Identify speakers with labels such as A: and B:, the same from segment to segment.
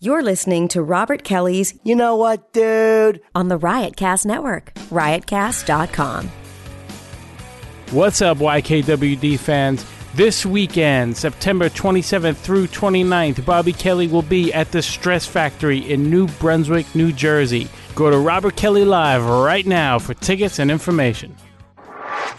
A: You're listening to Robert Kelly's
B: You know what, dude?
A: on the Riotcast Network, riotcast.com.
C: What's up, YKWD fans? This weekend, September 27th through 29th, Bobby Kelly will be at the Stress Factory in New Brunswick, New Jersey. Go to Robert Kelly Live right now for tickets and information.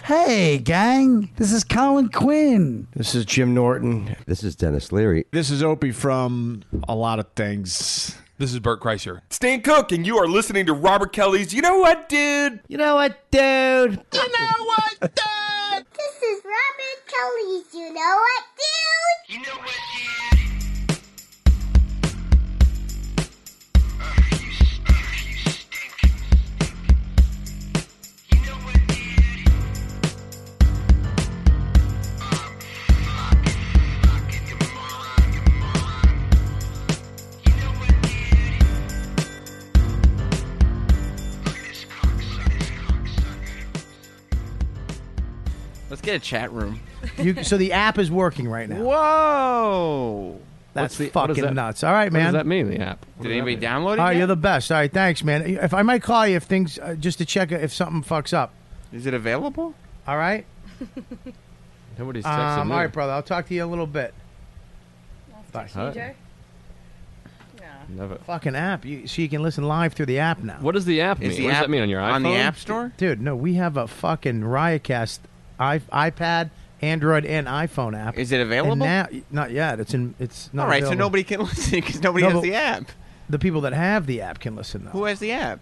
D: Hey, gang, this is Colin Quinn.
B: This is Jim Norton.
E: This is Dennis Leary.
F: This is Opie from a lot of things.
G: This is Bert Kreischer. Stan Cook, and you are listening to Robert Kelly's You Know What, Dude?
B: You know what, dude?
H: This is Robert Kelly's You Know What Dude? You know what, dude?
I: Let's get a chat room.
D: You, so the app is working right now.
I: Whoa!
D: That's
C: the- what
D: fucking
C: is that?
D: nuts. All right,
C: What
D: man.
C: does that mean, the app?
I: Did anybody download it?
D: All right,
I: yet?
D: you're the best. All right, thanks, man. If I might call you if things uh, just to check if something fucks up.
I: Is it available?
D: All right.
C: Nobody's texting
D: Um,
C: me.
D: all right, brother. I'll talk to you in a little bit. Bye.
C: All right. Never.
D: Fucking app. You, so you can listen live through the app now.
C: What does the app mean?
I: Is the
C: what
I: app
C: does that mean on your iPhone?
I: On the App Store?
D: Dude, no, we have a fucking Riotcast I, iPad, Android, and iPhone app.
I: Is it
D: and
I: available?
D: now, not yet. It's in. It's not
I: All right, so
D: available.
I: nobody can listen because nobody
D: No,
I: has
D: but-
I: the app.
D: The people that have the app can listen. Though.
I: Who has the app?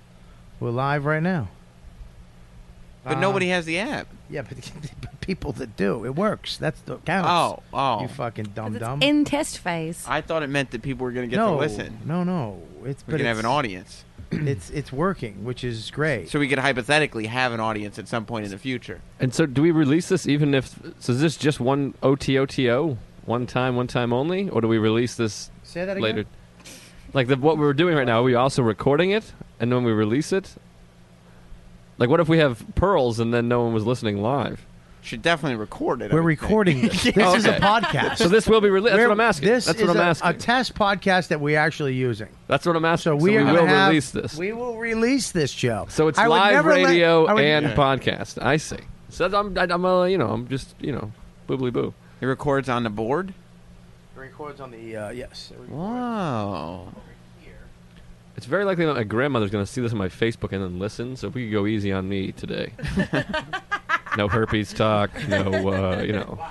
D: We're live right now.
I: But
D: Uh,
I: nobody has the app.
D: Yeah, but, but people that do, it works. That's the counts.
I: Oh, oh.
D: you fucking dumb dumb.
J: in test phase.
I: I thought it meant that people were going to get
D: no,
I: to listen.
D: no, no. It's
I: We
D: but
I: can have
D: it's-
I: an audience.
D: It's it's working, which is great.
I: So we could hypothetically have an audience at some point in the future.
C: And so, do we release this even if. So, is this just one OTOTO? One time, one time only? Or do we release this
D: Say that again.
C: later? Like the, what we're doing right now, are we also recording it? And when we release it? Like, what if we have pearls and then no one was listening live?
I: Should definitely record it. I
D: We're
I: would think.
D: recording this. this is a
C: Okay.
D: podcast.
C: So, this will be released. That's
D: We're-
C: what I'm asking.
D: This
C: That's
D: is
C: what I'm
D: a,
C: asking.
D: a test podcast that we're actually using.
C: That's what I'm asking.
D: So we are gonna
C: will
D: have-
C: release this.
D: We will release this show.
C: so, it's
D: I would
C: live
D: never let-
C: radio
D: I would-
C: and podcast. I see. So, I'm, I'm uh, you know, I'm just, you know, boobly boo.
I: It records on the board?
D: It records on the uh, yes. it records.
I: Wow.
C: It's very likely that my grandmother's going to see this on my Facebook and then listen. So if we could go easy on me today. no herpes talk. No, uh, you know.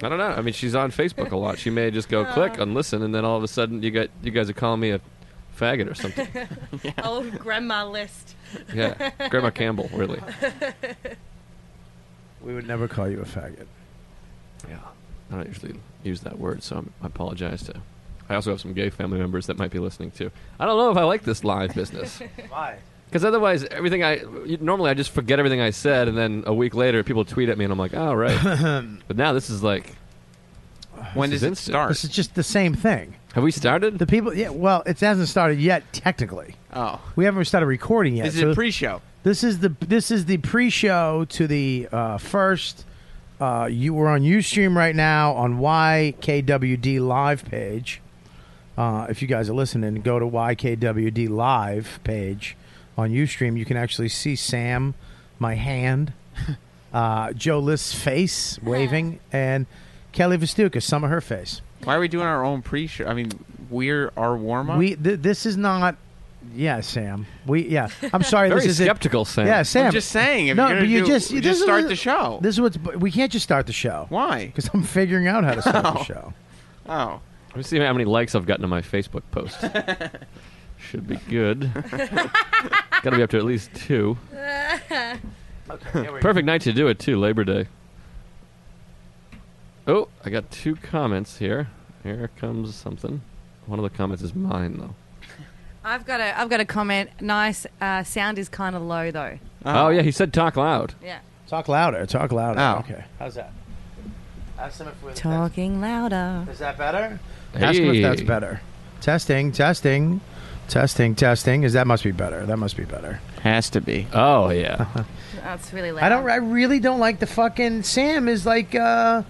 C: I don't know. I mean, she's on Facebook a lot. She may just go
J: Uh.
C: click and listen, and then all of a sudden you got you guys are calling me a faggot or something.
J: Oh, grandma list.
C: Yeah, Grandma Campbell, really.
D: We would never call you a faggot.
C: Yeah, I don't usually use that word, so I'm, I apologize to. I also have some gay family members that might be listening too. I don't know if I like this live business.
D: Why?
C: Because otherwise, everything I normally I just forget everything I said, and then a week later, people tweet at me, and I'm like, "Oh right." but now this is like,
I: When does
C: This is
I: it
C: instant.
I: start?
D: This is just the same thing.
C: have we started?
D: The people, yeah. Well, it hasn't started yet. Technically,
I: Oh.
D: we haven't started recording yet.
I: This
D: so-
I: is a pre show.
D: This is the this is the pre-show to the uh, first. Uh, you were on UStream right now on YKWd Live page. Uh, if you guys are listening, go to YKWd Live page on UStream. You can actually see Sam, my hand, uh, Joe List's face waving, and Kelly Vestuca, some of her face.
I: Why are we doing our own pre show? I mean, we're our warm up?
D: We th- this is not. Yeah, Sam. We yeah. I'm sorry.
C: Very
D: this is
C: skeptical, Sam.
D: Yeah, Sam.
I: I'm just saying. If
D: no,
I: you're
D: but
I: gonna
D: you
I: do-
D: just you
I: just
D: this is
I: start
D: what-
I: the show.
D: This is what's we can't just start the show.
I: Why?
D: Because I'm figuring out how to start the show.
I: Oh,
C: Let me see how many likes I've gotten on my Facebook post. Should be good. Got to be up to at least two. Perfect night to do it too. Labor Day. Oh, I got two comments here. Here comes something. One of the comments is mine though.
J: I've got a I've got a comment. Nice uh, sound is kind of low though.
C: Oh. yeah, he said talk loud.
J: Yeah.
D: Talk louder. Talk louder.
I: Oh.
D: Okay. How's that? Ask them if we're
J: Talking louder.
D: Is that better?
C: Hey.
D: Ask them if that's better. Testing. Testing. Testing. Testing. Is that must be better? That must be better.
I: has to be.
C: Oh yeah.
J: That's really loud.
D: I don't. I really don't like the fucking Sam is like. uh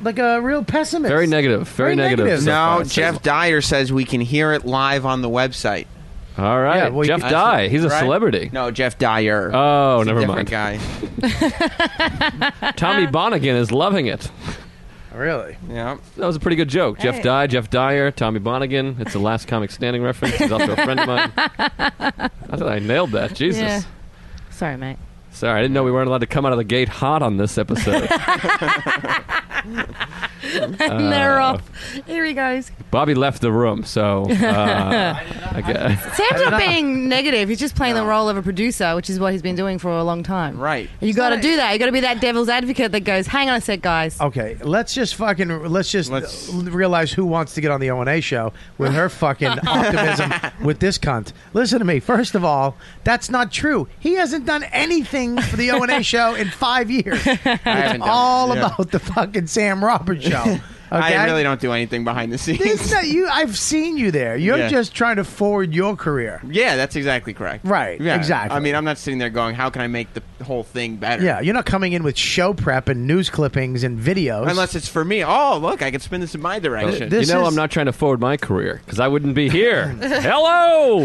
D: like a real pessimist.
C: Very negative. Very,
D: Very
C: negative.
D: negative.
C: so far,
I: No,
C: it says.
I: Jeff Dyer says we can hear it live on the website.
C: All right,
D: Yeah, well, you
C: Jeff
D: can-
C: Die. He's a
I: Right?
C: celebrity.
I: No, Jeff Dyer.
C: Oh,
I: He's a
C: never mind.
I: different guy.
C: Tommy Bonnigan is loving it.
D: Really?
I: Yeah.
C: That was a pretty good joke. Jeff
B: Hey.
C: Die, Jeff Dyer, Tommy Bonnigan. It's the last comic standing reference. He's also a friend of mine. I thought I nailed that. Jesus.
B: Yeah. Sorry, mate.
C: Sorry, I didn't know we weren't allowed to come out of the gate hot on this episode.
B: and they're off. Here he goes.
C: Uh, Bobby left the room, so uh, I guess.
B: Sam's not being negative. He's just playing the role of a producer, which is what he's been doing for a long time.
I: Right.
B: You got to do that. You got to be that devil's advocate that goes, "Hang on a sec, guys."
D: Okay, let's just fucking let's just
I: Let's-
D: l- realize who wants to get on the O and A show with her fucking optimism with this cunt. Listen to me. First of all, that's not true. He hasn't done anything for the O and A show in five years.
I: I haven't done
D: All
I: yeah.
D: about the fucking Sam Roberts show. Okay?
I: I really don't do anything behind the
D: This,
I: scenes.
D: no, you, I've seen you there. You're
I: Yeah.
D: just trying to forward your career.
I: yeah, that's exactly correct.
D: Right,
I: Yeah.
D: exactly.
I: I mean, I'm not sitting there going, "How can I make the whole thing better?"
D: Yeah, you're not coming in with show prep and news clippings and videos.
I: Unless it's for me. Oh, look, I can spin this in my direction.
D: This
C: you know,
D: is-
C: I'm not trying to forward my career because I wouldn't be here. Hello,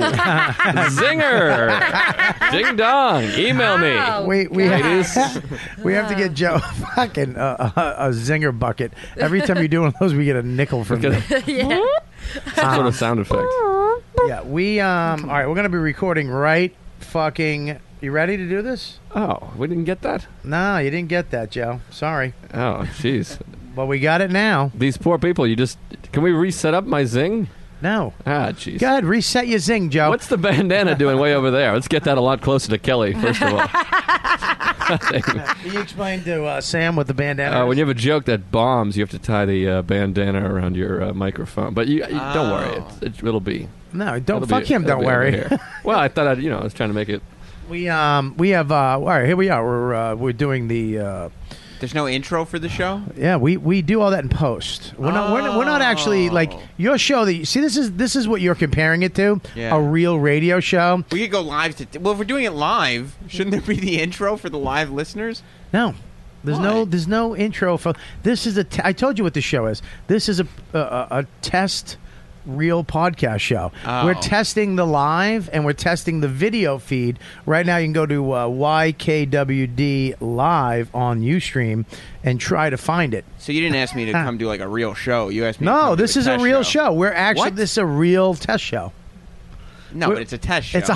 C: zinger, ding dong. Email me.
B: Wow.
D: we we
B: God.
D: have, we have to get Joe fucking uh, a, a zinger bucket. Every time you do one of those, we get a nickel from you.
B: yeah.
C: Some sort of sound effect.
D: Yeah, we um. All right, we're gonna be recording right. Fucking, you ready to do this?
C: Oh, we didn't get that.
D: No, you didn't get that, Joe. Sorry,
C: Oh, jeez.
D: but we got it now.
C: These poor people. You just can we reset up my zing?
D: No,
C: Ah, jeez.
D: go ahead, reset your zing, Joe.
C: What's the bandana doing way over there? Let's get that a lot closer to Kelly, first of all.
D: Can you explain to uh, Sam what the bandana?
C: Uh,
D: is?
C: when you have a joke that bombs, you have to tie the uh, bandana around your uh, microphone. But you, you- don't worry, it's, it, it'll be.
D: no, Oh. don't
C: it'll
D: fuck
C: be-
D: him.
C: it'll
D: Don't
C: be over
D: worry.
C: here. well, I thought I'd, you know, I was trying to make it.
D: We um we have uh all right here we are we're uh, we're doing the uh,
I: There's no intro for the show.
D: yeah we we do all that in post. We're not we're, not- we're not actually like
I: Oh.
D: your show that you, see this is this is what you're comparing it to
I: Yeah.
D: a real radio show.
I: We could go live to. well, if we're doing it live, shouldn't there be the intro for the live listeners?
D: No. There's no
I: Why?
D: there's no intro for this is a t- I told you what the show is. This is a a, a, a test real podcast show.
I: Oh.
D: We're testing the live and we're testing the video feed. Right now you can go to uh, YKWD live on Ustream and try to find it.
I: So you didn't ask me to come do like a real show. You asked me. to
D: No,
I: come do
D: this is a
I: test
D: real show. We're actually
I: What?
D: this is a real test show.
I: No, but it's a test show. Oh.
D: It's a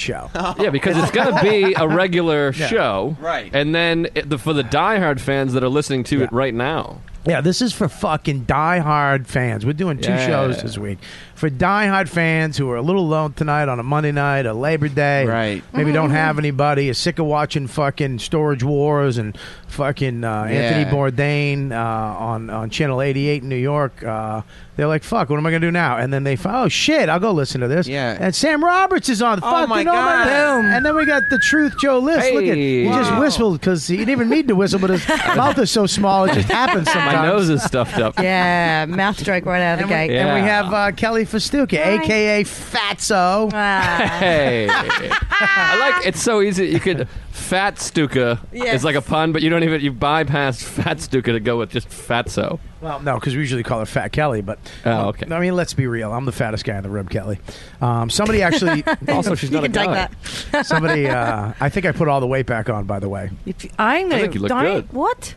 D: show.
C: Yeah, because it's going to be a regular show.
I: Right.
C: And then it, the, for the diehard fans that are listening to it right now.
D: yeah, this is for fucking diehard fans. We're doing two
C: Yeah.
D: shows this week for diehard fans who are a little alone tonight on a Monday night, a Labor Day,
I: Right.
D: Maybe don't have anybody. Is sick of watching fucking Storage Wars and fucking uh, Anthony
I: Yeah.
D: Bourdain uh, on on Channel 88 in New York. Uh, they're like, fuck, what am I gonna do now? And then they, fi- oh shit, I'll go listen to this.
I: Yeah.
D: And Sam Roberts is on.
I: Oh,
D: fucking
I: my
D: oh my
I: God.
D: God. And then we got the Truth Joe list. Look at
C: Hey.
D: he just
C: Wow.
D: whistled because he didn't even need to whistle, but his mouth is so small it just happens
C: My
D: sometimes.
C: nose is stuffed up.
B: Yeah, mouth stroke right out of the gate.
C: Yeah.
D: And we have uh, Kelly Festuca, aka Fatso.
B: Ah,
C: Hey, I like it's so easy. You could fat stuka
B: Yes.
C: is like a pun, but you don't even you bypass fat stuka to go with just fatso.
D: Well, no, because we usually call her Fat Kelly, but
C: Oh, okay.
D: I mean, let's be real. I'm the fattest guy in the room, Kelly. Um, somebody actually,
C: Also, she's
B: you can
C: not a guy.
B: take that.
D: somebody. Uh, I think I put all the weight back on. By the way,
B: If you- I'm gonna.
C: think you look
B: don't-
C: good.
B: What?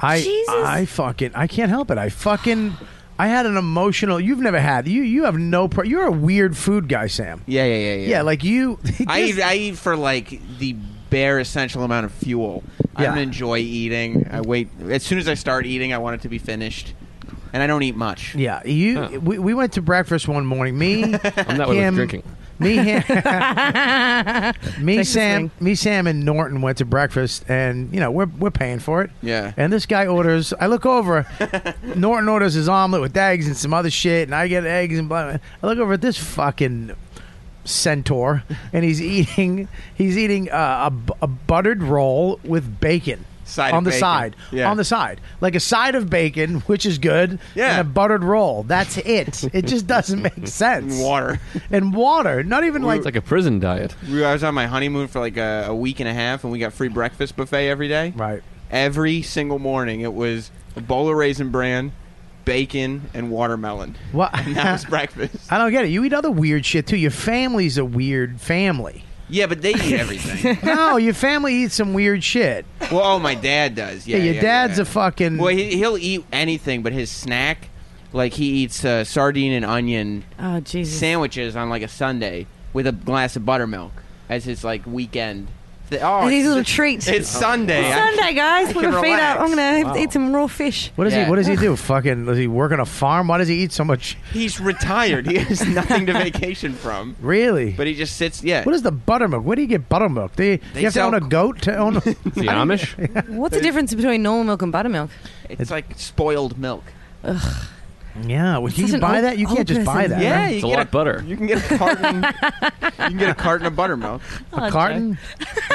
D: I
B: Jesus.
D: I fucking I can't help it. I fucking I had an emotional. You've never had you. You have no. Pro, you're a weird food guy, Sam.
I: yeah, yeah, yeah, yeah.
D: Yeah, like you.
I: I eat, I eat for like the bare essential amount of fuel. I
D: Yeah.
I: don't enjoy eating. I wait as soon as I start eating, I want it to be finished, and I don't eat much.
D: Yeah, you.
C: Huh.
D: We, we went to breakfast one morning. Me,
C: I'm not
D: him,
C: with drinking.
D: Me, him, me,
B: Thanks,
D: Sam,
B: Ling.
D: me, Sam, and Norton went to breakfast, and you know we're we're paying for it.
I: Yeah.
D: And this guy orders. I look over. Norton orders his omelet with eggs and some other shit, and I get eggs and blah. blah. I look over at this fucking centaur, and he's eating. He's eating uh, a, bu- a buttered roll with bacon.
I: Side of
D: on the
I: bacon.
D: side,
I: Yeah.
D: on the side, like a side of bacon, which is good,
I: Yeah.
D: and a buttered roll. That's it. It just doesn't make sense.
I: And water.
D: And water. Not even like
C: It's like a prison diet.
I: We- I was on my honeymoon for like a, a week and a half, and we got free breakfast buffet every day.
D: Right.
I: Every single morning, it was a bowl of raisin bran, bacon, and watermelon.
D: What?
I: And that was breakfast.
D: I don't get it. You eat other weird shit too. Your family's a weird family.
I: Yeah, but they eat everything.
D: no, your family eats some weird shit.
I: well, oh, my dad does. Yeah,
D: Yeah, your
I: yeah,
D: dad's
I: yeah.
D: a fucking.
I: Well, he, he'll eat anything, but his snack, like he eats uh, sardine and onion
B: Oh Jesus!
I: sandwiches on like a Sunday with a glass of buttermilk as his like weekend. Th- oh,
B: And these
I: it's-
B: little treats.
I: It's Sunday. I-
B: Sunday, guys. Put
I: can
B: your feet up.
I: relax.
B: I'm gonna have to eat some raw fish.
D: what does
I: yeah.
D: he? What does he do? Fucking does he work on a farm? Why does he eat so much?
I: He's retired. He has nothing to vacation from.
D: Really?
I: But he just sits. Yeah.
D: what is the buttermilk? Where do you get buttermilk? Do you, do you have
I: sell-
D: to own a goat to own? A-
C: The Amish?
B: What's the difference between normal milk and buttermilk?
I: It's like spoiled milk.
D: yeah, well, can
B: such
D: you
B: an
D: buy
B: old-
D: that? You
B: old
D: can't just buy
B: person
D: that.
B: thing.
I: Yeah,
D: right?
I: you
C: It's a
I: get
C: lot of butter.
I: You can get a carton. you can get a carton of buttermilk.
D: a carton.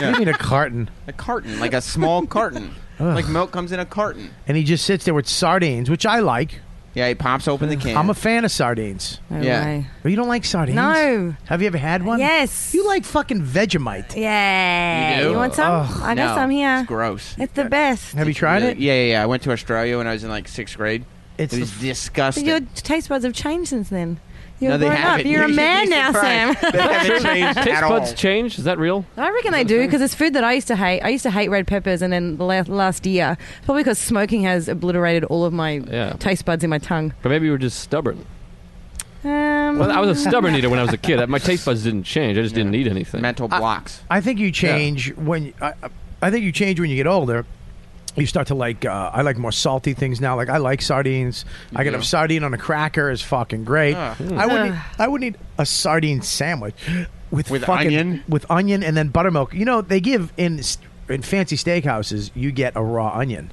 D: You need a carton,
I: A carton, like a small carton. like milk comes in a carton.
D: and he just sits there with sardines, which I like.
I: Yeah, he pops open the can.
D: I'm a fan of sardines.
B: No
I: Yeah.
B: way.
D: But Oh, you don't like sardines?
B: No.
D: Have you ever had one?
B: Yes.
D: You like fucking Vegemite.
B: Yeah.
I: You do?
B: want some?
D: Ugh,
B: I guess
I: No,
B: I'm here.
I: It's gross.
B: It's the best.
D: Have you tried
I: Really-
D: it?
I: Yeah, yeah, yeah. I went to Australia when I was in like sixth grade.
D: It's
I: it
D: the
I: was
D: f-
I: disgusting.
B: Your taste buds have changed since then. You're
I: no, they
B: grown up.
I: haven't.
B: You're a
I: You'd
B: man
I: be
B: now, Sam.
I: surprised. They haven't changed
C: Taste
I: at
C: buds
I: all.
C: change? Is that real?
B: I reckon they do because it's food that I used to hate. I used to hate red peppers, and then the la- last year, probably because smoking has obliterated all of my
C: Yeah.
B: taste buds in my tongue.
C: Or maybe you were just stubborn.
B: Um,
C: Well, I was a stubborn eater when I was a kid. My taste buds didn't change. I just didn't eat anything.
I: Mental
D: Ah.
I: blocks.
D: I think you change when I, I think you change when you get older. You start to like. Uh, I like more salty things now. Like I like sardines. I can
I: do?
D: have sardine on a cracker is fucking great.
I: Ah.
D: I wouldn't. I would need a sardine sandwich with,
I: With
D: fucking,
I: onion?
D: with onion and then buttermilk. You know they give in s- in fancy steakhouses. You get a raw onion.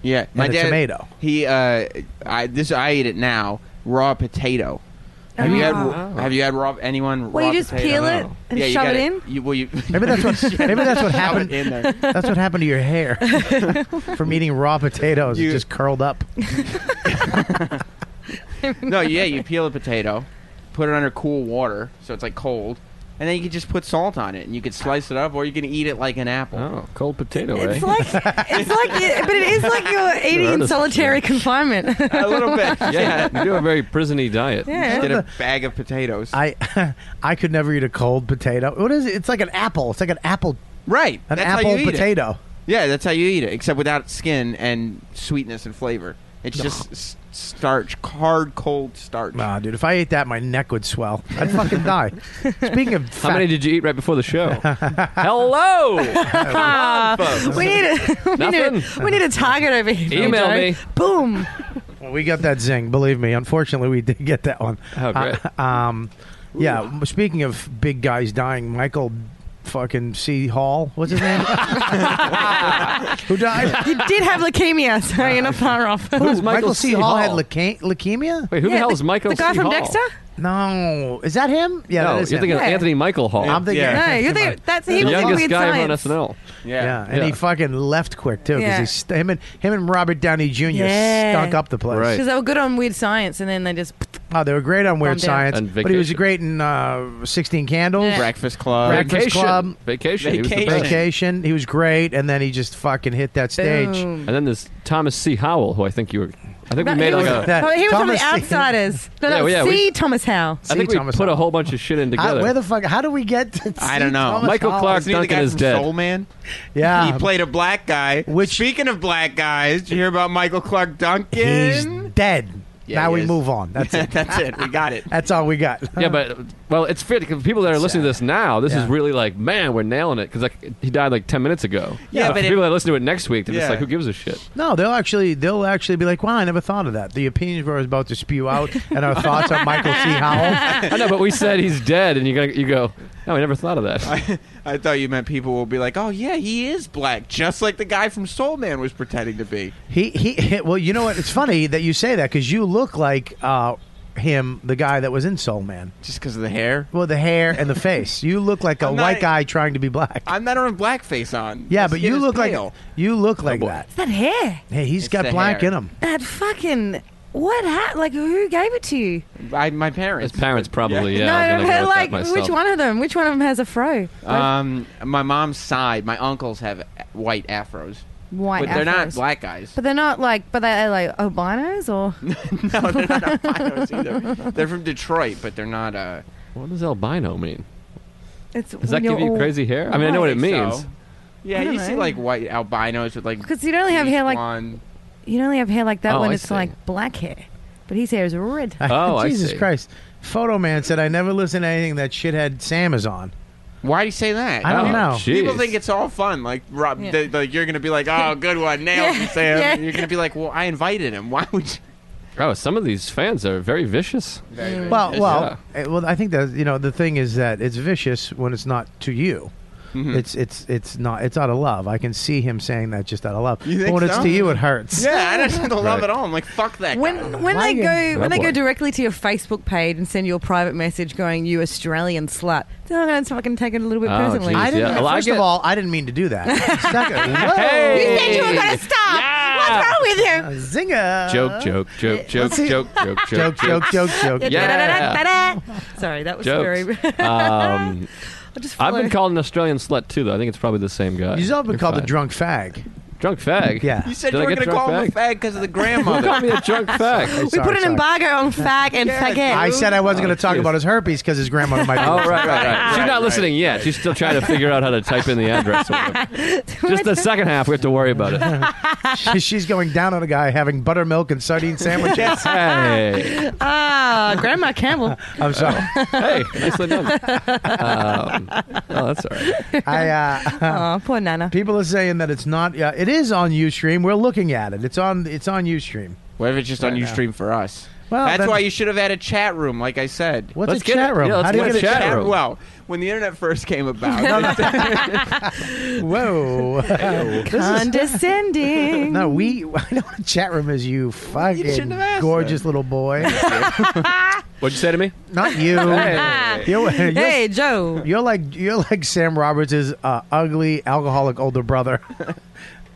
I: Yeah, my
D: a
I: dad.
D: tomato.
I: He, uh, I this I eat it now. Raw potato. Have you had? Have you had raw? Anyone?
B: Oh. well,
I: raw
B: you just
I: potato?
B: peel it and
I: yeah, you
B: shove it
I: gotta-
B: in.
I: You, well, you
D: Maybe that's what. maybe that's what
I: shove it
D: happened.
I: in there.
D: That's what happened to your hair from eating raw potatoes.
I: You-
D: it just curled up.
I: No, yeah, you peel a potato, put it under cool water, so it's like cold, and then you can just put salt on it, and you can slice it up, or you can eat it like an apple.
C: Oh, cold potato, eh?
B: It's like it's like, it, but it is like you're eating
C: heard
B: in
C: of
B: solitary confinement.
I: A little bit, yeah.
C: you do a very prisony diet.
B: yeah.
I: Get a bag of potatoes.
D: I I could never eat a cold potato. What is it? It's like an apple. It's like an apple
I: right,
D: an
I: that's how
D: apple
I: you eat it.
D: potato.
I: Yeah, that's how you eat it, except without skin and sweetness and flavor. It's just s- starch, hard, cold starch.
D: Nah, dude, if I ate that, my neck would swell. I'd fucking die. Speaking of
C: How many
D: fat,
C: did you eat right before the show? Hello!
B: Ah, we need a, we need a,
C: Nothing.
B: we need a target over here.
C: Email
B: Joe.
C: me.
B: Boom.
D: Well, we got that zing. Believe me. Unfortunately, we did get that one.
C: Oh, great.
D: Uh, um, yeah. m- Speaking of big guys dying, Michael fucking C. Hall. What's his name? Who died?
B: You did have leukemia, so you're not far off.
C: Who is Michael,
D: C. Hall, had leuca- leukemia.
C: Wait, who the
B: Yeah,
C: hell is Michael
B: The guy
C: C.
B: from
C: Hall?
B: Dexter?
D: No, is that him? Yeah,
C: No,
D: that
C: you're
D: is
C: thinking
D: him.
C: of
B: Yeah.
C: Anthony Michael Hall.
D: I'm thinking.
I: Yeah.
B: No, you think that's he
C: the
B: was in
C: youngest
B: weird
C: guy
B: science.
C: on SNL.
D: Yeah, and he
C: Yeah.
D: fucking left quick too
B: Yeah.
D: because st him and him and Robert Downey Jr.
B: Yeah.
D: stunk up the place.
C: Right.
B: Because they were good on weird science, and then they just
D: Oh, they were great on Weird
B: Bummed out.
D: Science,
C: And
D: but he was
C: Vacation.
D: great in uh, Sixteen Candles,
B: Yeah.
I: Breakfast Club.
D: Breakfast
C: Uh, Vacation.
D: Club.
C: Vacation. He was the
I: Vacation.
C: best.
D: Vacation. He was great, and then he just fucking hit that stage.
B: boom.
C: And then there's Thomas C. Howell, who I think you were. I think we made
B: he
C: like
B: was,
C: a.
D: That-
B: oh, he was one of the
D: Thomas-
B: outsiders. No,
C: Yeah,
B: that
C: well,
B: was
C: yeah,
B: C.
C: we-
B: Thomas Howe.
C: I think
D: C.
C: we
D: Thomas
C: put a
D: Howell.
C: whole bunch of shit in
D: How-
C: together.
D: where the fuck? How do we get? To
I: I don't
D: see
I: know.
D: Thomas
C: Michael
D: Howell?
C: Clark
I: Isn't he Oh, the
C: Duncan
I: guy
C: is
I: from
C: dead.
I: Soul Man.
D: Yeah,
I: he played a black guy.
D: Which-
I: speaking of black guys, did you hear about Michael Clark
D: He's
I: Duncan?
D: dead.
I: Yeah,
D: now
I: he
D: we
I: is.
D: move on. That's it.
I: That's it. We got it.
D: That's all we got.
C: Yeah, but well, it's fair because people that are listening to this now, this
D: Yeah.
C: is really like, man, we're nailing it because like he died like ten minutes ago.
I: Yeah, but it-
C: people that listen to it next week, they're
I: Yeah.
C: just like, who gives a shit?
D: no, they'll actually they'll actually be like, "Wow, I never thought of that." The opinions we're about to spew out and our thoughts on Michael C. Howell.
C: I know, but we said he's dead, and you go, you go, no, I never thought of that.
I: I thought you meant people will be like, "Oh yeah, he is black," just like the guy from Soul Man was pretending to be.
D: He he. Well, you know what? It's funny that you say that because you look like uh, him, the guy that was in Soul Man.
I: Just because of the hair.
D: Well, the hair and the face. You look like a
I: I'm not-
D: white guy trying to be black.
I: I'm not on blackface on.
D: yeah,
I: His
D: but
I: skin
D: you
I: is
D: look
I: pale.
D: like you look like that.
B: It's that hair.
D: Hey, he's
I: It's
D: got
I: the
D: black
I: hair.
D: in him.
B: That fucking what hat? Like who gave it to you?
I: I, my
C: His
I: parents.
C: parents probably, yeah. I'm
B: no,
C: gonna
B: but
C: go with
B: like
C: that
B: which
C: myself.
B: one of them? Which one of them has a fro?
I: Um, my mom's side, my uncles have white afros.
B: white.
I: but they're not
B: afros.
I: black guys.
B: But they're not like. But they're like albinos or.
I: no, they're not albinos either. They're from Detroit, but they're not. Uh,
C: What does albino mean?
B: It's
C: Does that give you crazy hair? I mean, I know what it means.
I: yeah,
B: I don't
I: you see
B: know.
I: like white albinos with like
B: Because you don't have
I: bleach
B: hair like
I: blonde.
B: you only have hair like that
C: Oh,
B: when
C: I
B: it's
C: see.
B: like black hair, but his hair is red.
C: Oh, I
D: Jesus
C: see.
D: Christ. Photo man said, "I never listen to anything that shithead Sam is on."
I: Why do you say that?
D: I don't
C: Oh,
D: know.
C: shit.
I: People
C: Jeez.
I: think it's all fun. Like Rob,
B: Yeah.
I: they, like you're gonna be like, "Oh, good one, nailed it, Sam."
B: Yeah.
I: And You're gonna be like, "Well, I invited him. Why would you?"
C: Oh, some of these fans are very vicious.
B: Mm.
D: Well, well, eh, well. I think that you know the thing is that it's vicious when it's not to you.
C: Mm-hmm.
D: It's it's it's not it's out of love. I can see him saying that just out of love.
I: You think
D: but when it's
I: so?
D: to you, it hurts.
I: Yeah, I don't, don't love
C: Right.
I: it all. I'm like, "Fuck that." guy.
B: When when they
D: Why
B: go when they
C: boy.
B: go directly to your Facebook page and send you a private message going you Australian slut, they're going to fucking take it a little bit
C: Oh,
B: personally.
C: geez,
D: I didn't.
C: Yeah, well, I
D: first
C: get-
D: of all, I didn't mean to do that. It's not good.
B: You
C: Hey!
B: said you were going to stop. What's wrong with you?
D: Whoa. Zinger.
C: Joke, joke, joke, joke, joke, joke,
D: Joke, joke, joke, joke.
C: Yeah.
B: Da-da-da-da-da-da. Sorry, that was
C: Jokes.
B: very.
C: Um,
B: I just
C: I've been
B: flew.
C: called an Australian slut too, though. I think it's probably the same guy.
D: You've all been
C: You're
D: called a
C: fine.
D: drunk fag.
C: drunk fag.
D: Yeah.
I: you said
C: Did
I: you
C: I
I: were
C: get
I: gonna call him
C: drunk
I: a fag because of the
C: Who
I: grandmother.
C: called me a drunk fag?
B: We
D: Sorry,
B: put an
D: sorry.
B: embargo on fag and faggot.
D: I said I wasn't
C: Oh,
D: going to talk
C: jeez.
D: about his herpes because his grandmother might be.
C: Oh, right, right, right. She's
I: right,
C: not listening yet. She's still trying to figure out how to type in the address. or whatever. Just the second half, we have to worry about it.
D: She- She's going down on a guy having buttermilk and sardine sandwiches.
C: Hey,
B: Ah, Grandma Campbell.
D: I'm sorry.
C: hey, nicely done. Um, oh, that's all right.
D: I uh,
B: oh, poor Nana.
D: people are saying that it's not. Yeah, it is on UStream. We're looking at it. It's on. It's on UStream.
I: What if it's just on UStream for us?
D: Well,
I: that's
D: then-
I: why you should have had a chat room, like I said.
D: What's
C: Let's
D: a
C: get
D: chat
C: it.
D: room?
C: Yeah, let's
D: How do you
C: get
D: get
C: a
D: a
C: chat room.
I: Well, when the internet first came about,
D: Whoa.
B: Condescending.
D: no, we. I know what a chat room is. You fucking
I: shouldn't have asked
D: gorgeous little boy.
C: What'd you say to me?
D: Not you. You're, you're-
B: Hey, Joe.
D: you're like you're like Sam Roberts' uh, ugly alcoholic older brother.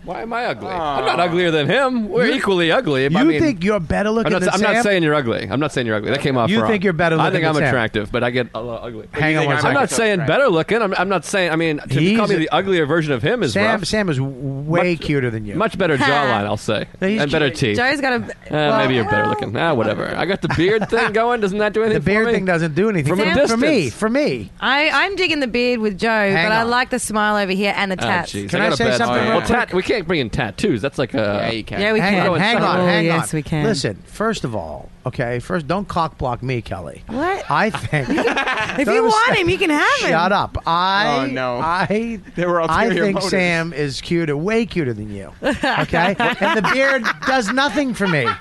C: Why am I ugly? I'm not uglier than him. We're equally ugly.
D: You
C: I mean,
D: think you're better
C: I'm
D: looking
C: not,
D: than
C: I'm
D: Sam?
C: not saying you're ugly. I'm not saying you're ugly. That came off
D: You
C: wrong.
D: think you're better
C: I think
D: looking
C: I'm
D: than Sam.
C: attractive, but I get a lot ugly.
D: Hang on
I: think
D: one
I: I'm
C: I'm
D: second.
C: not saying
I: Right.
C: better looking. I'm, I'm not saying. I mean, to
D: He's
C: call me
D: a-
C: the uglier version of him is
D: Sam
C: rough.
D: Sam is way cuter than you.
C: Much better jawline, I'll say,
D: he's
C: and better teeth. Uh,
B: Joe's got a.
C: maybe you're better looking. Ah, whatever. I got the beard thing going. Doesn't that do
D: the
C: anything?
D: beard
C: for me?
D: thing doesn't do anything
C: From a
D: for, for me.
C: distance.
D: For me,
B: I, I'm digging the beard with Joe, but I
D: on.
B: like the smile over here and the
C: Oh,
B: tats.
C: jeez,
D: Can
C: I,
D: I
C: got
D: say
C: a bad
D: something
C: smile.
I: real
C: Well, tat- we can't bring in tattoos. That's like a.
I: yeah, you can.
B: yeah, we
D: hang
B: can.
D: on, hang on,
B: Oh,
D: hang on.
B: yes, we can.
D: Listen, first of all, okay, first don't cock block me, Kelly.
B: What?
D: I think
B: if you want him, you can have him.
D: Shut up. I
I: Oh, no.
D: I
I: There were
D: I
I: ulterior
D: think
I: motives.
D: Sam is cuter, way cuter than you. Okay? and the beard does nothing for me.
C: You know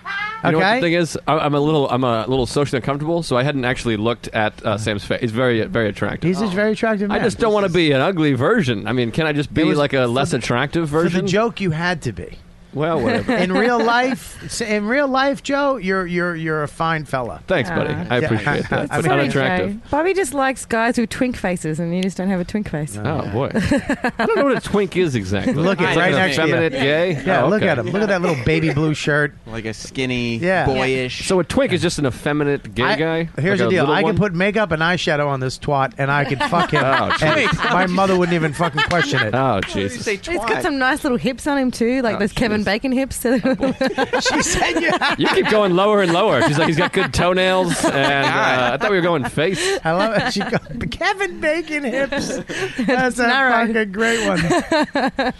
C: what
D: Okay?
C: the thing is? I- I'm a little, I'm a little socially uncomfortable, so I hadn't actually looked at uh, Sam's face. He's very, very attractive.
D: He's just very attractive
C: I
D: man.
C: just don't want to be an ugly version. I mean, can I just be
D: It was
C: like a
D: for
C: less
D: the-
C: attractive
D: For
C: version?
D: the joke you had to be.
C: Well, whatever.
D: In real life, in real life, Joe, you're you're you're a fine fella.
C: Thanks, buddy.
I: Uh,
B: Ah.
C: I appreciate
D: I
C: that. But
D: mean-
B: Sorry,
C: unattractive.
B: Joe. Bobby just likes guys with twink faces, and you just don't have a twink face.
C: Oh boy, I don't know what a twink is exactly.
D: Look at
C: It's like
D: right
C: an
D: next to you.
C: effeminate gay.
D: Yeah,
C: Oh,
D: look
C: okay.
D: at him. Look at that little baby blue shirt.
I: like a skinny,
D: Yeah.
I: boyish.
C: So a twink is just an effeminate gay
D: I-
C: guy.
D: Here's
C: Like a
D: the deal:
C: little
D: I
C: one?
D: can put makeup and eyeshadow on this twat, and I could fuck him.
C: Oh,
D: and my mother wouldn't even fucking question it.
C: Oh
I: What did you
C: Jesus!
I: say,
B: He's got
I: twat?
B: some nice little hips on him too,
D: Oh,
B: like those Kevin Bacon hips. Wait,
C: You keep going lower and lower. She's like, he's got good toenails, and uh, I thought we were going face.
D: I love it. She goes, Kevin Bacon hips. That's a
B: narrow.
D: fucking great one.
I: I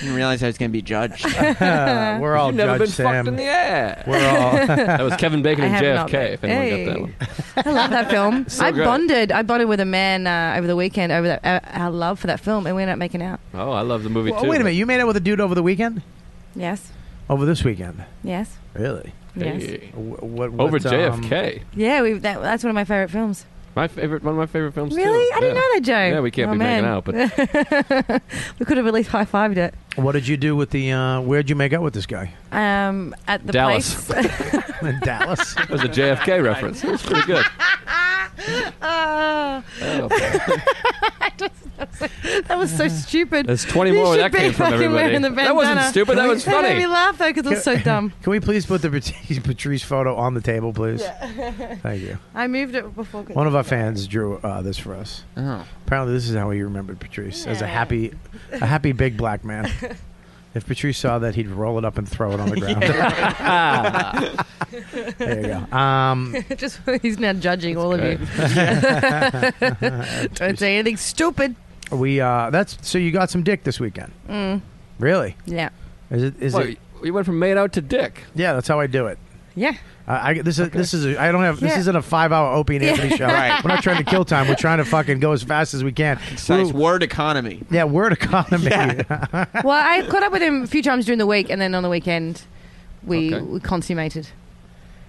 I: didn't realize I was going to be judged.
D: Uh, we're all
C: You've never
D: judge
C: been fucked
D: Sam.
C: in the ass.
D: we're all.
C: That was Kevin Bacon
B: I
C: and
B: have not
C: JFK. If
B: been. Hey.
C: anyone got that one,
B: I love that film. I
C: good.
B: bonded. I bonded with a man uh, over the weekend over that, uh, our love for that film, and we ended up making out.
C: oh, I love the movie
D: Well,
C: too.
D: wait a minute. You made out with a dude over the weekend?
B: Yes,
D: Over this weekend?
B: yes,
D: Really?
B: yes.
C: Hey.
D: What, what, what,
C: Over
D: um,
C: JFK,
B: Yeah, we, that, that's one of my favorite films.
C: my favorite, one of my favorite films. too.
B: Really? I didn't
C: Yeah.
B: know that, Joe.
C: Yeah, we can't
B: Oh,
C: be
B: man.
C: making out, but
B: we could have at least high fived it.
D: What did you do with the? Uh, where'd you make out with this guy?
B: Um, at the
C: Dallas.
B: place.
D: In Dallas.
C: it was a JFK reference. It was pretty good.
B: Ah,
C: Oh,
B: that was so stupid.
C: There's 20
B: You
C: more where
B: should
C: that
B: be
C: came from,
B: fucking
C: everybody.
B: wearing the
C: That wasn't
B: bandana.
C: stupid, that was
B: That made me
C: funny.
B: laugh though because it was so dumb.
D: Can we please put the Patrice, Patrice photo on the table, please? Thank you.
B: I moved it before.
D: One of our fans drew uh, this for us.
I: Oh.
D: Apparently, this is how he remembered Patrice as a happy, a happy big black man. If Patrice saw that, he'd roll it up and throw it on the ground. there you go. Um,
B: Just he's now judging all of
C: great.
B: you. Don't say anything stupid.
D: we uh, that's so you got some dick this weekend.
B: Mm,
D: Really?
B: yeah,
D: Is it? Is
C: Well,
D: it?
C: you went from made out to dick.
D: Yeah, that's how I do it.
B: yeah.
D: I, I this is this is a, I don't have this
B: Yeah.
D: isn't a five hour Opie and Anthony show.
I: Right.
D: We're not trying to kill time. We're trying to fucking go as fast as we can.
I: Nice
D: We're-
I: word economy.
D: yeah, word economy.
B: Well, I caught up with him a few times during the week, and then on the weekend, we,
C: Okay.
B: we consummated.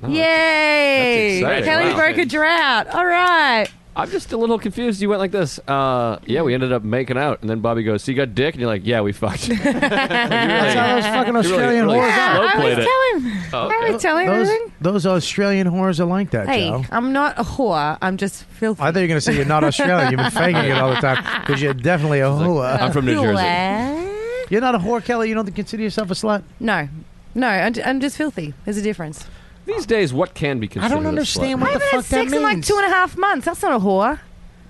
C: Oh,
B: Yay!
C: that's exciting.
B: Kelly
C: Wow.
B: broke a drought. All right.
C: I'm just a little confused. You went like this. Uh, yeah, we ended up making out, and then Bobby goes, "So you got dick?" And you're like, "Yeah, we fucked." You
D: That's how those fucking
C: really-
D: Australian
C: really
D: whores are.
C: slow
B: I
C: played
B: always
C: it.
B: tell him.
C: Oh,
B: I
C: okay.
B: always tell him
D: Those,
B: everything.
D: those Australian whores are like that,
B: Hey,
D: Joe.
B: I'm not a whore. I'm just filthy.
D: I thought you were going to say you're not Australian. You've been faking it all the time because you're definitely a whore.
C: I'm from New Jersey.
D: uh,
B: Filthy.
D: You're not a whore, Kelly. You don't consider yourself a slut.
B: No, no, I'm, j- I'm just filthy. There's a difference.
C: These days, what can be
D: I
C: considered?
D: don't
C: a
D: understand
C: slut?
D: what
B: I
D: the
B: haven't
D: fuck
B: had
D: that
B: sex
D: means.
B: in like two and a half months. That's not a whore.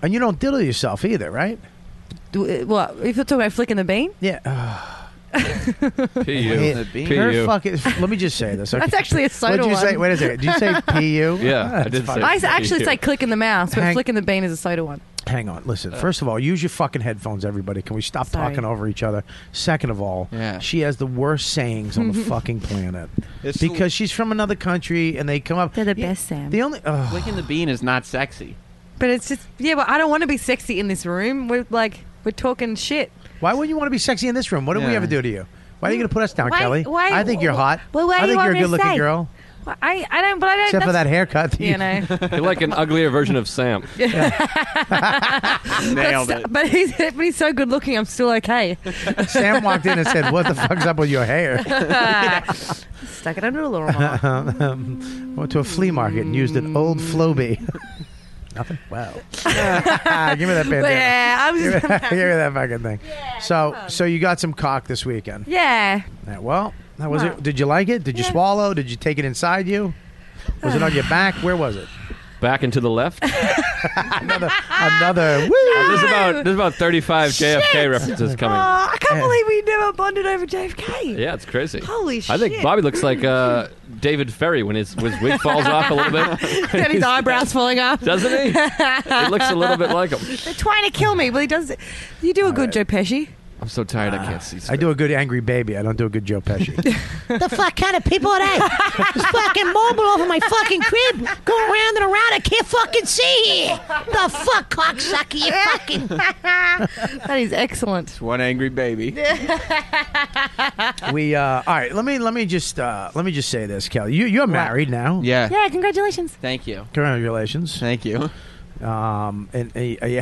D: and you don't diddle yourself either, right?
B: Do- uh, What? If you're talking about flicking the bean,
D: Yeah.
C: P.U.
D: Yeah.
I: P-
C: P-
D: Her
C: you.
D: fucking. Let me just say this. Okay?
B: that's actually a soda
D: What'd you
B: one.
D: say? Wait a second. Did you say pu?
C: Yeah, I
D: That's
C: did
D: fine.
C: say
B: I s- actually
C: P.U.
B: say click in the mouse, but
D: Hang-
B: flicking the bean is a soda one.
D: Hang on. Listen. First of all, use your fucking headphones, everybody. Can we stop
B: Uh, Sorry.
D: talking over each other? Second of all,
I: Yeah.
D: she has the worst sayings on the fucking planet because she's from another country and they come up.
B: They're the
D: Yeah,
B: best, Sam.
D: The only. ugh.
I: Licking the bean is not sexy.
B: But it's just yeah. But I don't want to be sexy in this room. We're like we're talking shit.
D: Why would you want to be sexy in this room? What did we
I: Yeah.
D: ever do to you? Why are you going to put us down,
B: Why-
D: Kelly?
B: why-
D: I think you're hot.
B: well, why
D: I
B: do
D: think
B: you
D: you're a
B: want me to
D: good-looking
B: say?
D: girl,
B: I I don't. But I don't.
D: except for that
B: that's-
D: haircut. that
B: You know.
C: You're like an uglier version of Sam.
I: Nailed
B: But
I: it.
B: st- But he's but he's so good looking. I'm still okay.
D: Sam walked in and said, "What the fuck's up with your hair?"
B: Stuck it under the laurel. Mama.
D: um, went to a flea market and used an old Floby. Nothing. Wow. Give me that
B: But
D: bandana.
B: yeah, I'm
D: Give me,
B: just,
D: that, give me that fucking thing. so, so you got some cock this weekend.
B: yeah.
D: Yeah, well, that was
B: Wow.
D: it. Did you like it? Did you
B: Yeah.
D: swallow? Did you take it inside you? Was it on your back? Where was it?
C: Back and to the left. Uh,
D: Another, another. Woo!
C: There's about there's about 35 JFK references coming.
B: Oh, I can't
D: Yeah.
B: believe we never bonded over JFK.
C: Yeah, it's crazy.
B: Holy
C: I think
B: shit.
C: Bobby looks like uh, David Ferry when his, his wig falls off a little bit,
B: Got his eyebrows falling off.
C: doesn't he? It looks a little bit like him.
B: They're trying to kill me, but he does. You do a good Joe Pesci.
C: I'm so tired. I can't see.
D: Ah, I do a good angry baby. I don't do a good Joe Pesci.
K: The fuck kind of people are they? This fucking mobile over my fucking crib, going round and around. I can't fucking see here. The fuck, cocksucker, you fucking.
B: That is excellent.
I: One angry baby.
D: we uh, all right. Let me let me just uh, let me just say this, Kelly. You you're married now.
I: Yeah.
B: Yeah, congratulations.
I: Thank you.
D: Congratulations.
I: Thank you.
D: Um, and are you- are you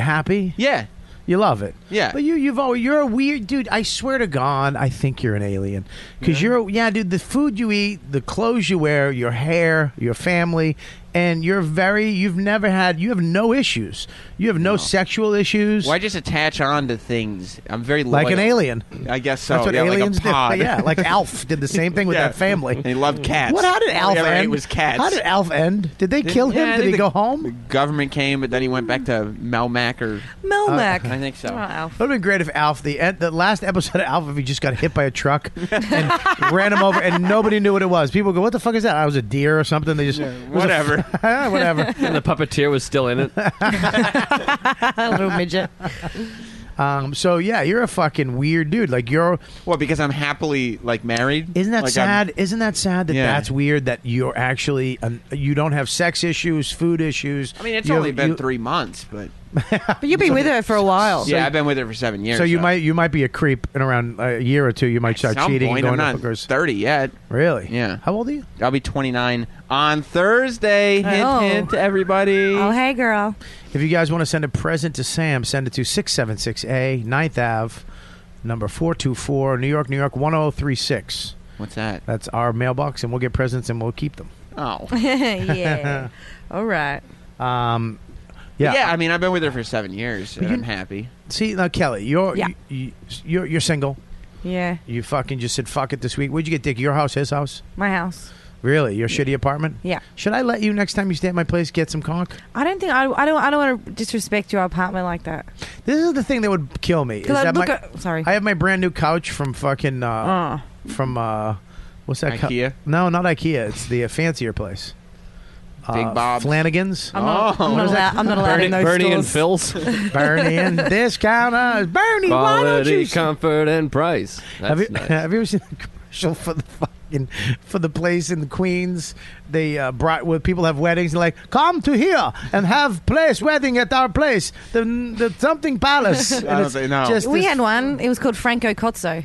D: happy?
I: Yeah.
D: You love it.
I: Yeah.
D: But you you've always you're a weird dude. I swear to God, I think you're an alien because you're a, yeah, dude. The food you eat, the clothes you wear, your hair, your family, and you're very. You've never had. You have no issues. You have no, sexual issues.
I: Well, I just attach on to things. I'm very
D: like an
I: loyal.
D: alien.
I: I guess so.
D: That's what
I: yeah,
D: aliens
I: like a pod.
D: did. Yeah, like Alf did the same thing with
I: Yeah.
D: that family.
I: And he loved cats.
D: What? How did
I: All
D: Alf
I: he ever ate
D: end?
I: was cats.
D: How did Alf end? Did they kill him?
I: Yeah, I
D: did
I: think
D: he
I: the-
D: go
I: The
D: home?
I: government came, but then he went back to Melmac or
B: Melmac.
I: Oh,
B: Oh,
I: I think so.
B: Wow.
D: It would have been great if Alf, the end, the last episode of Alf, if he just got hit by a truck and ran him over, and nobody knew what it was. People go, "What the fuck is that?" I was a deer or something. They just it was a
I: whatever.
D: f- whatever.
C: And the puppeteer was still in it.
B: A little midget.
D: Um, so yeah, you're a fucking weird dude. Like you're.
I: well, because I'm happily like married.
D: Isn't that
I: Like, I'm-
D: sad? Isn't that sad that
I: Yeah.
D: that's weird that you're actually an, you don't have sex issues, food issues.
I: I mean, it's
D: You-
I: only been
D: you-
I: three months, but
B: But you've been with her for a while.
I: yeah, I've been with her for seven years.
D: So you might you might be a creep, and around a year or two, you might
I: At
D: start
I: some
D: cheating, and
I: point,
D: going
I: I'm
D: to
I: not
D: hookers.
I: thirty yet.
D: Really?
I: Yeah.
D: How old are you?
I: I'll be 29 on Thursday. Hint,
B: Oh.
I: hint, everybody.
B: Oh, hey, girl.
D: If you guys want to send a present to Sam, send it to 676A, 9th Ave, number 424, New York, New York 1036.
I: What's that?
D: That's our mailbox, and we'll get presents and we'll keep them.
I: Oh,
B: yeah. All right.
D: Um, yeah.
I: yeah. I mean, I've been with her for seven years, and I'm happy.
D: See, now, Kelly, you're,
B: Yeah.
D: you, you, are you're single.
B: Yeah.
D: You fucking just said fuck it this week. Where'd you get dick? Your house, his house?
B: My house.
D: Really, your shitty apartment?
B: Yeah.
D: Should I let you next time you stay at my place get some conk?
B: I don't think I, I don't I don't want to disrespect your apartment like that.
D: This is the thing that would kill me. Is
B: Because I
D: that
B: look
D: my,
B: at sorry.
D: I have my brand new couch from fucking uh,
B: Uh,
D: from uh, what's that? cou-
I: IKEA?
D: no, not IKEA. It's the uh, fancier place. Uh,
I: Big Bob's.
D: Flanagan's.
B: I'm not, I'm not allowed. I'm not allowed
C: Bernie,
B: in those
C: Oh. Bernie and
B: stores.
C: Phil's
D: Bernie and discounters. Bernie, why don't you?
C: quality, comfort, and price. That's
D: have you
C: nice.
D: have you ever seen the commercial for the fucking for the place in Queens? They uh, brought where people have weddings. They're like, come to here and have place wedding at our place, the the something palace. And
I: don't
D: it's
I: think- no.
D: just
B: We
D: this-
B: had one. It was called Franco Cozzo,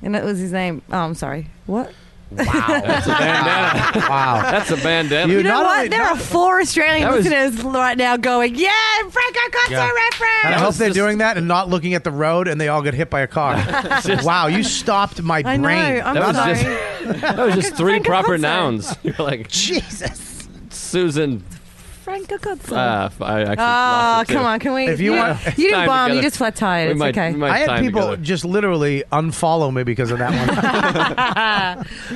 B: and that was his name. Oh, I'm sorry. What?
C: That's a bandana.
D: wow.
C: That's a bandana.
B: You know
D: not
B: what?
D: only-
B: there are four Australian
C: That was-
B: listeners right now going, "Yeah, Franco Cozzo
D: Yeah. And I
B: reference."
D: hope
C: was
D: they're
C: just-
D: doing that and not looking at the road and they all get hit by a car. wow, you stopped my
B: I
D: brain.
B: know. I'm
C: That was
B: sorry.
C: just- that was just three
B: Frank and
C: proper
B: Hudson.
C: nouns. You're like
D: Jesus.
C: Susan.
B: Franco Cozzo.
C: Uh, I actually
B: oh,
C: lost it, too.
B: come on. Can we?
D: If you want-
B: you didn't
C: Time
B: bomb.
C: together.
B: You're just flat tired.
C: We
B: it's
C: might,
B: okay.
C: we might
D: I had
C: time
D: people
C: together.
D: just literally unfollow me because of that one.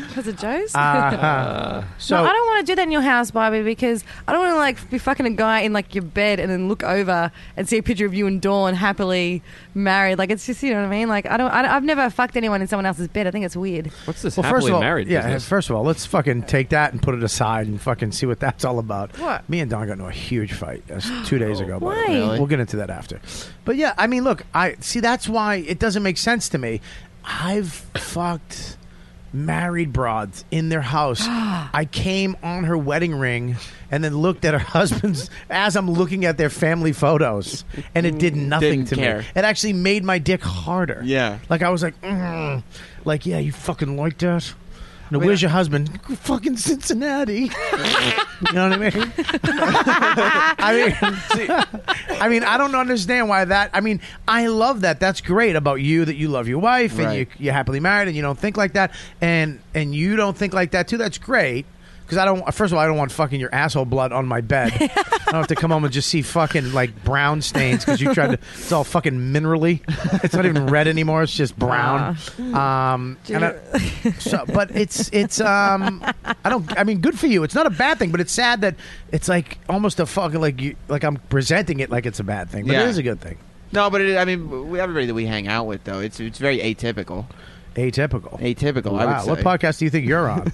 B: Because of Joe's.
C: Ah,
D: Uh-huh. So
B: no, I don't want to do that in your house, Bobby, because I don't want to like be fucking a guy in like your bed and then look over and see a picture of you and Dawn happily married. Like it's just you know what I mean. Like I don't. I, have never fucked anyone in someone else's bed. I think it's weird.
C: What's this
D: well,
C: happily
D: first of all,
C: married
D: yeah.
C: business?
D: First of all, let's fucking take that and put it aside and fucking see what that's all about.
B: What?
D: Me and Don got into a huge fight uh, two days ago. by the
B: Why?
D: way.
B: Really?
D: We'll get into that after. But yeah, I mean, look, I see. That's why it doesn't make sense to me. I've fucked married broads in their house. I came on her wedding ring and then looked at her husband's as I'm looking at their family photos, and it
B: Mm,
D: did nothing
I: Didn't
D: to
I: care.
D: me. It actually made my dick harder.
I: Yeah.
D: Like I was like, mm, like yeah, you fucking like that. Now, where's your husband? Fucking Cincinnati. you know what I mean? I mean, see, I mean, I don't understand why that. I mean, I love that. That's great about you that you love your wife and you,
I: Right.
D: you're happily married and you don't think like that and and you don't think like that too. That's great. Because I don't. First of all, I don't want fucking your asshole blood on my bed. I don't have to come home and just see fucking like brown stains because you tried to. It's all fucking minerally. It's not even red anymore. It's just brown. Um, and I- so, but it's it's um, I don't. I mean, good for you. It's not a bad thing, but it's sad that it's like almost a fucking like you like I'm presenting it like it's a bad thing, but
I: Yeah.
D: it is a good thing.
I: No, but it, I mean, we, everybody that we hang out with, though, it's it's very atypical.
D: Atypical.
I: Atypical. I
D: wow.
I: would
D: What
I: say.
D: podcast do you think you're on?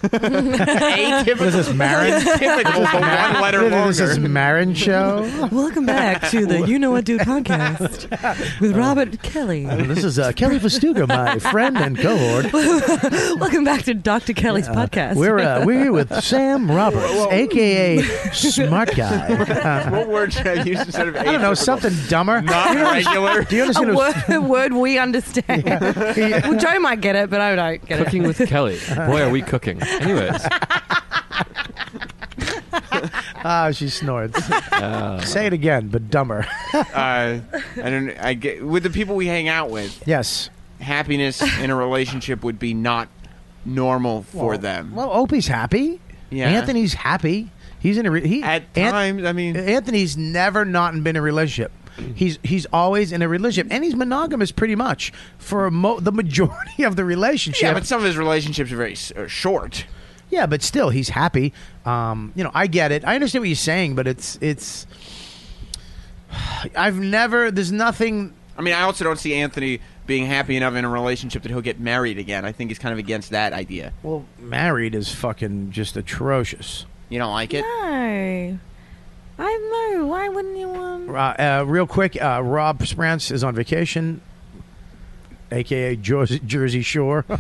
I: atypical. This is marriage. Typical, but one letter
D: this is
I: longer.
D: Marin show.
B: Welcome back to the You Know What Do podcast with Robert Kelly.
D: Uh, this is uh, Kelly Festuga, my friend and cohort.
B: Welcome back to Dr. Kelly's podcast.
D: We're uh, we're here with Sam Roberts, aka Smart Guy. Uh,
I: what word should I use instead of
D: I don't know
I: atypical?
D: something dumber.
I: Not regular.
D: Do you
B: a
D: understand?
B: word, a word we understand.
D: Yeah.
B: Well, Joe might get it, but I don't get it.
C: Cooking with Kelly. Boy, are we cooking. Anyways,
D: Ah, she snorts.
C: uh,
D: Say it again, but dumber.
I: Uh, I don't. I get with the people we hang out with.
D: Yes.
I: Happiness in a relationship would be not normal for
D: Well,
I: them.
D: Well, Opie's happy.
I: Yeah.
D: Anthony's happy. He's in a re- he
I: At
D: An-
I: times, I
D: uh,
I: mean,
D: Anthony's never not been in a relationship. He's he's always in a relationship, and he's monogamous pretty much for mo- the majority of the relationship.
I: yeah, but some of his relationships are very s- are short.
D: Yeah, but still, he's happy. Um, you know, I get it. I understand what you're saying, but it's it's. I've never. There's nothing.
I: I mean, I also don't see Anthony being happy enough in a relationship that he'll get married again. I think he's kind of against that idea.
D: Well, married is fucking just atrocious.
I: You don't like it?
B: No. I know. Why wouldn't you um, want?
D: Uh, uh, real quick, uh, Rob Sprance is on vacation, aka Jersey, Jersey Shore.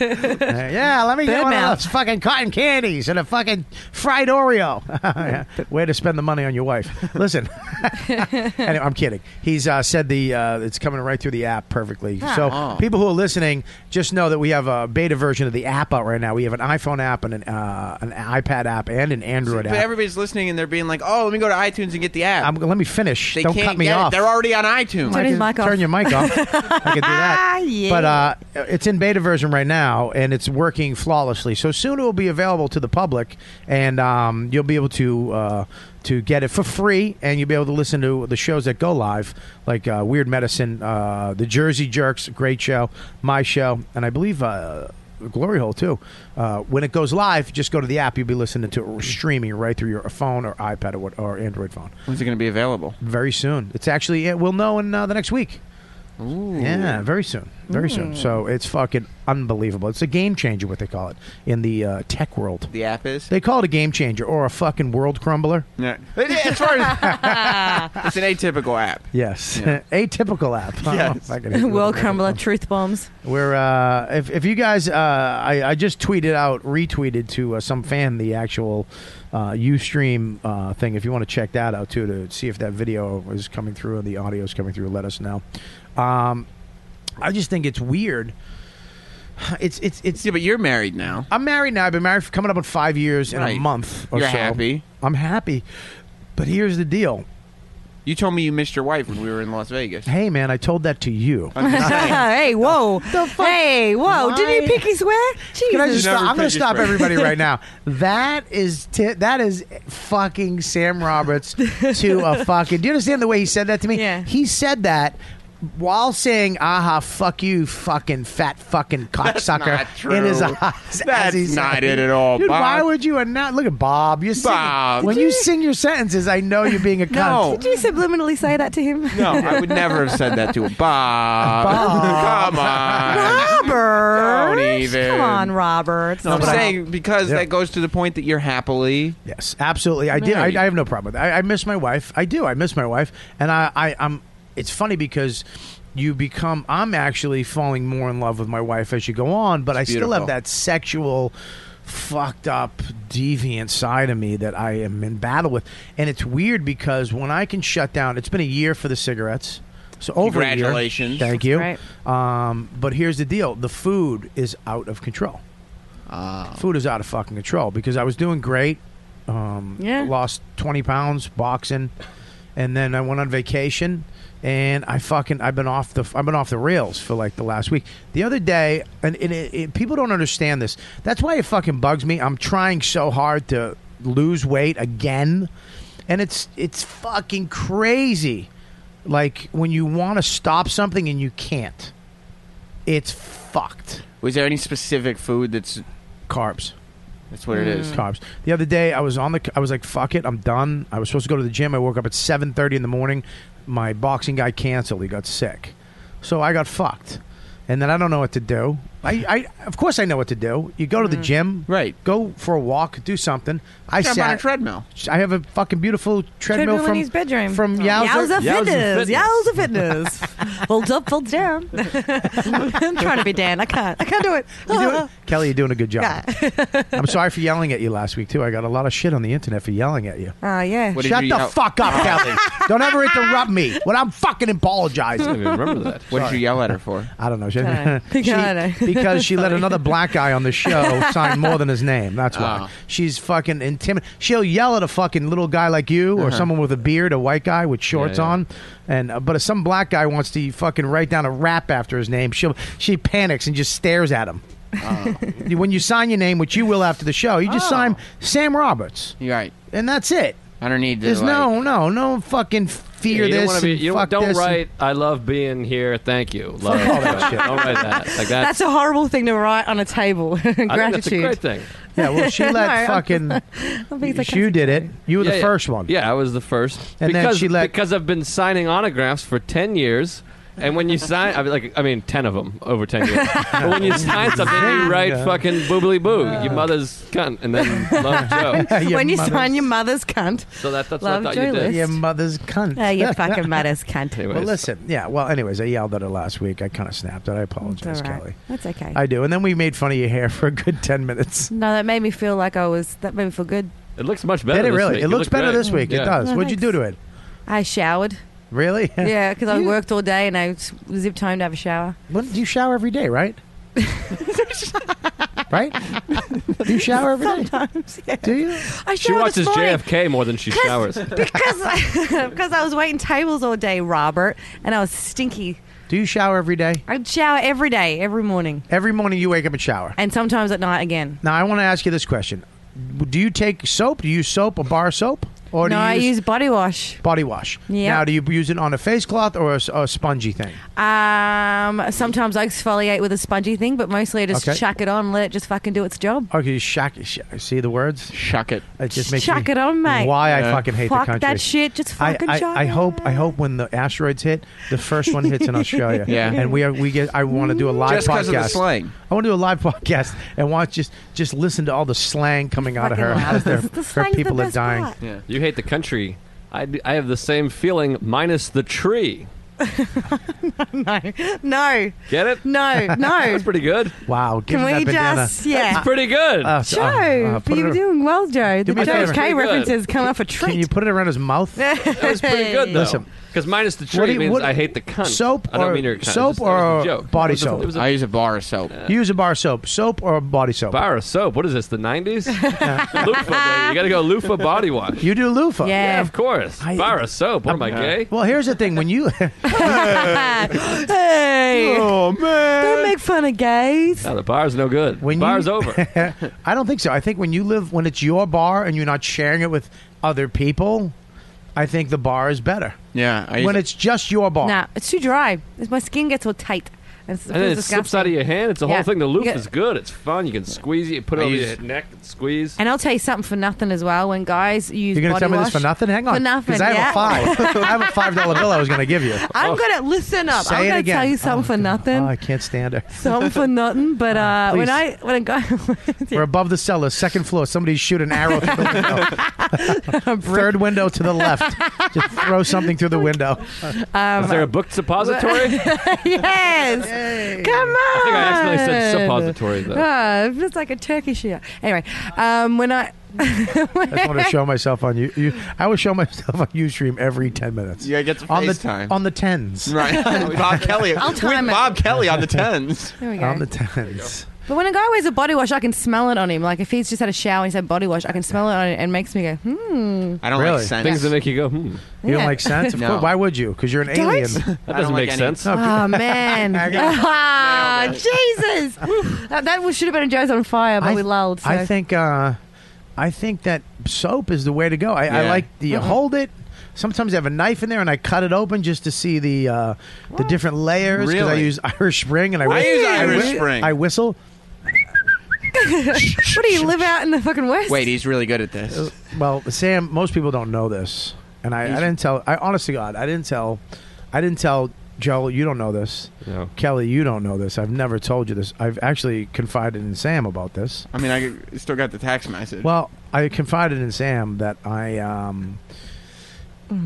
D: Uh, yeah, let me get
B: Bad
D: one
B: mouth.
D: of those fucking cotton candies and a fucking fried Oreo. Yeah. Way to spend the money on your wife. Listen, anyway, I'm kidding. He's uh, said the uh, it's coming right through the app perfectly. so
I: Oh.
D: people who are listening, just know that we have a beta version of the app out right now. We have an iPhone app and an uh, an iPad app and an Android
I: But
D: app.
I: everybody's listening and they're being like, "Oh, let me go to iTunes and get the app."
D: I'm, let me finish.
I: they
D: Don't
I: can't
D: cut me
I: get
D: off.
I: It. They're already on iTunes.
B: Turn his
D: I
B: mic off.
D: can
B: Ah,
D: Turn your mic off. I can do that.
B: Yeah.
D: But uh, it's in beta version right now, and it's working flawlessly. So soon it will be available to the public, and um, you'll be able to uh, to get it for free, and you'll be able to listen to the shows that go live, like uh, Weird Medicine, uh, The Jersey Jerks, great show, my show, and I believe. Uh, glory hole too. Uh, when it goes live, just go to the app. You'll be listening to it or streaming right through your phone or iPad or what or Android phone
I: When's it going to be available?
D: very soon. It's actually it, we'll know in uh, the next week. Yeah, very soon, very soon. So it's fucking unbelievable. It's a game changer, what they call it in the uh, tech world.
I: The app is.
D: They call it a game changer or a fucking world crumbler.
I: Yeah. It is, as far as- it's an atypical app.
D: Yes, atypical app. I don't fucking hate
B: World
D: world
B: Crumbler, Truth Bombs.
D: We're uh, if if you guys, uh, I I just tweeted out, retweeted to uh, some fan the actual uh, UStream uh, thing. If you want to check that out too, to see if that video is coming through and the audio is coming through, let us know. Um, I just think it's weird. It's it's it's.
I: Yeah, but you're married now.
D: I'm married now. I've been married for coming up on five years in
I: Right.
D: a month. Or
I: You're
D: so.
I: happy.
D: I'm happy, but here's the deal.
I: You told me you missed your wife when we were in Las Vegas.
D: Hey man, I told that to you.
I: I'm just saying.
B: hey, whoa. Hey, whoa. Didn't
D: Why?
B: he pick his wear? Jesus.
D: Can I just
G: Never
D: stop? I'm going
G: pick
D: to
G: it
D: stop
G: first.
D: everybody right now. That is ti that is fucking Sam Roberts to a fucking. Do you understand the way he said that to me?
B: Yeah.
D: He said that while saying "aha, fuck you, fucking fat fucking cocksucker."
I: not true.
D: It is eyes. as
I: That's
D: he said
I: not it at all,
D: Dude, Why
I: Bob.
D: would you? And not look at Bob. You
I: Bob.
D: when you sing your sentences, I know you're being a
I: No.
D: cunt.
B: Did you subliminally say that to him?
I: No, I would never have said that to him. Bob.
D: Bob.
I: Come on.
B: Robert.
I: Don't even.
B: Come on, Robert.
I: No, I'm
B: Stop.
I: saying because
D: Yeah.
I: that goes to the point that you're happily.
D: Yes, absolutely. I did.
I: Married.
D: I, I have no problem with that. I, I miss my wife. I do. I miss my wife, and I, I, I'm. It's funny because you become. I'm actually falling more in love with my wife as you go on, but I still have
I: beautiful.
D: that sexual, fucked up, deviant side of me that I am in battle with, and it's weird because when I can shut down, it's been a year for the cigarettes. So over a year.
I: Congratulations.
D: Thank you.
B: That's
D: Um, but here's the deal: the food is out of control. Food is out of fucking control because I was doing great. Um,
B: Yeah.
D: Lost twenty pounds boxing, and then I went on vacation, and I fucking I've been off the I've been off the rails for like the last week. The other day, and, and it, it, people don't understand this. That's why it fucking bugs me. I'm trying so hard to lose weight again, and it's it's fucking crazy like when you want to stop something and you can't it's fucked
I: Was there any specific food that's
D: carbs Mm.
I: that's what it is?
D: carbs the other day i was on the i was like fuck it i'm done i was supposed to go to the gym i woke up at 7.30 in the morning my boxing guy canceled he got sick so i got fucked and then i don't know what to do i, I of course i know what to do you go to the gym
I: Mm. Right.
D: go for a walk do something i
I: Jump on a
D: sat
I: treadmill.
D: i have a fucking beautiful treadmill,
B: Treadmill
D: from
B: in his bedroom.
D: from Yowza.
B: Yowza
C: Yowza
B: Fitness.
C: Fitness.
B: Yowza Fitness. folds up, folds down. I'm trying to be Dan. I can't. I can't do it.
D: You doing it? Kelly, you're doing a good job. I'm sorry for yelling at you last week too. I got a lot of shit on the internet for yelling at you.
B: Oh, yeah.
I: What did
D: Shut
I: you
D: the
I: yell-
D: fuck up, Kelly. Don't ever interrupt me when I'm fucking
C: I
D: apologizing.
C: don't even remember that.
I: What did you yell at her for?
D: I don't know. She,
B: Okay.
D: she-
B: I know.
D: because she let another black guy on the show sign more than his name. That's why.
I: Oh.
D: She's fucking intimidated. She'll yell at a fucking little guy like you
I: Uh-huh.
D: or someone with a beard, a white guy with shorts
C: yeah.
D: on. And uh, but if some black guy wants to fucking write down a rap after his name, she will she panics and just stares at him.
I: Oh.
D: when you sign your name, which you will after the show, you just sign Sam Roberts,
I: You're right.
D: and that's it.
I: I don't need to.
D: There's
I: like,
D: no, no, no fucking fear
C: you don't
D: this.
C: wanna be-
D: and
C: you don't,
D: fuck
C: don't
D: this and-
C: write. I love being here. Thank you. Love.
D: all that shit.
C: Don't write that. Like that's,
B: That's a horrible thing to write on a table.
C: I think that's a
B: Gratitude.
C: great thing.
D: Yeah, well, she let
B: No, I'm-
D: fucking.
B: I think it's like-
D: you did it. You were
C: Yeah,
D: the
C: yeah.
D: first one.
C: Yeah, I was the first.
D: And then
C: because,
D: she let-
C: because I've been signing autographs for ten years. And when you sign, I mean, like, I mean, ten of them over ten years. but when you sign something, you write
D: Yeah.
C: fucking boobly boo, your mother's cunt, and then love Joe.
D: Your
B: when you
D: mother's-
B: sign your mother's cunt.
C: So that, that's
B: Love
C: what I thought
B: Joe
C: you did.
B: list.
D: Your mother's cunt.
B: Uh, your fucking mother's cunt.
C: Anyway.
D: well, listen. Yeah. Well, anyways, I yelled at her last week. I kind of snapped at her. I
B: It's all
D: apologize,
B: right.
D: Kelly.
B: That's okay.
D: I do. And then we made fun of your hair for a good 10 minutes.
B: no, that made me feel like I was. That made me feel good.
C: It looks much better.
D: Did it
C: this
D: really?
C: week.
D: It looks
C: looked
D: better
C: great.
D: this week. It
C: Yeah.
D: does.
B: Oh,
D: What'd you do to it?
B: I showered.
D: Really?
B: Yeah, because I
D: You-
B: worked all day and I s- zipped home to have a shower.
D: What, you shower every day, right? right? Do you shower every day?
B: Sometimes, yeah.
D: Do you?
B: I
C: She
B: showered
C: watches
B: this morning
C: JFK more than she showers.
B: because I, because I was waiting tables all day, Robert, and I was stinky.
D: Do you shower every day?
B: I'd shower every day, every morning,
D: Every morning you wake up and shower.
B: and sometimes at night again.
D: Now, I want to ask you this question Do you take soap? Do you use soap, a bar of soap? Or do
B: no,
D: you
B: I
D: use-
B: use body wash.
D: Body wash.
B: Yeah.
D: Now, do you use it on a face cloth or a, s- a spongy thing?
B: Um, sometimes I exfoliate with a spongy thing, but mostly I just
D: Okay.
B: chuck it on, and let it just fucking do its job.
D: Okay, Oh, you shack. Sh- see the words?
C: Shuck it.
D: It just makes
B: Chuck
D: me-
B: it on, mate.
D: Why I
C: Yeah.
D: fucking hate
B: Fuck
D: the country.
B: that shit. Just
D: I,
B: fucking chuck
D: I, I
B: it.
D: hope I hope when the asteroids hit, the first one hits in Australia.
I: Yeah.
D: and we are we get. I want to do a live
I: Just 'cause
D: podcast.
I: of the slang.
D: I want to do a live podcast and watch just just listen to all the slang coming out of her
B: Fucking
D: as
B: love it.
D: their,
B: The
D: her
B: slang's the
D: people are
B: best
D: dying.
B: part.
C: Yeah. You hate the country. I, d- I have the same feeling minus the tree.
B: No,
C: Get it?
B: no, no.
C: That's pretty good.
D: Wow, give
B: Can
D: me
B: we
D: that bandana.
B: just, yeah.
C: It's pretty good.
D: Uh,
B: Joe,
D: uh, uh, put
B: you
D: it
B: were
D: ar-
B: doing well, Joe. The
D: me a
B: Joe
D: favor.
B: K
C: Pretty good.
B: references come off a treat.
D: Can you put it around his mouth?
C: that was pretty good though.
D: Listen.
C: because minus the tree
D: What do you-
C: means
D: what-
C: I hate the cunt.
D: Soap
C: I don't
D: or-
C: mean your cunt.
D: soap
C: It was just- it was a
D: or
C: joke.
D: body
C: It was a-
D: soap?
C: It was
I: I
C: a
I: use a bar of soap.
D: Use a bar of soap, soap or body soap.
C: bar of soap. What is this? The nineties? loofah. Baby. You got to go loofah body wash.
D: You do loofah.
B: Yeah.
C: Yeah, of course.
D: I-
C: bar of soap. What am I gay?
D: Well, here's the thing. When you
B: hey,
F: Oh man.
B: don't make fun of gays.
C: No, the bar's no good.
D: When
C: bar's
D: you-
C: over.
D: I don't think so. I think when you live, when it's your bar and you're not sharing it with other people, I think the bar is better.
I: Yeah, I use
D: When it's just your bar.
B: Nah, it's too dry. It's- My skin gets all tight. And, it's,
C: And then it slips out of your hand. It's the
B: Yeah.
C: whole thing. The loop
B: You get-
C: is good. It's fun. You can squeeze it. You put it
I: I
C: over
I: use-
C: your neck. and Squeeze.
B: And I'll tell you something for nothing as well. When guys use
D: You're going to
B: body
D: tell me this
B: wash-
D: for nothing? Hang on.
B: For nothing.
D: I have
B: yeah.
D: a five. I have a five dollar bill I was going to give you.
B: I'm gonna listen up.
D: Say
B: I'm
D: it
B: gonna
D: again.
B: tell you something
D: Oh,
B: for
D: God.
B: nothing.
D: Oh, I can't stand her.
B: something for nothing. But uh, when
D: please.
B: I when a guy
D: We're above the cellar, second floor. Somebody shoot an arrow through the window. Third window to the left. Just throw something through the window.
B: um,
C: Is there a book suppository? I think
B: yes, come on.
C: I accidentally said suppository though.
B: Ah, it feels like a Turkish year. Anyway, um, when I
D: I just want to show myself on you. you I would show myself on Ustream every ten minutes.
I: Yeah, get some
D: on the
I: FaceTime.
D: on the tens.
I: right, Bob Kelly.
B: I'll time
I: with
B: it.
I: Bob Kelly on the tens.
B: there we go.
D: On the tens.
B: but when a guy wears a body wash, I can smell it on him. Like if he's just had a shower and he's had body wash, I can smell it on him and it makes me go, hmm.
I: I don't
D: Really?
I: like scents.
C: Things that make you go, hmm,
D: You don't
B: Yeah.
D: like sense? Of
I: No.
D: course. Why would you? Because you're an alien.
C: that
I: I don't
C: doesn't
I: like
C: make
I: any-
C: sense.
B: Oh man!
D: I got it.
B: Ah, Jesus! that, that was- should have been a Joe's on fire, but
D: I-
B: we lulled. So.
D: I think. Uh, I think that soap is the way to go. I, I
I: Yeah.
D: like the you hold it. Sometimes I have a knife in there and I cut it open just to see the uh, the different layers because I
I: Really?
D: use Irish Spring and I,
I: I
D: whi-
I: use
D: I
I: Irish
D: whi-
I: Spring.
D: I whistle.
B: What do you live out in the fucking west?
I: Wait, he's really good at
D: Uh,
I: this.
D: Well, Sam, most people don't know this, and I, I didn't tell. I honestly, God, I didn't tell. I didn't tell Joel. You don't know this,
C: No.
D: Kelly. You don't know this. I've never told you this. I've actually confided in Sam about this.
I: I mean, I still got the text message.
D: Well, I confided in Sam that I, um,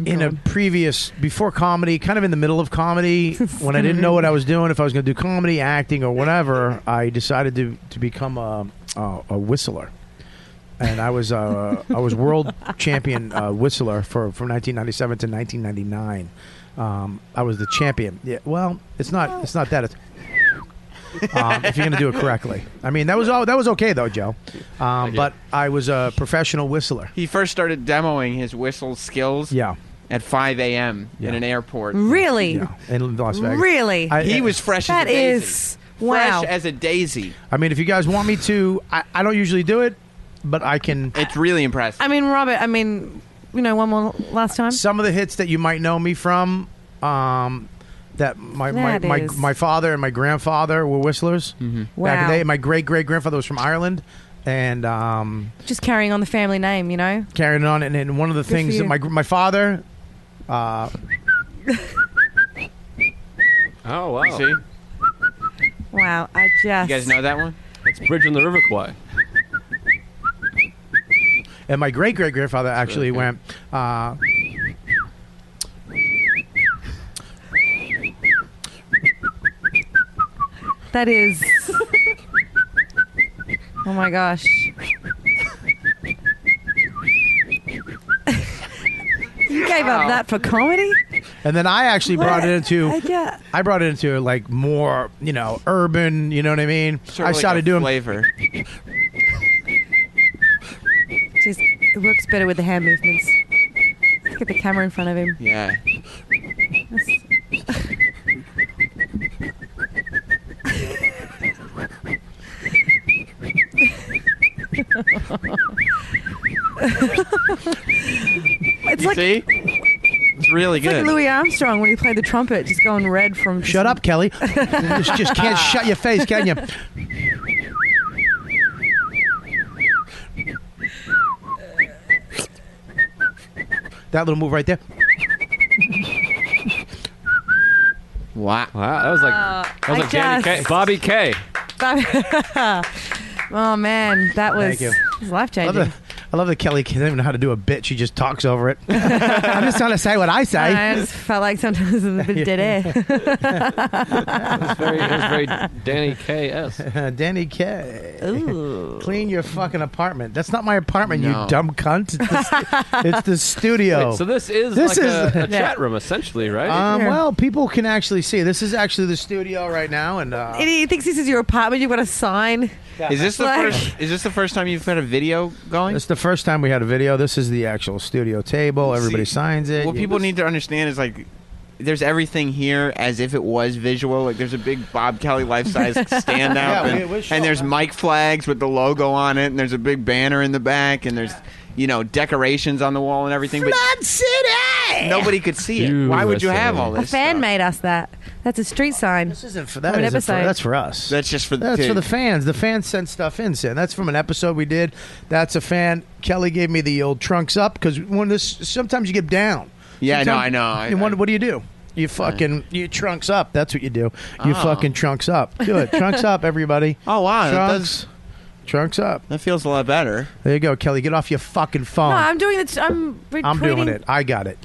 D: in a previous before comedy, kind of in the middle of comedy, when I didn't know what I was doing, if I was going to do comedy, acting, or whatever, I decided to to become a a, a whistler. And I was uh, I was world champion uh, whistler for from 1997 to 1999. Um, I was the champion. Yeah. Well, it's not it's not that. It's um, if you're gonna do it correctly. I mean, that was all. That was okay though, Joe. Um,
C: you.
D: but I was a professional whistler.
I: he first started demoing his whistle skills
D: Yeah,
I: at 5 a.m.
D: Yeah.
I: in an airport.
B: really,
D: yeah. In Las Vegas.
B: really.
D: I-
I: He was fresh
B: that
I: as a daisy.
B: is
I: fresh
B: wow.
I: as a daisy.
D: I mean, if you guys want me to, I, I don't usually do it, but I can.
I: It's really impressive.
B: I mean, Robert. I mean, you know, one more last time.
D: Some of the hits that you might know me from, um, that my my,
B: That
D: my,
B: is-
D: my father and my grandfather were whistlers back in
B: Wow.
D: the day. My great great grandfather was from Ireland, and um,
B: Just carrying on the family name, you know.
D: carrying on. And, and one of the
B: for
D: things that
B: you.
D: my gr- my father, uh,
C: Oh wow,
I: See, you
B: Wow, I just.
I: guys know that one?
C: it's bridging the river Kwai.
D: and my great great grandfather actually
C: Okay.
D: went. Uh,
B: That is. oh my gosh. you gave up that for comedy?
D: And then I actually brought it
B: I
D: into
B: get.
D: I brought it into like more, you know, urban, you know what I mean?
I: Sort
D: I
I: of like
D: started
I: a
D: doing
I: flavor.
B: Just, it works better with the hand movements. Let's get the camera in front of him.
I: Yeah.
B: It's
I: you
B: like
I: see? It's really
B: it's like
I: good.
B: Louis Armstrong when he played the trumpet, just going red from.
D: Shut up, Kelly. you just, just can't
I: Ah.
D: shut your face, can you? That little move right there.
I: wow.
C: Wow, that was like that was
B: I
C: like Danny Kaye-
B: just-
C: Bobby K.
B: oh man, that was,
D: Thank you.
B: life
D: I love, the,
B: changing.
D: I love that Kelly doesn't even know how to do a bit. She just talks over it. I'm just trying to say what I
B: I
D: say.
B: just felt like sometimes it was a bit dead air.
C: It was very, it was very Danny K. S.
D: Uh, Danny K.
B: Ooh.
D: Clean your fucking apartment. That's not my apartment,
I: No.
D: you dumb cunt. It's the, stu- it's the studio.
C: So this is
D: This
C: like
D: is-
C: a, a
B: Yeah.
C: chat room essentially, right?
D: um,
B: Yeah.
D: well, people can actually see. This is actually the studio right now, and uh,
B: And he thinks this is your apartment. You've got a sign.
I: Is this the
B: Like-
I: first? Is this the first time you've had a video going?
D: it's the first time we had a video. This is the actual studio table. Everybody
I: See,
D: signs it.
I: What
D: You-
I: people need to understand is like. There's everything here as if it was visual. Like there's a big Bob Kelly life size stand
D: Yeah,
I: out,
D: we-
I: and,
D: we show
I: and there's
D: that.
I: mic flags with the logo on it, and there's a big banner in the back, and there's you know decorations on the wall and everything. But
K: Blood City!
I: nobody could see it. Why would you
C: USA.
I: have all
B: A
I: this?
B: fan
D: uh,
I: stuff?
B: made us that. That's a street sign.
D: This isn't for that.
B: From an
D: isn't for-
B: episode.
D: that's for us.
I: That's just for the.
D: That's
I: to-
D: for the fans. The fans sent stuff in, Sam. That's from an episode we did. That's a fan. Kelly gave me the old trunks up because when this sometimes you get down.
I: Yeah, I know,
D: Sometimes-
I: I know. I-
D: and what,
I: I-
D: what do you do? You fucking you trunks up. That's what you do. You
I: Oh.
D: fucking trunks up. Do it. trunks up, everybody.
I: Oh wow, that,
D: Trunks.
I: does,
D: Trunks up.
I: that feels a lot better.
D: There you go, Kelly. Get off your fucking phone.
B: No, I'm doing it. I'm. Retweeting.
D: I'm doing it. I got it.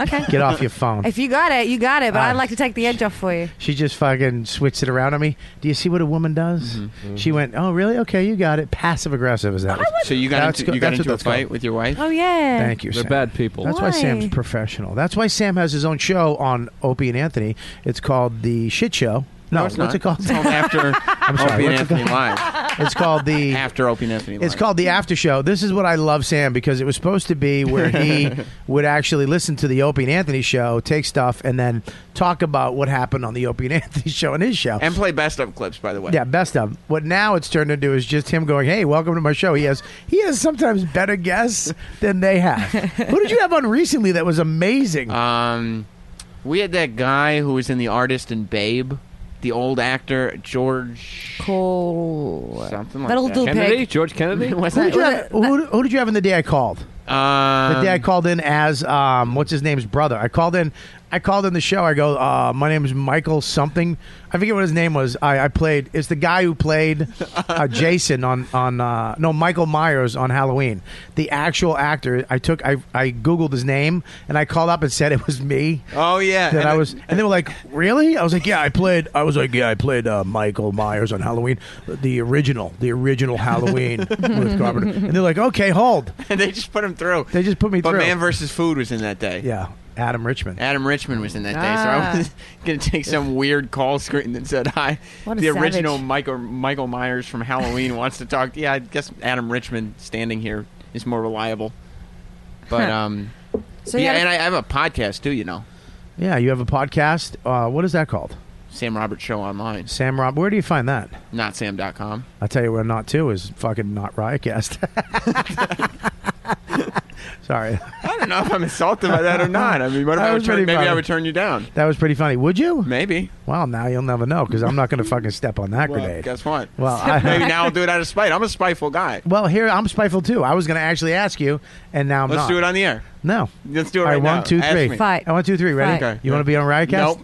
B: Okay.
D: Get off your phone.
B: If you got it, you got it. But
D: Ah.
B: I'd like to take the edge off for you.
D: She just fucking switched it around on me. Do you see what a woman does?
I: Mm-hmm.
D: She went, "Oh, really? Okay, you got it." Passive aggressive is that?
I: So you got
D: That's
I: into,
D: go-
I: you got
D: that's what
I: into a
D: that's called.
I: fight with your wife.
B: Oh yeah.
D: Thank you.
C: They're
D: Sam.
C: bad people.
D: That's why?
B: Why?
D: Sam's professional. That's why Sam has his own show on Opie and Anthony. It's called the Shit Show. No,
I: it's not.
D: what's it called?
I: It's called after
D: I'm
I: Opie
D: sorry.
I: and
D: What's it
I: Anthony
D: called?
I: Live.
D: It's called the
I: After Opie and Anthony Live.
D: It's called the after show. This is what I love, Sam, because it was supposed to be where he would actually listen to the Opie and Anthony show, take stuff, and then talk about what happened on the Opie and Anthony show and his show.
I: and play best of clips by the way.
D: yeah, best of. What now it's turned into is just him going, "Hey, welcome to my show." He has he has sometimes better guests than they have. Who did you have on recently that was amazing?
I: Um, we had that guy who was in the artist and Babe, the old actor George
B: Cool.
I: something like
B: That'll
I: that.
B: do,
C: Kennedy,
B: pig.
C: George Kennedy.
I: What's
D: who, did you
I: that?
D: have, who, who did you have in the day I called? The
I: Um,
D: day I called in as um, what's his name's brother. I called in. I called in the show. I go, uh, my name is Michael something. I forget what his name was. I, I played. It's the guy who played uh, Jason on on uh, no Michael Myers on Halloween. The actual actor. I took. I I googled his name and I called up and said it was me.
I: oh yeah.
D: That
I: And
D: I
I: the-
D: was, and they were like, "Really?" I was like, "Yeah, I played." I was like, "Yeah, I played uh, Michael Myers on Halloween, the original, the original Halloween with Carpenter." And they're like, "Okay, hold."
I: and they just put him through.
D: They just put me
I: but
D: through.
I: Man versus Food was in that day.
D: Yeah, Adam Richmond.
I: Adam Richmond was in that day, so
B: Ah.
I: I was going to take some weird call screen that said, "Hi,
B: What a
I: the
B: savage.
I: original Michael Michael Myers from Halloween wants to talk." Yeah, I guess Adam Richmond standing here is more reliable. But um,
B: So
I: yeah,
B: yeah,
I: and I have a podcast too. You know,
D: Yeah, you have a podcast. Uh, what is that called?
I: Sam Roberts Show online,
D: Sam Rob. Where do you find that?
I: not Sam.com.
D: I tell you where not to is fucking not Riotcast. Sorry,
I: I don't know if I'm insulted by that or not. I mean, what if
D: That
I: I
D: was
I: would turn,
D: pretty
I: maybe
D: funny.
I: I would turn you down.
D: that was pretty funny. Would you?
I: Maybe.
D: Well, now you'll never know because I'm not going to fucking step on that
I: Well,
D: grenade.
I: guess what?
D: well, I,
I: maybe now I'll do it out of spite. I'm a spiteful guy.
D: well, here I'm spiteful too. I was going to actually ask you, and now I'm
I: Let's
D: not.
I: do it on the air.
D: no.
I: Let's do it
D: All
I: right
D: right,
I: now.
D: one, two,
I: Ask
D: three.
I: me.
B: Fight.
D: I want two, three. Ready?
B: Fight. Okay.
D: You want to be on Riotcast?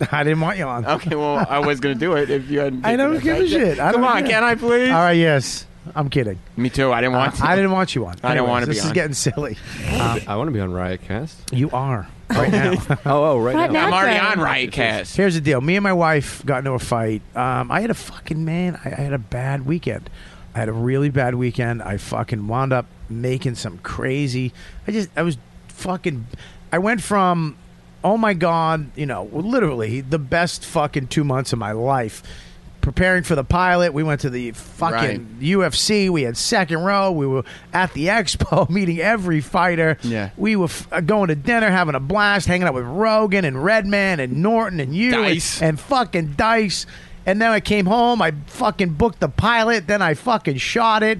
I: Nope.
D: I didn't want you on.
I: Okay, well, I was gonna do it if you hadn't.
D: I
I: taken
D: don't
I: it
D: give a
I: back.
D: shit. I
I: Come
D: don't
I: on,
D: care.
I: can I please?
D: All right. Yes. I'm kidding.
I: Me too. I didn't want. to.
D: I didn't want you on.
I: I don't
D: Anyways,
I: wanna be
D: This is
I: on.
D: getting silly.
C: I want to be on Riotcast.
D: You are right now.
C: Oh, oh, right,
B: Right
I: I'm
B: now.
I: already
B: That's
I: on
B: right.
I: Riotcast.
D: Here's the deal. Me and my wife got into a fight. Um, I had a fucking man. I, I had a bad weekend. I had a really bad weekend. I fucking wound up making some crazy. I just I was fucking. I went from oh my god, you know, literally the best fucking two months of my life. Preparing for the pilot, we went to the fucking
I: Right.
D: UFC. We had second row. We were at the expo, meeting every fighter.
I: Yeah.
D: we were f- uh, going to dinner, having a blast, hanging out with Rogan and Redman and Norton and you you
I: Dice.
D: and, and fucking dice. And then I came home. I fucking booked the pilot. Then I fucking shot it.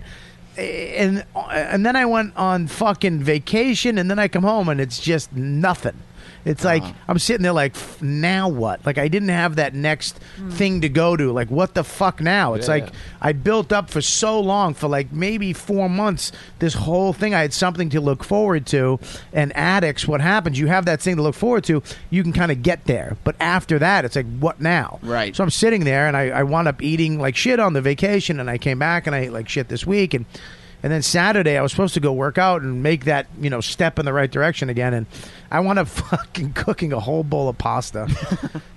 D: and uh, and then I went on fucking vacation, and then I come home, and it's just nothing. It's like I'm sitting there, like "F- now what? Like I didn't have that next thing to go to. Like what the fuck now? It's
C: Yeah,
D: like
C: yeah.
D: I built up for so long, for like maybe four months, this whole thing. I had something to look forward to. And addicts, what happens? You have that thing to look forward to. You can kind of get there. But after that, it's like, what now?
I: Right.
D: So I'm sitting there and I, I wound up eating like shit on the vacation. And I came back and I ate like shit this week. And, and then Saturday, I was supposed to go work out and make that, you know, step in the right direction again. And I wound up fucking cooking a whole bowl of pasta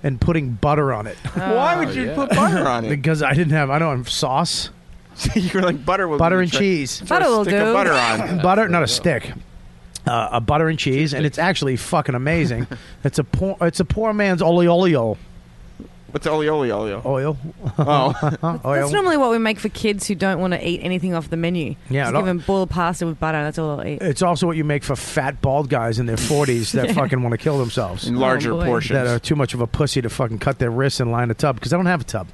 D: and putting butter on it
I: Why would you
C: yeah.
I: put butter on it?
D: because I didn't have, I don't have sauce.
I: so you were like butter with
D: Butter and cheese.
B: Butter will
I: stick of
B: do.
I: butter on.
D: butter, not a stick. Uh, a butter and cheese, and it's actually fucking amazing. it's a poor, it's a poor man's olio olio
I: What's oli oli olio?
D: oil.
I: Oh,
D: Huh?
B: That's
D: Oil.
B: normally what we make for kids who don't want to eat anything off the menu.
D: Yeah,
B: Just
D: no-
B: give them boiled pasta with butter. That's all they'll eat.
D: It's also what you make for fat bald guys in their forties that fucking want to kill themselves,
I: in larger
B: Oh, boy.
I: portions.
D: that are too much of a pussy to fucking cut their wrists and line a tub because I don't have a tub.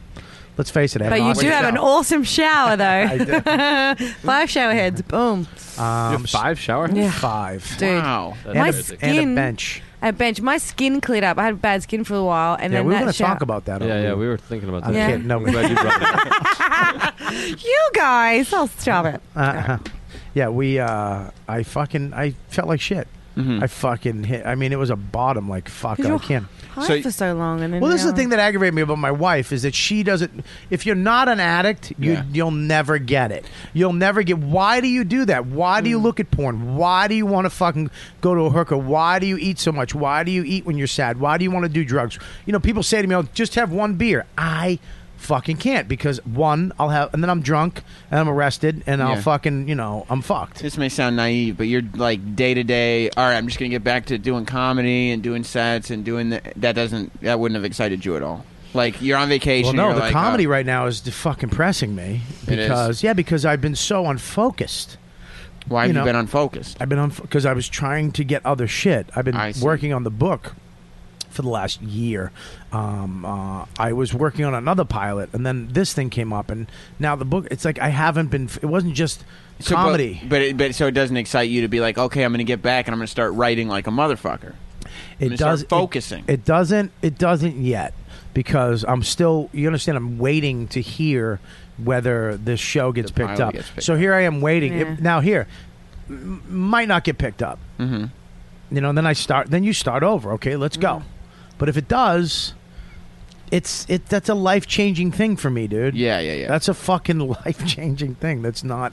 D: Let's face it, I
B: But you
D: have
B: do have an awesome shower, though. Five shower heads. Boom.
D: an um,
C: five shower.
B: Yeah.
D: five
B: Dude.
I: Wow.
C: That's
B: My
C: crazy.
B: skin-
D: and a bench.
B: A bench. My skin cleared up. I had bad skin for a while, and
D: Yeah,
B: then
D: we were
B: that
D: going to
B: shower.
D: talk about that.
C: Yeah,
D: aren't
C: yeah, we were thinking about that.
B: Yeah.
D: kidding. No.
C: I'm glad you brought it up.
B: you guys. I'll stop it.
D: Uh-huh. Yeah, we. Uh, I fucking. I felt like shit.
I: Mm-hmm.
D: I fucking hit. I mean, it was a bottom. Like fuck,
B: Did you-
D: I can't.
B: High
I: So-
B: for so long, and then
D: Well, this is
B: now-
D: the thing that aggravated me about my wife is that she doesn't. If you're not an addict, you
I: Yeah.
D: you'll never get it. You'll never get. Why do you do that? Why do you look at porn? Why do you want to fucking go to a hooker? Why do you eat so much? Why do you eat when you're sad? Why do you want to do drugs? You know, people say to me, "Oh, just have one beer." I fucking can't because one, I'll have, and then I'm drunk and I'm arrested and I'll
I: Yeah.
D: fucking, you know, I'm fucked.
I: This may sound naive, but you're like day to day. All right, I'm just gonna get back to doing comedy and doing sets and doing the, that. Doesn't that wouldn't have excited you at all? Like you're on
D: Well,
I: vacation.
D: no,
I: you're
D: the
I: like,
D: comedy
I: uh,
D: right now is de- fucking pressing me
I: It is.
D: because yeah, because I've been so unfocused.
I: why have
D: you
I: you,
D: know.
I: been unfocused?
D: I've been on because I was trying to get other shit. I've been
I: I see.
D: working on the book for the last year. Um, uh, I was working on another pilot, and then this thing came up, and now the book. It's like I haven't been. It wasn't just
I: So, but-
D: comedy.
I: but, it, but so it doesn't excite you to be like, okay, I'm gonna get back and I'm gonna start writing like a motherfucker.
D: it
I: gonna start
D: does it-
I: focusing.
D: It, doesn't. It doesn't yet because I'm still. You understand? I'm waiting to hear whether this show gets
I: The
D: picked
I: pilot
D: up.
I: gets picked
D: so here I am waiting. It-
B: Yeah.
D: now here, m- might not get picked up.
I: Mm-hmm.
D: you know then i start then you start over okay let's go but if it does it's it that's a life-changing thing for me dude
I: Yeah, yeah, yeah.
D: that's a fucking life-changing thing that's not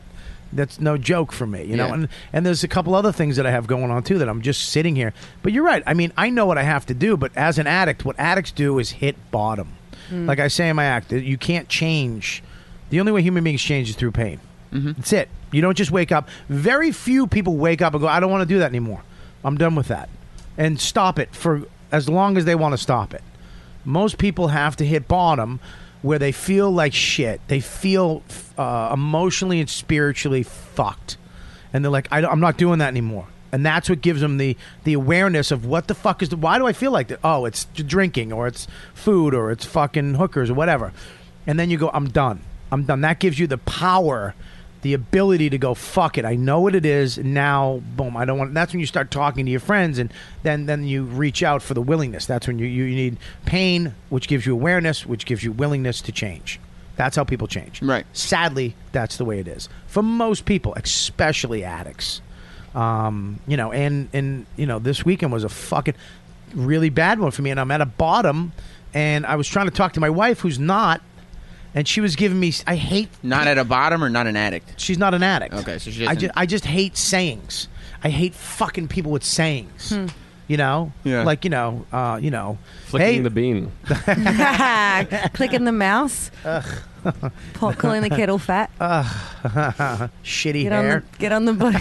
D: that's no joke for me you know
I: Yeah.
D: and and there's a couple other things that i have going on too that i'm just sitting here but you're right i mean i know what i have to do but as an addict what addicts do is hit bottom like i say in my act you can't change the only way human beings change is through pain that's it. You don't just wake up. Very few people wake up and go, I don't want to do that anymore. I'm done with that. And stop it for as long as they want to stop it. Most people have to hit bottom where they feel like shit. They feel uh, emotionally and spiritually fucked. And they're like, I, don't- I'm not doing that anymore. And that's what gives them the, the awareness of what the fuck is the, why do I feel like that? Oh, it's drinking or it's food or it's fucking hookers or whatever. And then you go, I'm done. I'm done. That gives you the power the ability to go fuck it. I know what it is now. Boom. I don't want. That's when you start talking to your friends, and then then you reach out for the willingness. That's when you you need pain, which gives you awareness, which gives you willingness to change. That's how people change.
I: Right.
D: Sadly, that's the way it is for most people, especially addicts. Um, you know, and and you know, this weekend was a fucking really bad one for me, and I'm at a bottom, and I was trying to talk to my wife, who's not, and she was giving me. I hate
I: not at a bottom or not an addict.
D: She's not an addict.
I: Okay, so she
D: I
I: doesn't-
D: just, I just hate sayings. I hate fucking people with sayings. You know,
I: Yeah.
D: like you know, uh, you know,
C: Flicking
D: hey,
C: the bean.
B: Clicking the mouse. Pot calling the kettle fat.
D: shitty
B: get on
D: hair.
B: the get on the boat.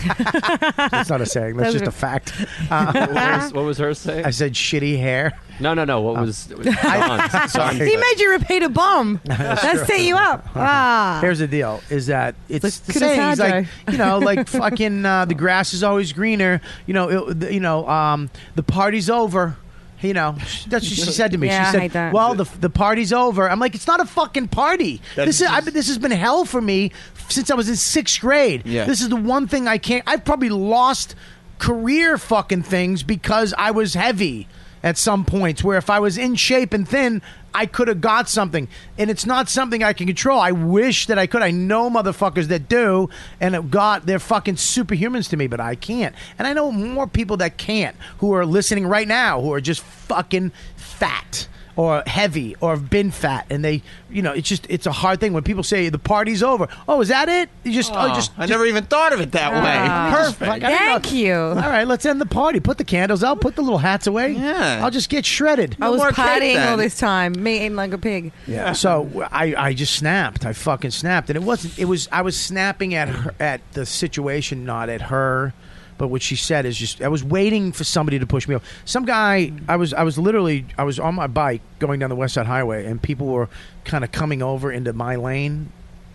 D: That's not a saying. That's
B: Those
D: just
B: are-
D: a fact. Uh,
C: What was, what was hers
D: I Uh,
C: saying?
D: said shitty hair.
C: No, no, no. What was? it was Sean's. Sean's.
B: he made you repeat a bomb. that set you up. Ah.
D: Here's the deal: is that it's
B: Like
D: the sayings like
B: Kurosawa.
D: you know, like fucking uh, the grass is always greener. You know, it, the- you know, um, the party's over. You know, sh- that's what she said to me.
B: Yeah, I
D: she said,
B: hate that.
D: "Well, the the party's over." I'm like, "It's not a fucking party.
L: That's
D: this is I, this has been hell for me since I was in sixth grade.
L: Yeah.
D: This is the one thing I can't. I've probably lost career fucking things because I was heavy at some points. Where if I was in shape and thin, I could have got something. And it's not something I can control. I wish that I could. I know motherfuckers that do, and have got they're fucking superhumans to me, but I can't. And I know more people that can't who are listening right now who are just fucking fat or heavy or have been fat and they you know it's just it's a hard thing when people say the party's over oh is that it you just oh,
I: Oh,
D: just
I: I never even thought of it that way.
D: perfect thank you all right let's end the party put the candles out put the little hats away yeah i'll just get shredded
B: I was partying all
D: this.
B: this time. Me eating like a pig.
D: Yeah. So I, I just snapped. I fucking snapped, and it wasn't. It was. I was snapping at her, at the situation, not at her. But what she said is just. I was waiting for somebody to push me off. Some guy. I was. I was literally. I was on my bike going down the West Side Highway, and people were kind of coming over into my lane,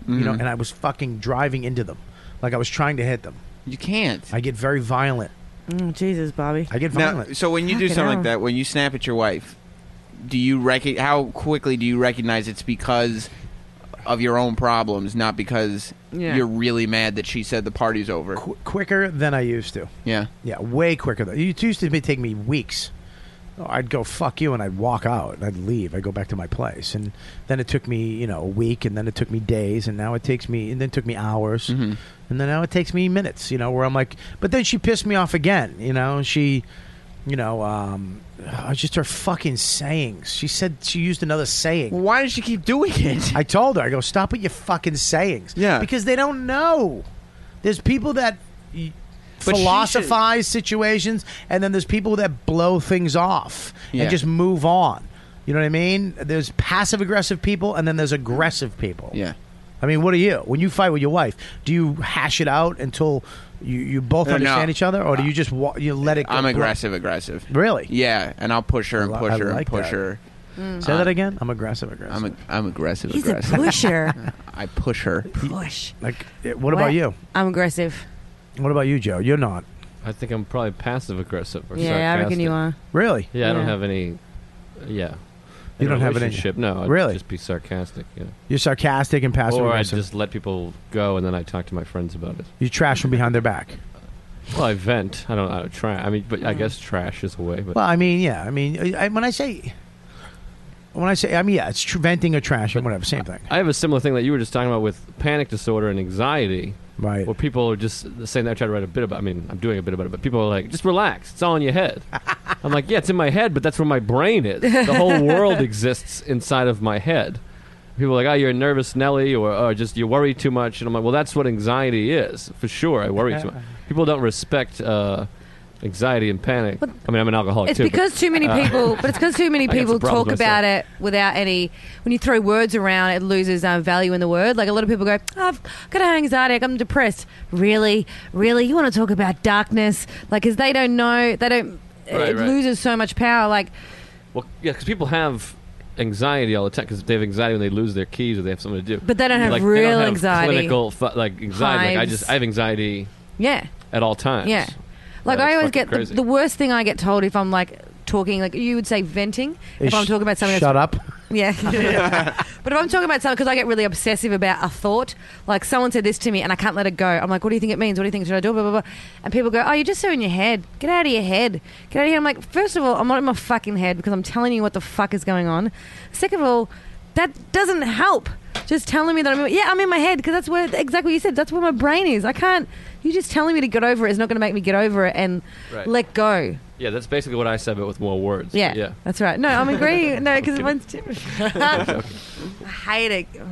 D: you know,
I: Mhm.
D: and I was fucking driving into them, like I was trying to hit them.
I: You can't.
D: I get very violent.
B: Mm, Jesus, Bobby.
D: I get
I: Now,
D: violent.
I: so when you do
B: Fucking
I: something
B: hell.
I: like that, when you snap at your wife, do you rec- How quickly do you recognize it's because of your own problems, not because
D: Yeah.
I: you're really mad that she said the party's over?
D: quicker than I used to.
I: Yeah.
D: Yeah, way quicker though. It used to be take me weeks. Oh, I'd go fuck you, and I'd walk out, and I'd leave. I'd go back to my place, and then it took me, you know, a week, and then it took me days, and now it takes me, and then it took me hours, and then now it takes me minutes, you know, where I'm like, but then she pissed me off again, you know, and she, you know, um, oh, just her fucking sayings. She said she used another saying.
I: Why did she keep doing it?
D: I told her, I go, stop with your fucking sayings,
I: Yeah.
D: because they don't know. There's people that y-
I: But she
D: philosophize situations, and then there's people that blow things off
I: Yeah.
D: and just move on. You know what I mean? There's passive aggressive people, and then there's aggressive people.
I: Yeah.
D: I mean, what are you? When you fight with your wife, do you hash it out until you, you both
I: Uh, No, no.
D: understand each other, or do you just wa- you let it? go
I: I'm aggressive, aggressive.
D: Really?
I: Yeah, and I'll push her and
D: I lo-
I: push
D: I
I: her and
D: like
I: push
D: that.
I: her.
D: Say that again. I'm aggressive. Aggressive.
I: Mm. I'm a, I'm aggressive.
B: He's a
I: aggressive.
B: pusher.
I: I push her.
B: Push.
D: Like, eh, what about you?
B: I'm aggressive.
D: What about you, Joe? You're not.
C: I think I'm probably passive aggressive. Or
B: Yeah, I reckon you
C: sarcastic.
B: are.
D: Really?
C: Yeah, I don't
B: Yeah.
C: have any. Yeah.
D: You
C: In a
D: don't have it in you.
C: relationship. No, I'd
D: Really?
C: Just be sarcastic. Yeah.
D: You're sarcastic and passive
C: or I
D: aggressive.
C: just let people go, and then I talk to my friends about it.
D: You trash them behind their back.
C: Well, I vent. I don't. I don't try. I mean, but I guess trash is a way. But
D: Well, I mean, yeah. I mean, I, I- when I say, when I say, I mean, yeah, it's tr- venting or trashing, whatever, same thing.
C: I have a similar thing that you were just talking about with panic disorder and anxiety.
D: Right.
C: Where people are just saying that I try to write a bit about I mean, I'm doing a bit about it, but people are like, just relax. It's all in your head. I'm like, yeah, it's in my head, but that's where my brain is. The whole world exists inside of my head. People are like, oh, you're a nervous Nelly, or oh, just you worry too much. And I'm like, well, that's what anxiety is, for sure. I worry too much. People don't respect uh, anxiety and panic. I mean, I'm an alcoholic
B: It's
C: too. but,
B: because too many
C: uh,
B: people, but it's because too many
C: I got some
B: people
C: problems
B: talk about it without any. When you throw words around, it loses um, value in the word. Like a lot of people go, "Oh, "I've got anxiety, I'm depressed." Really, really, you want to talk about darkness? Like, because they don't know, they don't.
C: Right,
B: it
C: right.
B: loses so much power. Like,
C: Well, yeah, because people have anxiety all the time. Because they have anxiety when they lose their keys or they have something to do.
B: But they don't have
C: like,
B: real
C: they don't have
B: anxiety.
C: Clinical, fu- like anxiety. Like I
B: Hives.
C: just I have anxiety
B: yeah,
C: at all times.
B: yeah. Like
C: That's
B: I always
C: fucking
B: get the,
C: crazy.
B: the worst thing I get told if I'm like talking. Like you would say venting if
D: Is
B: I'm
D: sh-
B: talking about something.
D: Shut
B: that's,
D: up.
B: Yeah. but if I'm talking about something, because I get really obsessive about a thought, like someone said this to me and I can't let it go. I'm like, what do you think it means? What do you think? Should I do it? Blah, blah, blah. And people go, oh, you're just so in your head. Get out of your head. Get out of here. I'm like, first of all, I'm not in my fucking head because I'm telling you what the fuck is going on. Second of all, that doesn't help. Just telling me that I'm, yeah, I'm in my head because that's where, exactly what you said, that's where my brain is. I can't, you just telling me to get over it is not going to make me get over it and
C: Right.
B: let go.
C: Yeah, that's basically what I said, but with more words.
B: Yeah,
C: yeah.
B: that's right. No, I'm agreeing. No, because
C: Okay.
B: mine's different. I hate it. Ugh.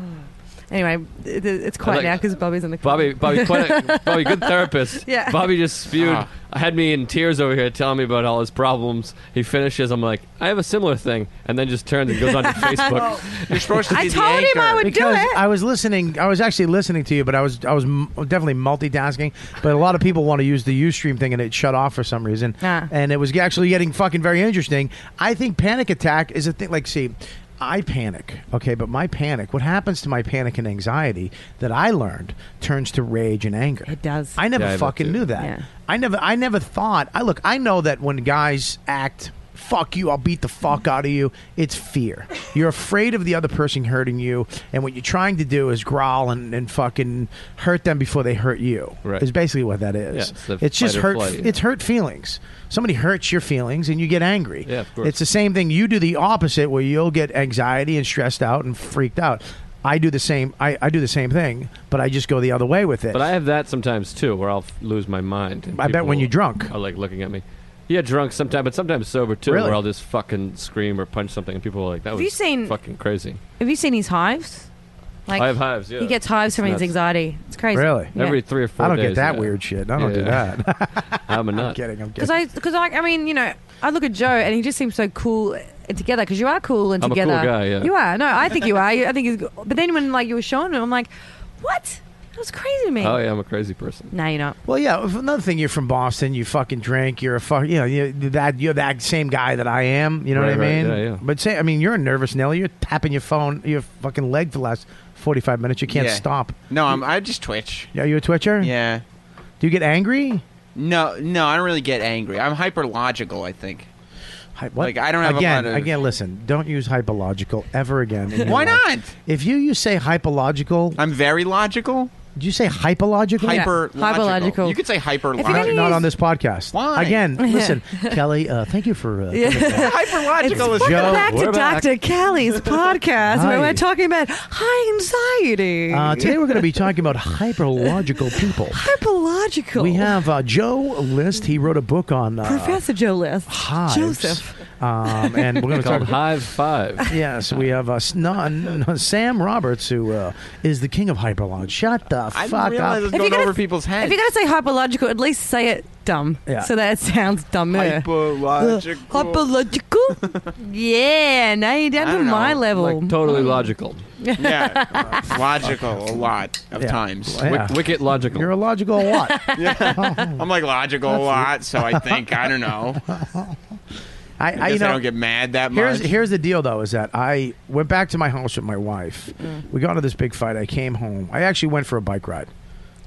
B: Anyway, it, it's quiet
C: like-
B: now because Bobby's in the car.
C: Bobby, Bobby, quite a, Bobby, good therapist.
B: Yeah.
C: Bobby just spewed.
B: Ah.
C: had me in tears over here, telling me about all his problems. He finishes. I'm like, I have a similar thing, and then just turns and goes on to Facebook.
B: Oh.
I: You're supposed
B: I told him I would
D: because
B: do it.
D: I was listening. I was actually listening to you, but I was I was m- definitely multitasking. But a lot of people want to use the UStream thing, and it shut off for some reason.
L: Ah.
D: And it was actually getting fucking very interesting. I think panic attack is a thing. Like, see, I panic, okay, but my panic, what happens to my panic and anxiety that I learned turns to rage and anger. It
B: does.
D: I never
L: Yeah, I have it
D: fucking
L: too.
D: knew that.
L: Yeah.
D: I never I never thought. I look. I know that when guys act fuck you, I'll beat the fuck out of you. It's fear. You're afraid of the other person hurting you, and what you're trying to do is growl and, and fucking hurt them before they hurt you.
C: Right.
D: Is basically what that is.
C: Yeah, it's the
D: just
C: fight or
D: hurt.
C: flight.
D: It's hurt feelings. Somebody hurts your feelings, and you get angry.
C: Yeah, of course.
D: It's the same thing. You do the opposite, where you'll get anxiety and stressed out and freaked out. I do the same. I, I do the same thing, but I just go the other way with it.
C: But I have that sometimes too, where I'll f- lose my mind. and
D: I bet when
C: people
D: you're drunk.
C: Are like looking at me. Yeah, drunk sometimes, but sometimes sober too.
D: Really?
C: Where I'll just fucking scream or punch something, and people are like, "That
B: Have
C: was
B: you seen-
C: fucking crazy."
B: Have you seen his hives? Like
C: I have hives. Yeah,
B: He gets hives from his
C: Nuts.
B: anxiety. It's crazy.
D: Really?
B: Yeah.
C: every three or four.
D: I don't
C: days,
D: get that
C: yeah.
D: weird shit. I don't do
C: Yeah.
D: that.
C: I'm a
D: I'm
C: nut.
D: kidding. I'm kidding.
B: Because I, because like, I mean, you know, I look at Joe and he just seems so cool and together. Because you are cool and
C: I'm a cool
B: together.
C: guy, yeah.
B: You are. No, I think you are. You- I think he's. go- But then when like you were showing him, I'm like, what? That was crazy to me.
C: Oh yeah, I'm a crazy person.
B: No, you're not.
D: Well, yeah. if- Another thing, you're from Boston. You fucking drink. You're a fuck. You know you that you're that same guy that I am. You know
C: Right,
D: what I
C: right,
D: mean?
C: yeah, yeah.
D: But say, I mean, you're a nervous Nelly. You're tapping your phone, your fucking leg for the last forty five minutes. You can't
I: Yeah.
D: stop.
I: No, I'm, I just twitch.
D: Are you a twitcher?
I: Yeah.
D: Do you get angry?
I: No, no, I don't really get angry. I'm hyper logical. I think.
D: Hy- What?
I: Like, I don't have a
D: again.
I: lot of-
D: Again, listen. Don't use hypological ever again. in your
I: Why
D: life.
I: not?
D: If you you say hypological,
I: I'm very logical.
D: did you say hypological?
B: Yeah.
I: Hyper
B: Hyperlogical.
I: You could say hyper
B: If you're gonna
D: Not,
I: logical.
D: not
B: use-
D: on this podcast.
I: Why?
D: Again, listen, Kelly. Uh, thank you for uh, coming back.
I: Hyper logical is
D: Joe,
B: back to
C: we're back.
B: Dr. Kelly's podcast
D: Hi.
B: where we're talking about high anxiety.
D: Uh, today we're going to be talking about hyperlogical people.
B: Hyperlogical.
D: We have uh, Joe List. He wrote a book on uh,
B: Professor Joe List.
D: hives.
B: Joseph.
D: Um, and we're going to talk
C: Called
D: about.
C: Hive Five.
D: Yes, we have uh, Snan, Sam Roberts, who uh, is the king of hyperlog. Shut the
I: I didn't
D: fuck
I: realize
D: up.
I: it
B: If
I: was
B: you're
I: going
B: gonna-
I: over people's
B: If
I: heads.
B: you're going to say hyperlogical, at least say it dumb.
D: Yeah.
B: So that it sounds dumber.
I: Hyperlogical.
B: Hyperlogical? yeah, now you're down
I: I
B: to
I: don't know.
B: my level.
C: Like totally logical.
I: yeah, logical a lot of
D: Yeah.
I: times.
D: Yeah.
C: Wick- wicked logical.
D: You're a logical what?
I: I'm like logical a lot, so I think I don't know.
D: I,
I: I
D: I,
I: guess
D: you know,
I: I don't get mad that
D: Here's
I: much.
D: here's the deal though is that I went back to my house with my wife.
I: Mm.
D: We got into this big fight. I came home. I actually went for a bike ride.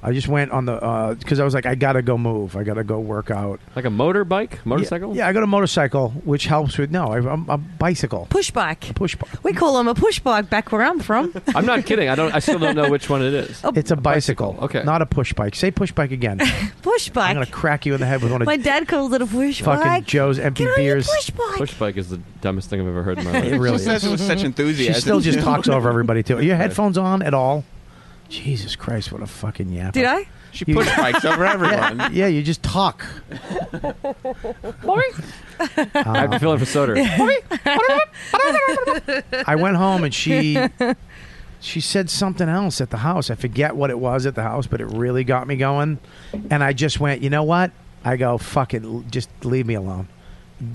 D: I just went on the because I was like I gotta go move. I gotta go work out.
C: like a motorbike, motorcycle.
D: Yeah, I got a motorcycle, which helps with no. I, I'm a bicycle
B: push bike.
D: push bike.
B: We call them a push bike back where I'm from.
C: I'm not kidding. I don't. I still don't know which one it is.
D: It's a bicycle.
C: bicycle, okay.
D: not a push bike. Say push bike again.
B: push
D: I'm gonna
B: bike.
D: crack you in the head with one of
B: My dad calls it a push
D: fucking
B: bike.
D: Joe's empty
B: Get on your
D: beers.
B: push bike.
C: Push bike is the dumbest thing I've ever heard in my life.
D: It really
I: She
D: is.
I: says it with such
D: She
I: enthusiasm.
D: still just talks over everybody too. Are your headphones on at all? Jesus Christ! What a fucking yapper.
B: Did I?
I: She
D: You-
I: push bikes over everyone.
D: Yeah, you just talk. Uh,
C: I have to fill in for soda.
D: I went home and she she said something else at the house. I forget what it was at the house, but it really got me going. And I just went, you know what? I go, fuck it, l- just leave me alone.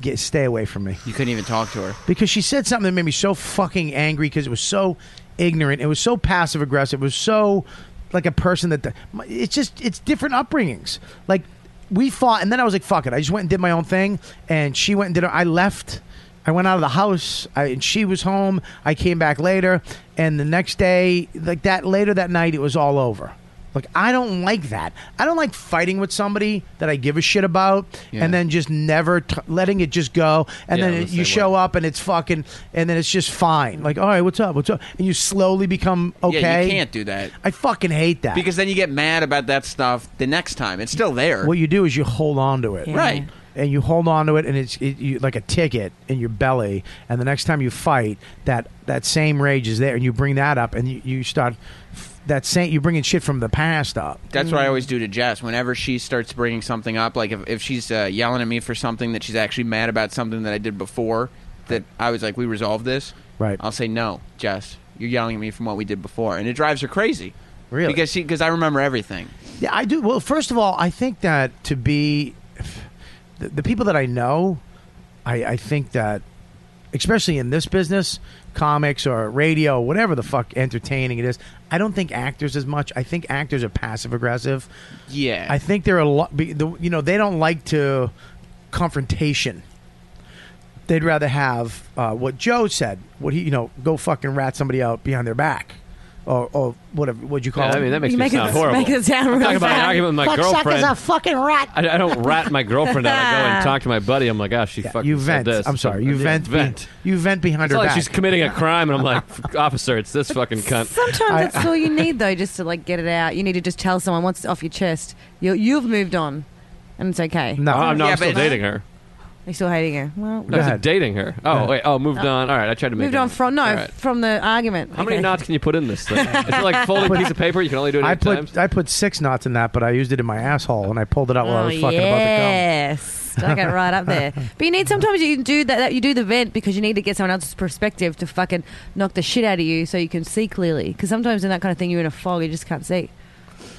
D: Get, stay away from me.
I: You couldn't even talk to her.
D: Because she said something that made me so fucking angry because it was so ignorant. It was so passive aggressive. It was so like a person that the, my- it's just it's different upbringings. Like we fought, and then I was like, "Fuck it!" I just went and did my own thing, and she went and did her. I left. I went out of the house, I, and she was home. I came back later, and the next day, like that later that night, it was all over. Like I don't like that. I don't like fighting with somebody that I give a shit about,
I: Yeah.
D: and then just never t- letting it just go, and
C: Yeah,
D: then
C: I'm
D: it,
C: the
D: you
C: same
D: show
C: way.
D: up and it's fucking, and then it's just fine. Like, all right, what's up? What's up? And you slowly become okay.
I: Yeah, you can't do that.
D: I fucking hate that
I: Because then you get mad about that stuff the next time. It's still there.
D: what you do is you hold on to it,
B: Yeah.
I: right.
D: And you hold on to it, and it's it, you, like a ticket in your belly. And the next time you fight, that that same rage is there, and you bring that up, and you, you start f- that same you bringing shit from the past up.
I: That's what I always do to Jess. Whenever she starts bringing something up, like if, if she's uh, yelling at me for something that she's actually mad about something that I did before, that I was like, we resolved this.
D: Right.
I: I'll say, no, Jess, you're yelling at me from what we did before. And it drives her crazy.
D: Really?
I: Because she, cause I remember everything.
D: Yeah, I do. Well, first of all, I think that to be the, the people that I know, I, I think that especially in this business, comics or radio, whatever the fuck entertaining it is, I don't think actors as much. I think actors are passive aggressive.
I: Yeah.
D: I think they're a lot. You know, they don't like to confrontation. They'd rather have uh, what Joe said. What he, you know, go fucking rat somebody out behind their back. or, or whatever. What'd you call
C: Yeah,
D: it?
C: I mean, that makes You me make it- sound horrible. make it sound I'm talking really about an bad. argument with my
K: Fucksucker's
C: girlfriend.
K: a fucking rat.
C: I, I don't rat my girlfriend out. I go and talk to my buddy. I'm like, oh, she fucking
D: you
C: said
D: vent.
C: this.
D: I'm sorry. You
C: Yeah,
D: vent. be-
C: vent.
D: you vent behind
C: It's
D: her
C: not like
D: back.
C: she's committing a crime, and I'm like, officer, it's this fucking cunt.
B: Sometimes
C: I-
B: that's all you need, though, just to like get it out. You need to just tell someone once it's off your chest. You, you've moved on, and it's okay.
C: No, I'm, no, I'm still dating her.
B: You're still hating her. Well,
C: No, I said dating her.
B: Go
C: Oh
B: ahead.
C: wait. Oh, moved
B: No.
C: on. All right, I tried to make
B: moved on
C: it.
B: from no
C: All right.
B: from the argument.
C: How many
B: Okay.
C: knots can you put in this thing? It's like a folding piece of paper. You can only do it
D: I
C: eight
D: put
C: times.
D: I put six knots in that, but I used it in my asshole and I pulled it out while I
B: Oh,
D: was fucking
B: yes.
D: about to come.
B: Stuck it right up there. But you need sometimes you do that, that. You do the vent because you need to get someone else's perspective to fucking knock the shit out of you so you can see clearly. Because sometimes in that kind of thing, you're in a fog. You just can't see.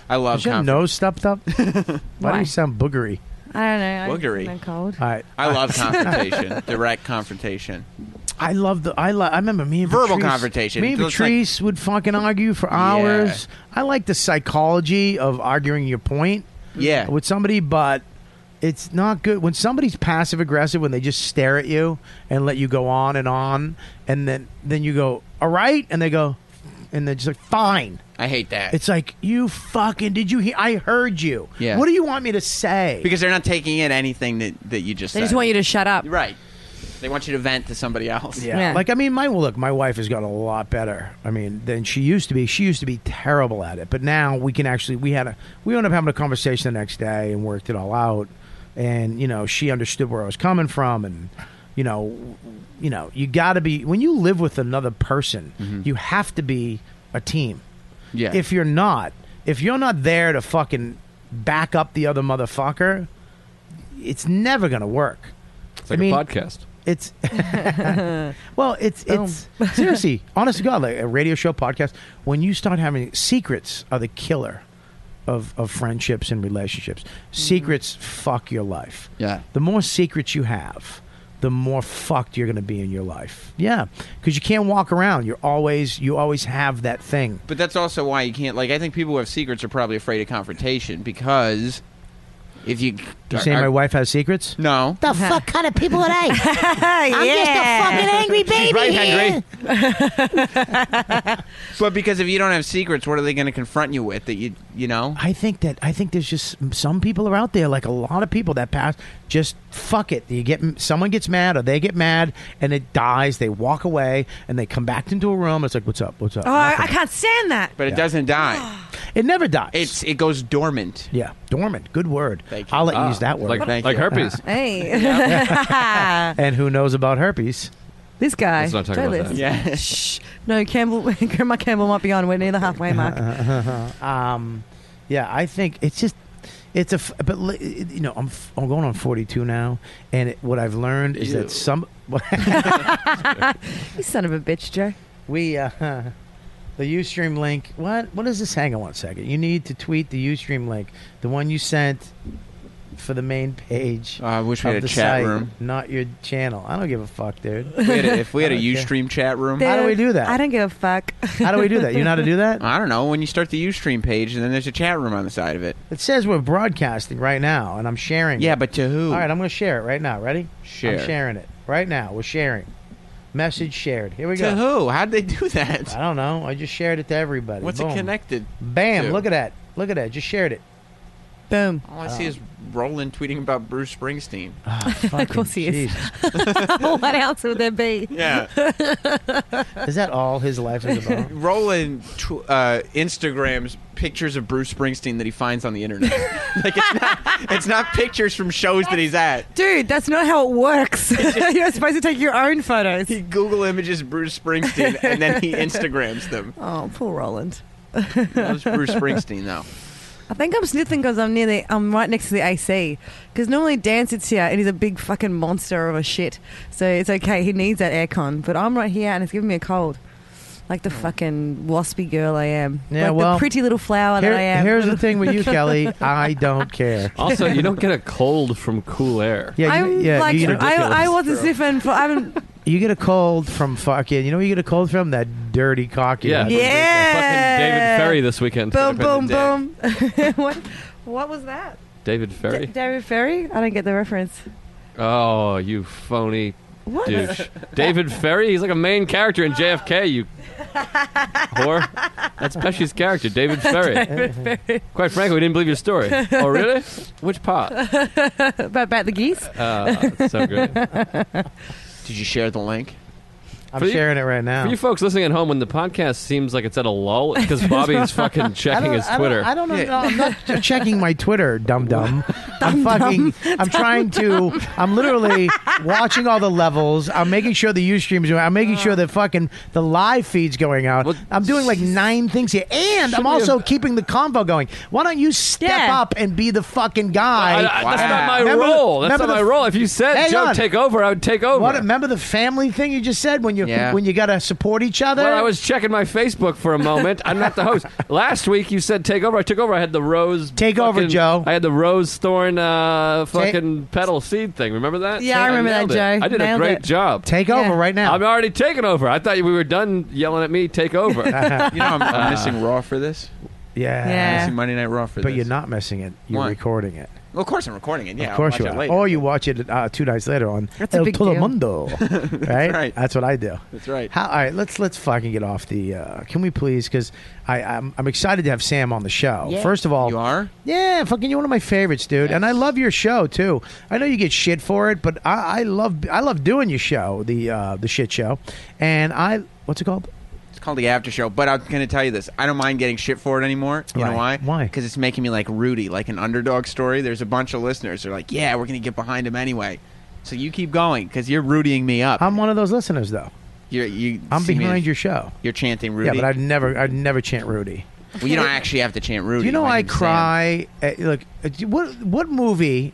I: I love
D: Is your
I: conf-
D: nose stuffed up? Why do
B: Why?
D: you sound boogery?
B: I don't know. I
I: Boogery.
B: I'm cold.
D: All right.
I: I love confrontation, direct confrontation.
D: I love the. I lo- I remember me and
I: Verbal
D: Patrice-
I: confrontation.
D: Me and
I: It looks like-
D: Patrice would fucking argue for hours. I like the psychology of arguing your point.
I: Yeah.
D: with somebody, but it's not good when somebody's passive aggressive when they just stare at you and let you go on and on, and then then you go all right, and they go, and they're just like fine.
I: I hate that.
D: It's like you fucking did you hear? I heard you.
I: Yeah.
D: What do you want me to say?
I: because they're not taking in anything that, that you just
D: They
I: said.
D: just want
B: you to shut up.
I: Right. They want you to vent to somebody else.
D: Yeah. Like I mean, my well, look, my wife has gotten a lot better. I mean, than she used to be. She used to be terrible at it, but now we can actually. We had a. We ended up having a conversation the next day and worked it all out. And you know, she understood where I was coming from, and you know, you know, you got to be when you live with another person, you have to be a team.
I: Yeah.
D: If you're not, if you're not there to fucking back up the other motherfucker, it's never gonna work.
C: It's like
D: I
C: a
D: mean,
C: podcast.
D: It's well, it's it's seriously, honest to God, like a radio show podcast. When you start having secrets, are the killer of of friendships and relationships. Secrets fuck your life.
I: Yeah.
D: The more secrets you have, the more fucked you're going to be in your life. Yeah, because you can't walk around. You're always you always have that thing.
I: But that's also why you can't. Like, I think people who have secrets are probably afraid of confrontation because if you.
D: You saying my wife has secrets?
I: No.
K: The fuck kind of people are they? I'm just a
B: Yeah.
K: fucking angry baby.
I: She's right, Henry.
K: here.
I: But because if you don't have secrets, what are they going to confront you with? That you, you know?
D: I think that I think there's just some people are out there, like a lot of people that pass. Just fuck it. You get someone gets mad, or they get mad, and it dies. They walk away, and they come back into a room. It's like, what's up? What's up?
B: Oh, I, I can't stand that.
I: But it doesn't die.
D: It never dies.
I: It's it goes dormant.
D: Yeah, dormant. Good word.
I: Thank you.
D: I'll let you
I: Ah,
D: use that word.
I: like- Thank like you. herpes.
B: Hey.
D: and who knows about herpes?
B: This guy.
D: Let's not talk
B: Don't
D: about that.
B: listen.
D: Yeah.
B: Shh. No, Campbell, Grandma Campbell might be on. We're near the halfway mark.
D: um, yeah, I think it's just it's a f- but li- you know I'm f- I'm going on 42 now, and it, what I've learned is
B: Ew.
D: that some
B: you son of a bitch, Joe.
D: we uh, the UStream link. What what is this? Hang on one second. You need to tweet the UStream link, the one you sent for the main page.
I: Oh, I wish we
D: of
I: had a
D: the
I: chat
D: site,
I: room.
D: not your channel. I don't give a fuck, dude.
I: We had a, if we had a
D: I don't care.
I: UStream chat room,
D: How do we do that?
B: I don't give a fuck.
D: How do we do that? You know how to do that?
I: I don't know. When you start the UStream page, and then there's a chat room on the side of it.
D: It says we're broadcasting right now, and I'm sharing.
I: Yeah,
D: it.
I: but to who?
D: All right, I'm going to share it right now. Ready?
I: Share.
D: I'm sharing it right now. We're sharing. Message shared. Here we
I: To
D: go.
I: who? How'd they do that?
D: I don't know. I just shared it to everybody.
I: What's
D: Boom.
I: it connected?
D: Bam!
I: to?
D: Look at that. Look at that. Just shared it. Boom.
I: All I see is Roland tweeting about Bruce Springsteen.
D: Ah, of course he is.
B: what else would there be?
I: Yeah.
D: is that all his life is about?
I: Roland tw- uh, Instagrams pictures of Bruce Springsteen that he finds on the internet. like it's not, it's not pictures from shows that he's at.
B: Dude, that's not how it works. You're supposed to take your own photos. He
I: Google images Bruce Springsteen and then he Instagrams them.
B: Oh, poor Roland.
I: Loves Bruce Springsteen though.
B: I think I'm sniffing because I'm near the, I'm right next to the AC. Because normally Dan sits here and he's a big fucking monster of a shit. So it's okay, he needs that aircon. But I'm right here and it's giving me a cold. Like the fucking waspy girl I am.
D: Mm. Yeah,
B: like
D: well,
B: the pretty little flower
D: Here-
B: that I am.
D: Here's the thing with you, Kelly. I don't care.
C: Also, you don't get a cold from cool air.
D: Yeah, you,
B: I'm
D: yeah.
B: like,
D: you, get a,
B: I, I wasn't sniffing for, I haven't,
D: you get a cold from fucking. You know, where you get a cold from that dirty cocky.
C: Yeah.
B: Yeah.
C: Fucking David Ferry this weekend.
B: boom, boom, boom. what, what was that?
C: David Ferry.
B: D- David Ferry? I don't get the reference.
C: Oh, you phony
B: What?
C: douche. David Ferry, he's like a main character in JFK, you Whore. That's Pesci's character, David Ferry. Quite frankly, we didn't believe your story. Oh, really? Which part?
B: about, about the geese?
C: Uh, it's so good.
I: Did you share the link?
D: I'm
C: For you-
D: sharing it right
C: For
D: now.
C: you folks listening at home, when the podcast seems like it's at a lull, it's because Bobby's fucking checking his Twitter.
D: I don't, I don't know.
I: Yeah.
D: No, I'm not ch- checking my Twitter, dum dum. I'm fucking. I'm trying to. I'm literally watching all the levels. I'm making sure the UStream's doing. I'm making sure that fucking the live feed's going out.
C: Well,
D: I'm doing like nine things here, and I'm also keeping the convo going. Why don't you step
B: Yeah.
D: up and be the fucking guy?
C: I- I- That's
I: Wow.
C: not my
D: Remember the-
C: role. That's
D: remember
C: not my
D: the-
C: role. If you said,
D: Hang
C: Joe,
D: on.
C: take over, I would take over.
D: What, remember the family thing you just said when you
I: Yeah.
D: when you gotta support each other?
C: Well, I was checking my Facebook for a moment. I'm not the host. Last week you said take over. I took over. I had the rose.
D: Take over,
C: fucking-
D: Joe.
C: I had the rose thorn uh, fucking petal seed thing. Remember that?
B: Yeah, I remember that,
C: nailed it.
B: Joe.
C: I did a
B: Nailed
C: great
B: it.
C: job.
D: take
B: Yeah.
D: over right now.
C: I'm already taking over. I thought we were done yelling at me. Take over.
I: You know, I'm, I'm missing Raw for this.
D: yeah.
B: Yeah.
I: Missing Monday Night Raw for
D: But
I: this.
D: you're not missing it. You're
I: Why?
D: recording it.
I: Well, of course Oh, I'm recording it. Yeah,
D: of course
I: I'll
D: you
I: watch
D: are.
I: It later.
D: Or you watch it uh, two nights later on
B: That's a
D: El
B: big deal.
D: Telemundo, right?
I: right.
D: That's what I do.
I: That's right.
D: How, all right, let's let's fucking get off the. Uh, can we please? Because I I'm, I'm excited to have Sam on the show. First of all,
I: You are?
D: Yeah, fucking, you're one of my favorites, dude. And I love your show too. I know you get shit for it, but I, I love I love doing your show, the uh, the shit show. And I what's it called?
I: It's called the after show, but I'm going to tell you this. I don't mind getting shit for it anymore. You know why?
D: Right. Why?
I: Because it's making me like Rudy, like an underdog story. There's a bunch of listeners who are like, yeah, we're going to get behind him anyway. So you keep going because you're rooting me up.
D: I'm one of those listeners though.
I: you're, you
D: I'm
I: see me
D: behind
I: as-
D: your show.
I: You're chanting Rudy.
D: Yeah, but I'd never I'd never chant Rudy.
I: well, you don't actually have to chant Rudy.
D: Do you know
I: like
D: I
I: in Sam.
D: cry? At, look, at- what what movie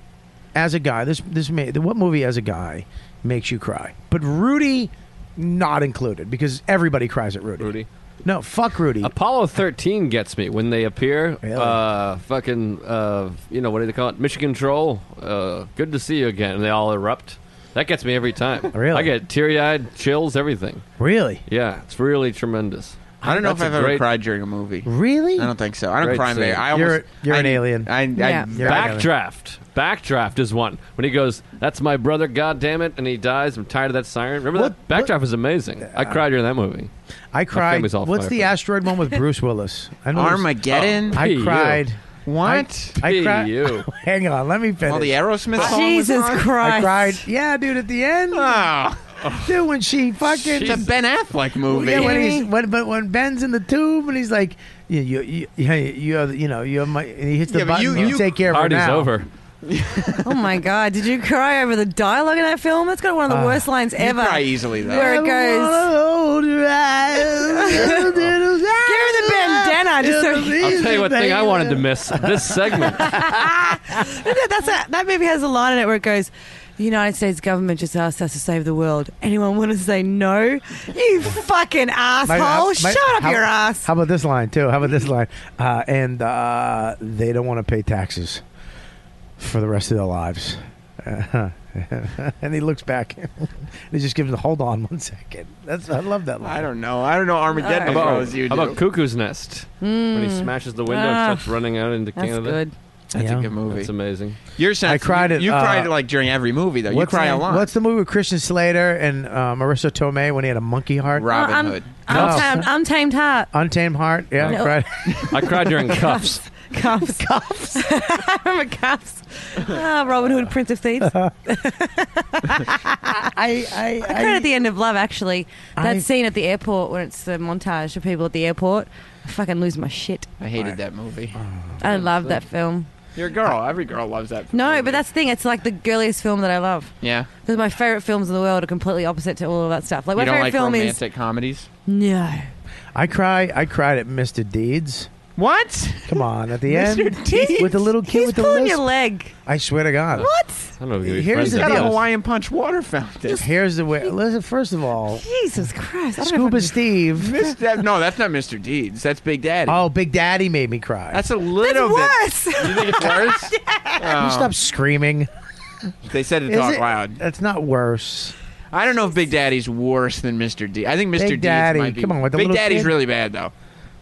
D: as a guy this this may, what movie as a guy makes you cry? But Rudy, not included because everybody cries at Rudy.
C: Rudy.
D: No, fuck Rudy.
C: Apollo 13 gets me when they appear.
D: Really?
C: Uh, fucking, uh, you know, what do they call it? Michigan Troll. Uh, good to see you again. And they all erupt. That gets me every time.
D: Really?
C: I get teary eyed, chills, everything.
D: really,
C: Yeah, it's really tremendous.
I: I don't know
C: That's
I: if
C: a
I: I've ever
C: great-
I: cried during a movie.
D: really.
I: I don't think so. I don't
C: Great
I: cry. in
C: scene.
I: very- I
D: You're-
I: almost,
D: you're
I: I,
D: an alien.
I: I, I,
B: Yeah.
D: You're an alien.
C: Backdraft. Backdraft is one. When he goes, That's my brother, God damn it, and he dies. I'm tired of that siren. Remember
D: What-
C: that? Backdraft is amazing. I cried during that movie.
D: I cried.
C: family's all
D: What's
C: fired
D: the
C: for-
D: asteroid one with Bruce Willis? I know there's-
I: Armageddon.
D: Oh, I
C: Hey, you.
D: cried.
I: what?
D: I
C: Hey,
D: cried.
C: you.
D: Hang on, let me
I: All the
D: finish.
I: Aerosmith song was
B: Jesus
I: on?
B: Christ.
D: I cried. Yeah, dude, at the end,
I: Oh,
D: dude, when she fucking
I: it's a Ben Affleck movie.
D: Yeah, when he's when but when Ben's in the tube and he's like, you you you you, you, are, you know you're my and he hits the
I: Yeah, but
D: button. You,
I: you- you-
D: take care of her
C: Party's
D: now.
C: over.
B: Oh my God! Did you cry over the dialogue in that film? That's got one
D: Ah,
B: of the worst lines
I: you
B: ever.
I: cry easily though.
B: Where it
D: I
B: goes,
D: wanna hold your eyes. Give her
B: the bandana, just so-
C: I'll tell you what thing I wanted to miss this segment.
B: That- that's a, that movie has a line in it where it goes. The United States government just asked us to save the world. Anyone want to say no? You fucking asshole! Shut up
D: how,
B: your ass!
D: How about this line too? How about this line? Uh, and uh, they don't want to pay taxes for the rest of their lives. and he looks back. and he just gives him, "Hold on, one second. That's I love that line.
I: I don't know. I don't know Armageddon as well as you
C: How
I: do.
C: about Cuckoo's Nest? When he smashes the window
B: Ah.
C: and starts running out into
B: That's
C: Canada.
B: good.
I: That's
D: Yeah.
I: a good movie.
C: That's amazing.
I: Your sense,
D: I cried
I: You,
D: at,
I: you
D: uh,
I: cried like during every movie though. You
D: What's
I: cry a
D: the,
I: lot.
D: What's the movie with Christian Slater and uh, Marissa Tomei when he had a monkey heart?
I: Robin
B: I'm,
I: Hood?
B: Untamed, untamed heart.
D: Untamed Heart. Yeah,
B: No.
D: right.
C: I cried during cuffs.
B: Cuffs. Cuffs. I remember cuffs. Ah, Robin Hood, Prince of Thieves. I
D: I, I,
B: cried at the end of Love, actually. That
D: I-
B: scene at the airport when it's the montage of people at the airport. I fucking lose my shit.
I: I hated that movie.
D: Uh,
B: I love that film.
I: You're a girl. Every girl loves that.
B: No,
I: movie.
B: but that's the thing. It's like the girliest film that I love.
I: yeah.
B: Because my favorite films in the world are completely opposite to all of that stuff. Like my
I: you don't
B: favorite
I: like
B: film
I: romantic comedies.
B: is no.
D: I cry. I cried at Mr. Deeds.
I: What?
D: Come on, at the end
I: Deeds?
D: with the little kid
B: He's
D: with the
B: pulling your
D: lisp.
B: leg.
D: I swear to God.
B: What?
C: I don't know if you
D: Here's the
I: Got a
D: deal.
I: Hawaiian Punch water fountain.
D: Here's the way. Listen, first of all,
B: Jesus Christ! I don't know
D: Scuba
B: if
D: Steve.
I: Miss- that- no, that's not Mr. Deeds. That's Big Daddy.
D: Oh, Big Daddy made me cry.
I: That's a
B: I
I: little
B: It's worse.
I: bit. You think it's worse?
D: Can you
I: Oh.
D: stop screaming.
I: They said to
D: Is
I: talk
D: it-
I: loud.
D: That's not worse.
I: I don't know if Big Daddy's worse than Mr. D. I think Mr. D's
D: Big Daddy,
I: might be-
D: come on, with the
I: Big
D: little
I: Daddy's
D: kid.
I: really bad though.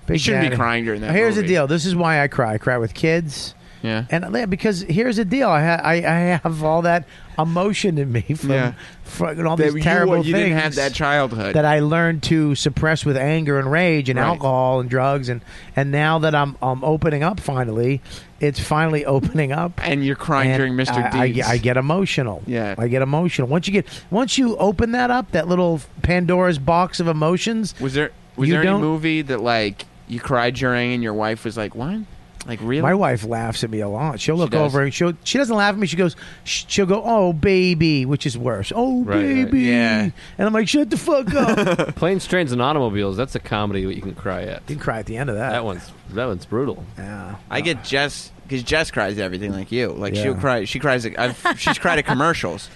D: Big
I: shouldn't be
D: Daddy.
I: crying during that
D: Here's the
I: movie.
D: deal. This is why I cry. I cry with kids.
I: Yeah.
D: And yeah, because here's the deal, I ha- I, I have all that emotion in me from,
I: Yeah.
D: from all
I: That
D: these terrible
I: you, you
D: things
I: didn't have that childhood.
D: that I learned to suppress with anger and rage and
I: Right.
D: alcohol and drugs and and now that I'm I'm opening up finally, it's finally opening up.
I: and you're crying
D: and
I: during Mr.
D: I- I,
I: Deeds.
D: I get emotional.
I: Yeah.
D: I get emotional. Once you get once you open that up, that little Pandora's box of emotions.
I: was there was
D: You
I: there any
D: don't-
I: movie that like you cried during and your wife was like, "What? Like really?"
D: My wife laughs at me a lot. She'll look
I: does.
D: over and she'll she doesn't laugh at me. She goes sh- she'll go oh baby, which is worse. Oh
C: Right, right.
D: baby,
I: Yeah.
D: And I'm like shut the fuck up.
C: Planes, trains, and automobiles. That's a comedy that you can cry at.
D: Didn't cry at the end of that.
C: That one's that one's brutal.
D: Yeah.
I: I get Jess because Jess cries at everything like you. Like
D: Yeah.
I: she'll cry. She cries. at- I've, she's cried at commercials.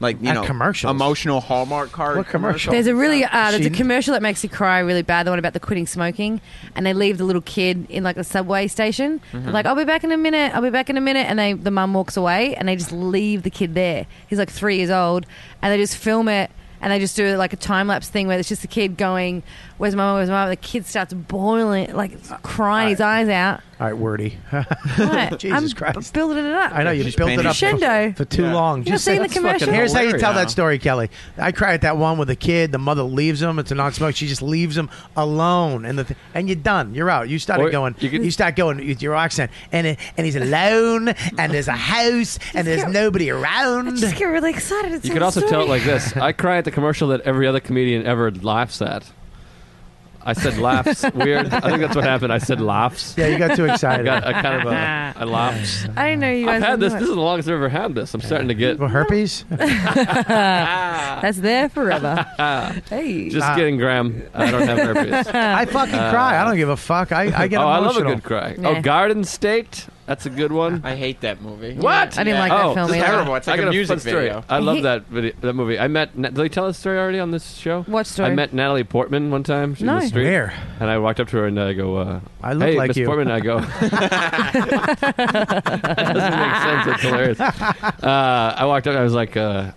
I: Like you
D: At
I: know,
D: commercials?
I: emotional Hallmark card.
D: What commercial?
B: There's a
C: Um,
B: really uh, there's a
D: She-
B: commercial that makes you cry really bad. The one about the quitting smoking, and they leave the little kid in like the subway station.
C: Mm-hmm.
B: They're Like I'll be back in a minute. I'll be back in a minute, and they the mum walks away, and they just leave the kid there. He's like three years old, and they just film it. And they just do like a time lapse thing where it's just the kid going, "Where's mama? Where's mama?" The kid starts boiling, like
C: Uh,
B: crying his eyes out.
D: All right, wordy.
B: Right.
D: Jesus
B: I'm
D: Christ.
B: b- building it up.
D: I know you
I: Just
D: built
I: made it
D: it up for,
B: crescendo.
D: for too long.
B: You're
D: Just
B: seeing the
C: that's fucking
B: commercial.
D: Here's how you tell that
C: hilarious.
D: story, Kelly. I cry at that one with the kid. The mother leaves him. It's a non-smoker. She just leaves him alone, and the th- and you're done. You're out. You started
C: Or
D: going. You,
C: you could-
D: start going with your accent, and it, and he's alone, and there's a house, and there's
B: get-
D: nobody
B: I
D: around.
B: just get really excited. It's
C: You
B: so
C: could also
B: sorry.
C: tell it like this. I cry at the commercial that every other comedian ever laughs at. I said laughs. Weird. I think that's what happened. I said laughs.
D: Yeah, you got too
C: I
D: excited.
C: got I kind of a, I laughed.
B: I didn't know you guys
C: I've had
B: would do
C: this. This
B: it.
C: is the longest I've ever had this. I'm starting to get
D: Well, herpes.
B: That's there forever. hey.
C: just kidding, Graham. I don't have herpes.
D: I fucking cry. I don't give a fuck. I, I get
C: oh, I love a
D: emotional.
C: good cry.
B: Yeah.
C: Oh, Garden State. That's a good one.
I: I hate that movie.
C: What?
B: I didn't like
C: oh,
B: that film
I: this is
B: either.
I: terrible. It's like
C: I
I: a
C: got
I: music
C: fun story.
I: video.
C: I
B: I
C: love
B: hate-
C: that video, that movie. I met. Did I tell this story already on this show?
B: What story?
C: I met Natalie Portman one time. She
B: No.
C: was in the street,
D: Where?
C: And I walked up to her and I go, uh,
D: I look
C: "Hey,
D: like
C: Miss
D: you."
C: Portman." I go, "That doesn't make sense. It's hilarious." Uh, I walked up. and I was like, uh,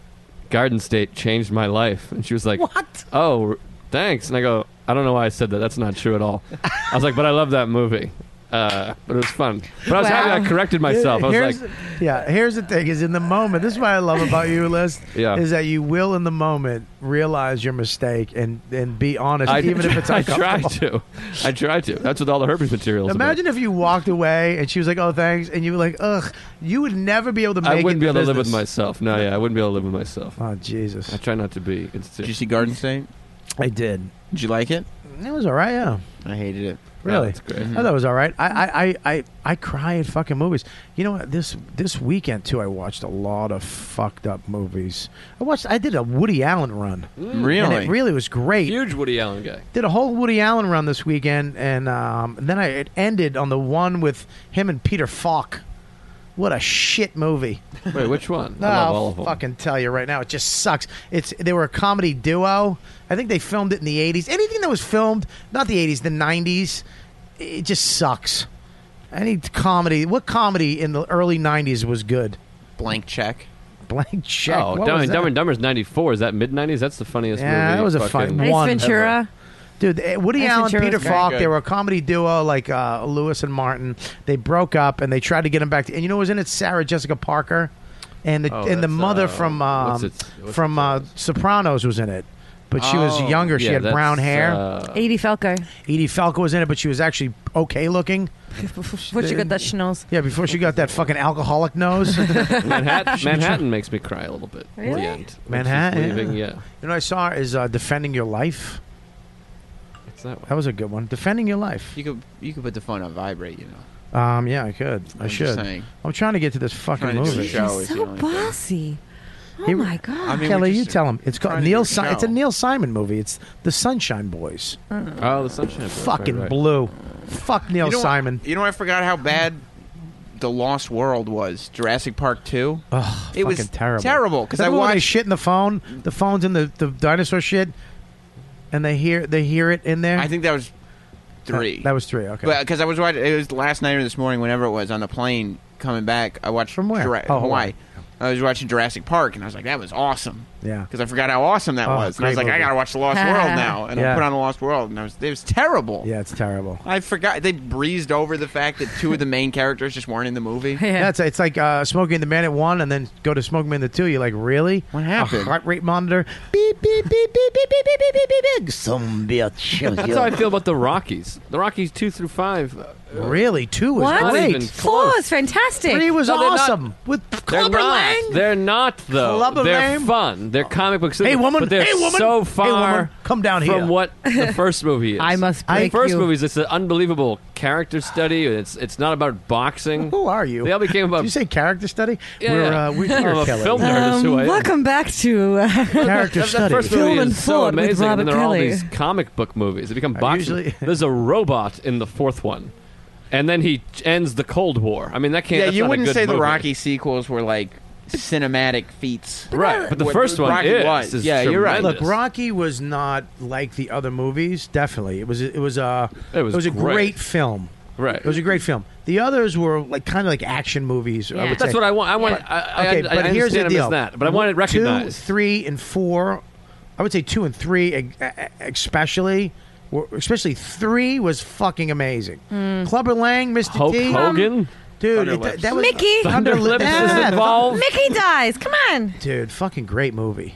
C: "Garden State changed my life," and she was like,
B: What?
C: "Oh, r- thanks." And I go, "I don't know why I said that. That's not true at all." I was like, "But I love that movie." Uh, but it was fun. But I was
B: Wow.
C: happy I corrected myself. I was
D: here's,
C: like,
D: yeah, here's the thing is in the moment, this is what I love about you, Liz,
C: Yeah.
D: is that you will in the moment realize your mistake and, and be honest,
C: I,
D: even if it's
C: I
D: uncomfortable.
C: tried to. I tried to. That's what all the herpes materials.
D: Imagine if you walked away and she was like, "Oh, thanks," and you were like, "Ugh," you would never be able to make
C: I
D: it.
C: wouldn't be
D: in the
C: able to live with
D: business.
C: myself. No, yeah, I wouldn't be able to live with myself.
D: Oh Jesus!
C: I try not to be. It's
I: Did
C: too-
I: you see Garden State?
D: I did.
I: Did you like it?
D: It was all right. Yeah,
I: I hated it.
D: really.
C: That's great.
D: I thought it was all right. I, I, I, I, I cry at fucking movies. You know what? This this weekend too, I watched a lot of fucked up movies. I watched. I did a Woody Allen run.
I: Really?
D: And it really was great.
C: Huge Woody Allen guy.
D: did a whole Woody Allen run this weekend, and, um, and then I it ended on the one with him and Peter Falk. What a shit movie!
C: Wait, which one? I love all
D: I'll
C: of them.
D: fucking tell you right now, it just sucks. It's they were a comedy duo. I think they filmed it in the '80s. Anything that was filmed, not the '80s, the '90s, it just sucks. Any comedy, what comedy in the early '90s was good?
I: Blank check.
D: Blank check.
C: Oh,
D: What
C: Dumb
D: was
C: and
D: that?
C: Dumber and Dumber's '94. Is that mid '90s? That's the funniest movie.
D: Yeah, that was a
C: fucking-
D: fun
B: Ace
D: one.
B: Ventura.
D: Dude, eh, Woody
B: Ace
D: Allen,
B: Ventura
D: Peter
B: was great.
D: Falk,
I: Good.
D: they were a comedy duo like uh, Lewis and Martin. They broke up and they tried to get him back. To, and you know, who was in it Sarah Jessica Parker, and the
C: Oh,
D: and the
C: that's,
D: mother
C: uh,
D: from
C: what's
D: um,
C: its- what's
D: from
C: its,
D: uh, Sopranos was in it, but she was
I: Oh,
D: younger. She
C: Yeah,
D: had brown
C: that's,
D: hair.
C: uh,
B: Edie Falco.
D: Edie Falco was in it, but she was actually okay looking.
B: Before she got that schnoz.
D: Yeah, before she got that fucking alcoholic nose. you
C: Manhattan, Manhattan makes me cry a little bit. at the
B: Really?
C: end. When she's
D: Manhattan, yeah.
C: leaving, yeah.
D: know, what I saw is uh, defending your life.
C: It's that one.
D: That was a good one. Defending your life.
I: You could you could put the phone on vibrate. You know.
D: Um, yeah, I could. I
I: I'm
D: should.
I: Just saying.
D: I'm trying to get to this fucking
I: Trying to do
D: movie.
I: a show
B: She's
I: is the
B: so
I: only thing.
B: bossy. Oh
D: He-
B: my god.
I: I mean,
D: Kelly,
I: we
D: you
I: just-
D: tell him. It's called
I: trying to
D: Neil.
I: do a
D: Si- it's a
I: show.
D: Neil Simon movie. It's the Sunshine Boys.
C: Oh, the Sunshine. Boy,
D: Fucking
C: right, right.
D: blue. Fuck Neil
I: You know what-
D: Simon.
I: you know, I forgot how bad the Lost World was. Jurassic Park Two.
D: Ugh,
I: It was
D: fucking terrible.
I: Terrible because I
D: Remember when they
I: watched.
D: shit in the phone. The phone's in the, the dinosaur shit, and they hear they hear it in there.
I: I think that was three.
D: That, was three. Okay.
I: But because I was watching, it was last night or this morning, whenever it was, on the plane coming back. I watched
D: From where?
I: Jura-
D: Oh,
I: Hawaii.
D: Hawaii.
I: I was watching Jurassic Park, and I was like, that was awesome.
D: Yeah.
I: Because I forgot how awesome that
D: Oh,
I: was. And I was
D: great
I: like, I
D: movie.
I: gotta watch The Lost World now. And
D: Yeah.
I: I put on The Lost World, and I was, it was terrible.
D: Yeah, it's terrible.
I: I forgot. They breezed over the fact that two of the main characters just weren't in the movie.
D: That's it's like uh, smoking the man at one, and then go to smoking man at two. You're like, really? What
I: happened?
D: A heart rate monitor. Beep beep beep beep beep beep beep beep beep beep. beep. Some bitch.
C: That's how I feel about the Rockies. The Rockies two through five. uh,
D: Really, two was
B: What?
C: Not even
D: great.
C: close.
B: Four is fantastic.
D: Three was
C: No, they're not-
D: awesome with
C: They're
D: Clubber
C: not.
D: Lang.
C: They're not though.
D: Clubber
C: they're
D: Lang? Oh.
C: fun. They're comic book.
D: Hey
C: cinema,
D: woman.
C: But they're
D: hey woman.
C: so
D: Hey
C: far
D: woman. Come down here.
C: from what the first movie is.
B: I must
C: The
B: break
C: first
B: you.
C: movie is it's an unbelievable character study. It's it's not about boxing.
D: Who are you?
C: They all became about.
D: Did you say character study?
C: Yeah,
D: we're
C: yeah.
D: uh, we're
C: I'm
D: here,
C: a
D: Kelly.
C: film nerd. is
B: Um,
C: who I am.
B: welcome back to. Uh,
D: Character
C: That, that
D: study.
C: first
B: Film
C: movie
B: and
C: is so
B: Ford with
C: amazing,
B: Robert
C: and there are all
B: Kelly.
C: these comic book movies. They become
D: I
C: boxing.
D: usually-
C: There's a robot in the fourth one, and then he ends the Cold War. I mean, that can't.
I: Yeah,
C: that's
I: you
C: not a
I: wouldn't
C: good
I: say the
C: movie.
I: Rocky sequels were like cinematic feats.
C: right? But the
I: What
C: first one
I: Rocky
C: is,
I: was.
C: is
I: Yeah, you're right.
C: tremendous.
D: Look, Rocky was not like the other movies. Definitely, it was it was a
C: It was
D: a
C: great.
D: great film.
C: Right.
D: It was a great film. The others were like kind of like action movies. I
B: Yeah.
D: would
C: That's
D: say.
C: what I want. I want. I, I,
D: okay,
C: I,
D: but
C: I
D: here's the
C: understand him
D: deal.
C: as that, but I want it recognized.
D: Two, three, and four. I would say two and three, e- e- especially, were- especially three was fucking amazing.
B: Hmm.
D: Clubber Lang, Mr.
C: Hulk
D: T,
C: Hogan,
D: dude,
G: Thunder
D: it-
G: Lips.
D: that was
B: Mickey.
C: Um, Thunder Lips
D: Yeah,
C: is involved.
B: Mickey dies. Come on.
D: dude, fucking great movie,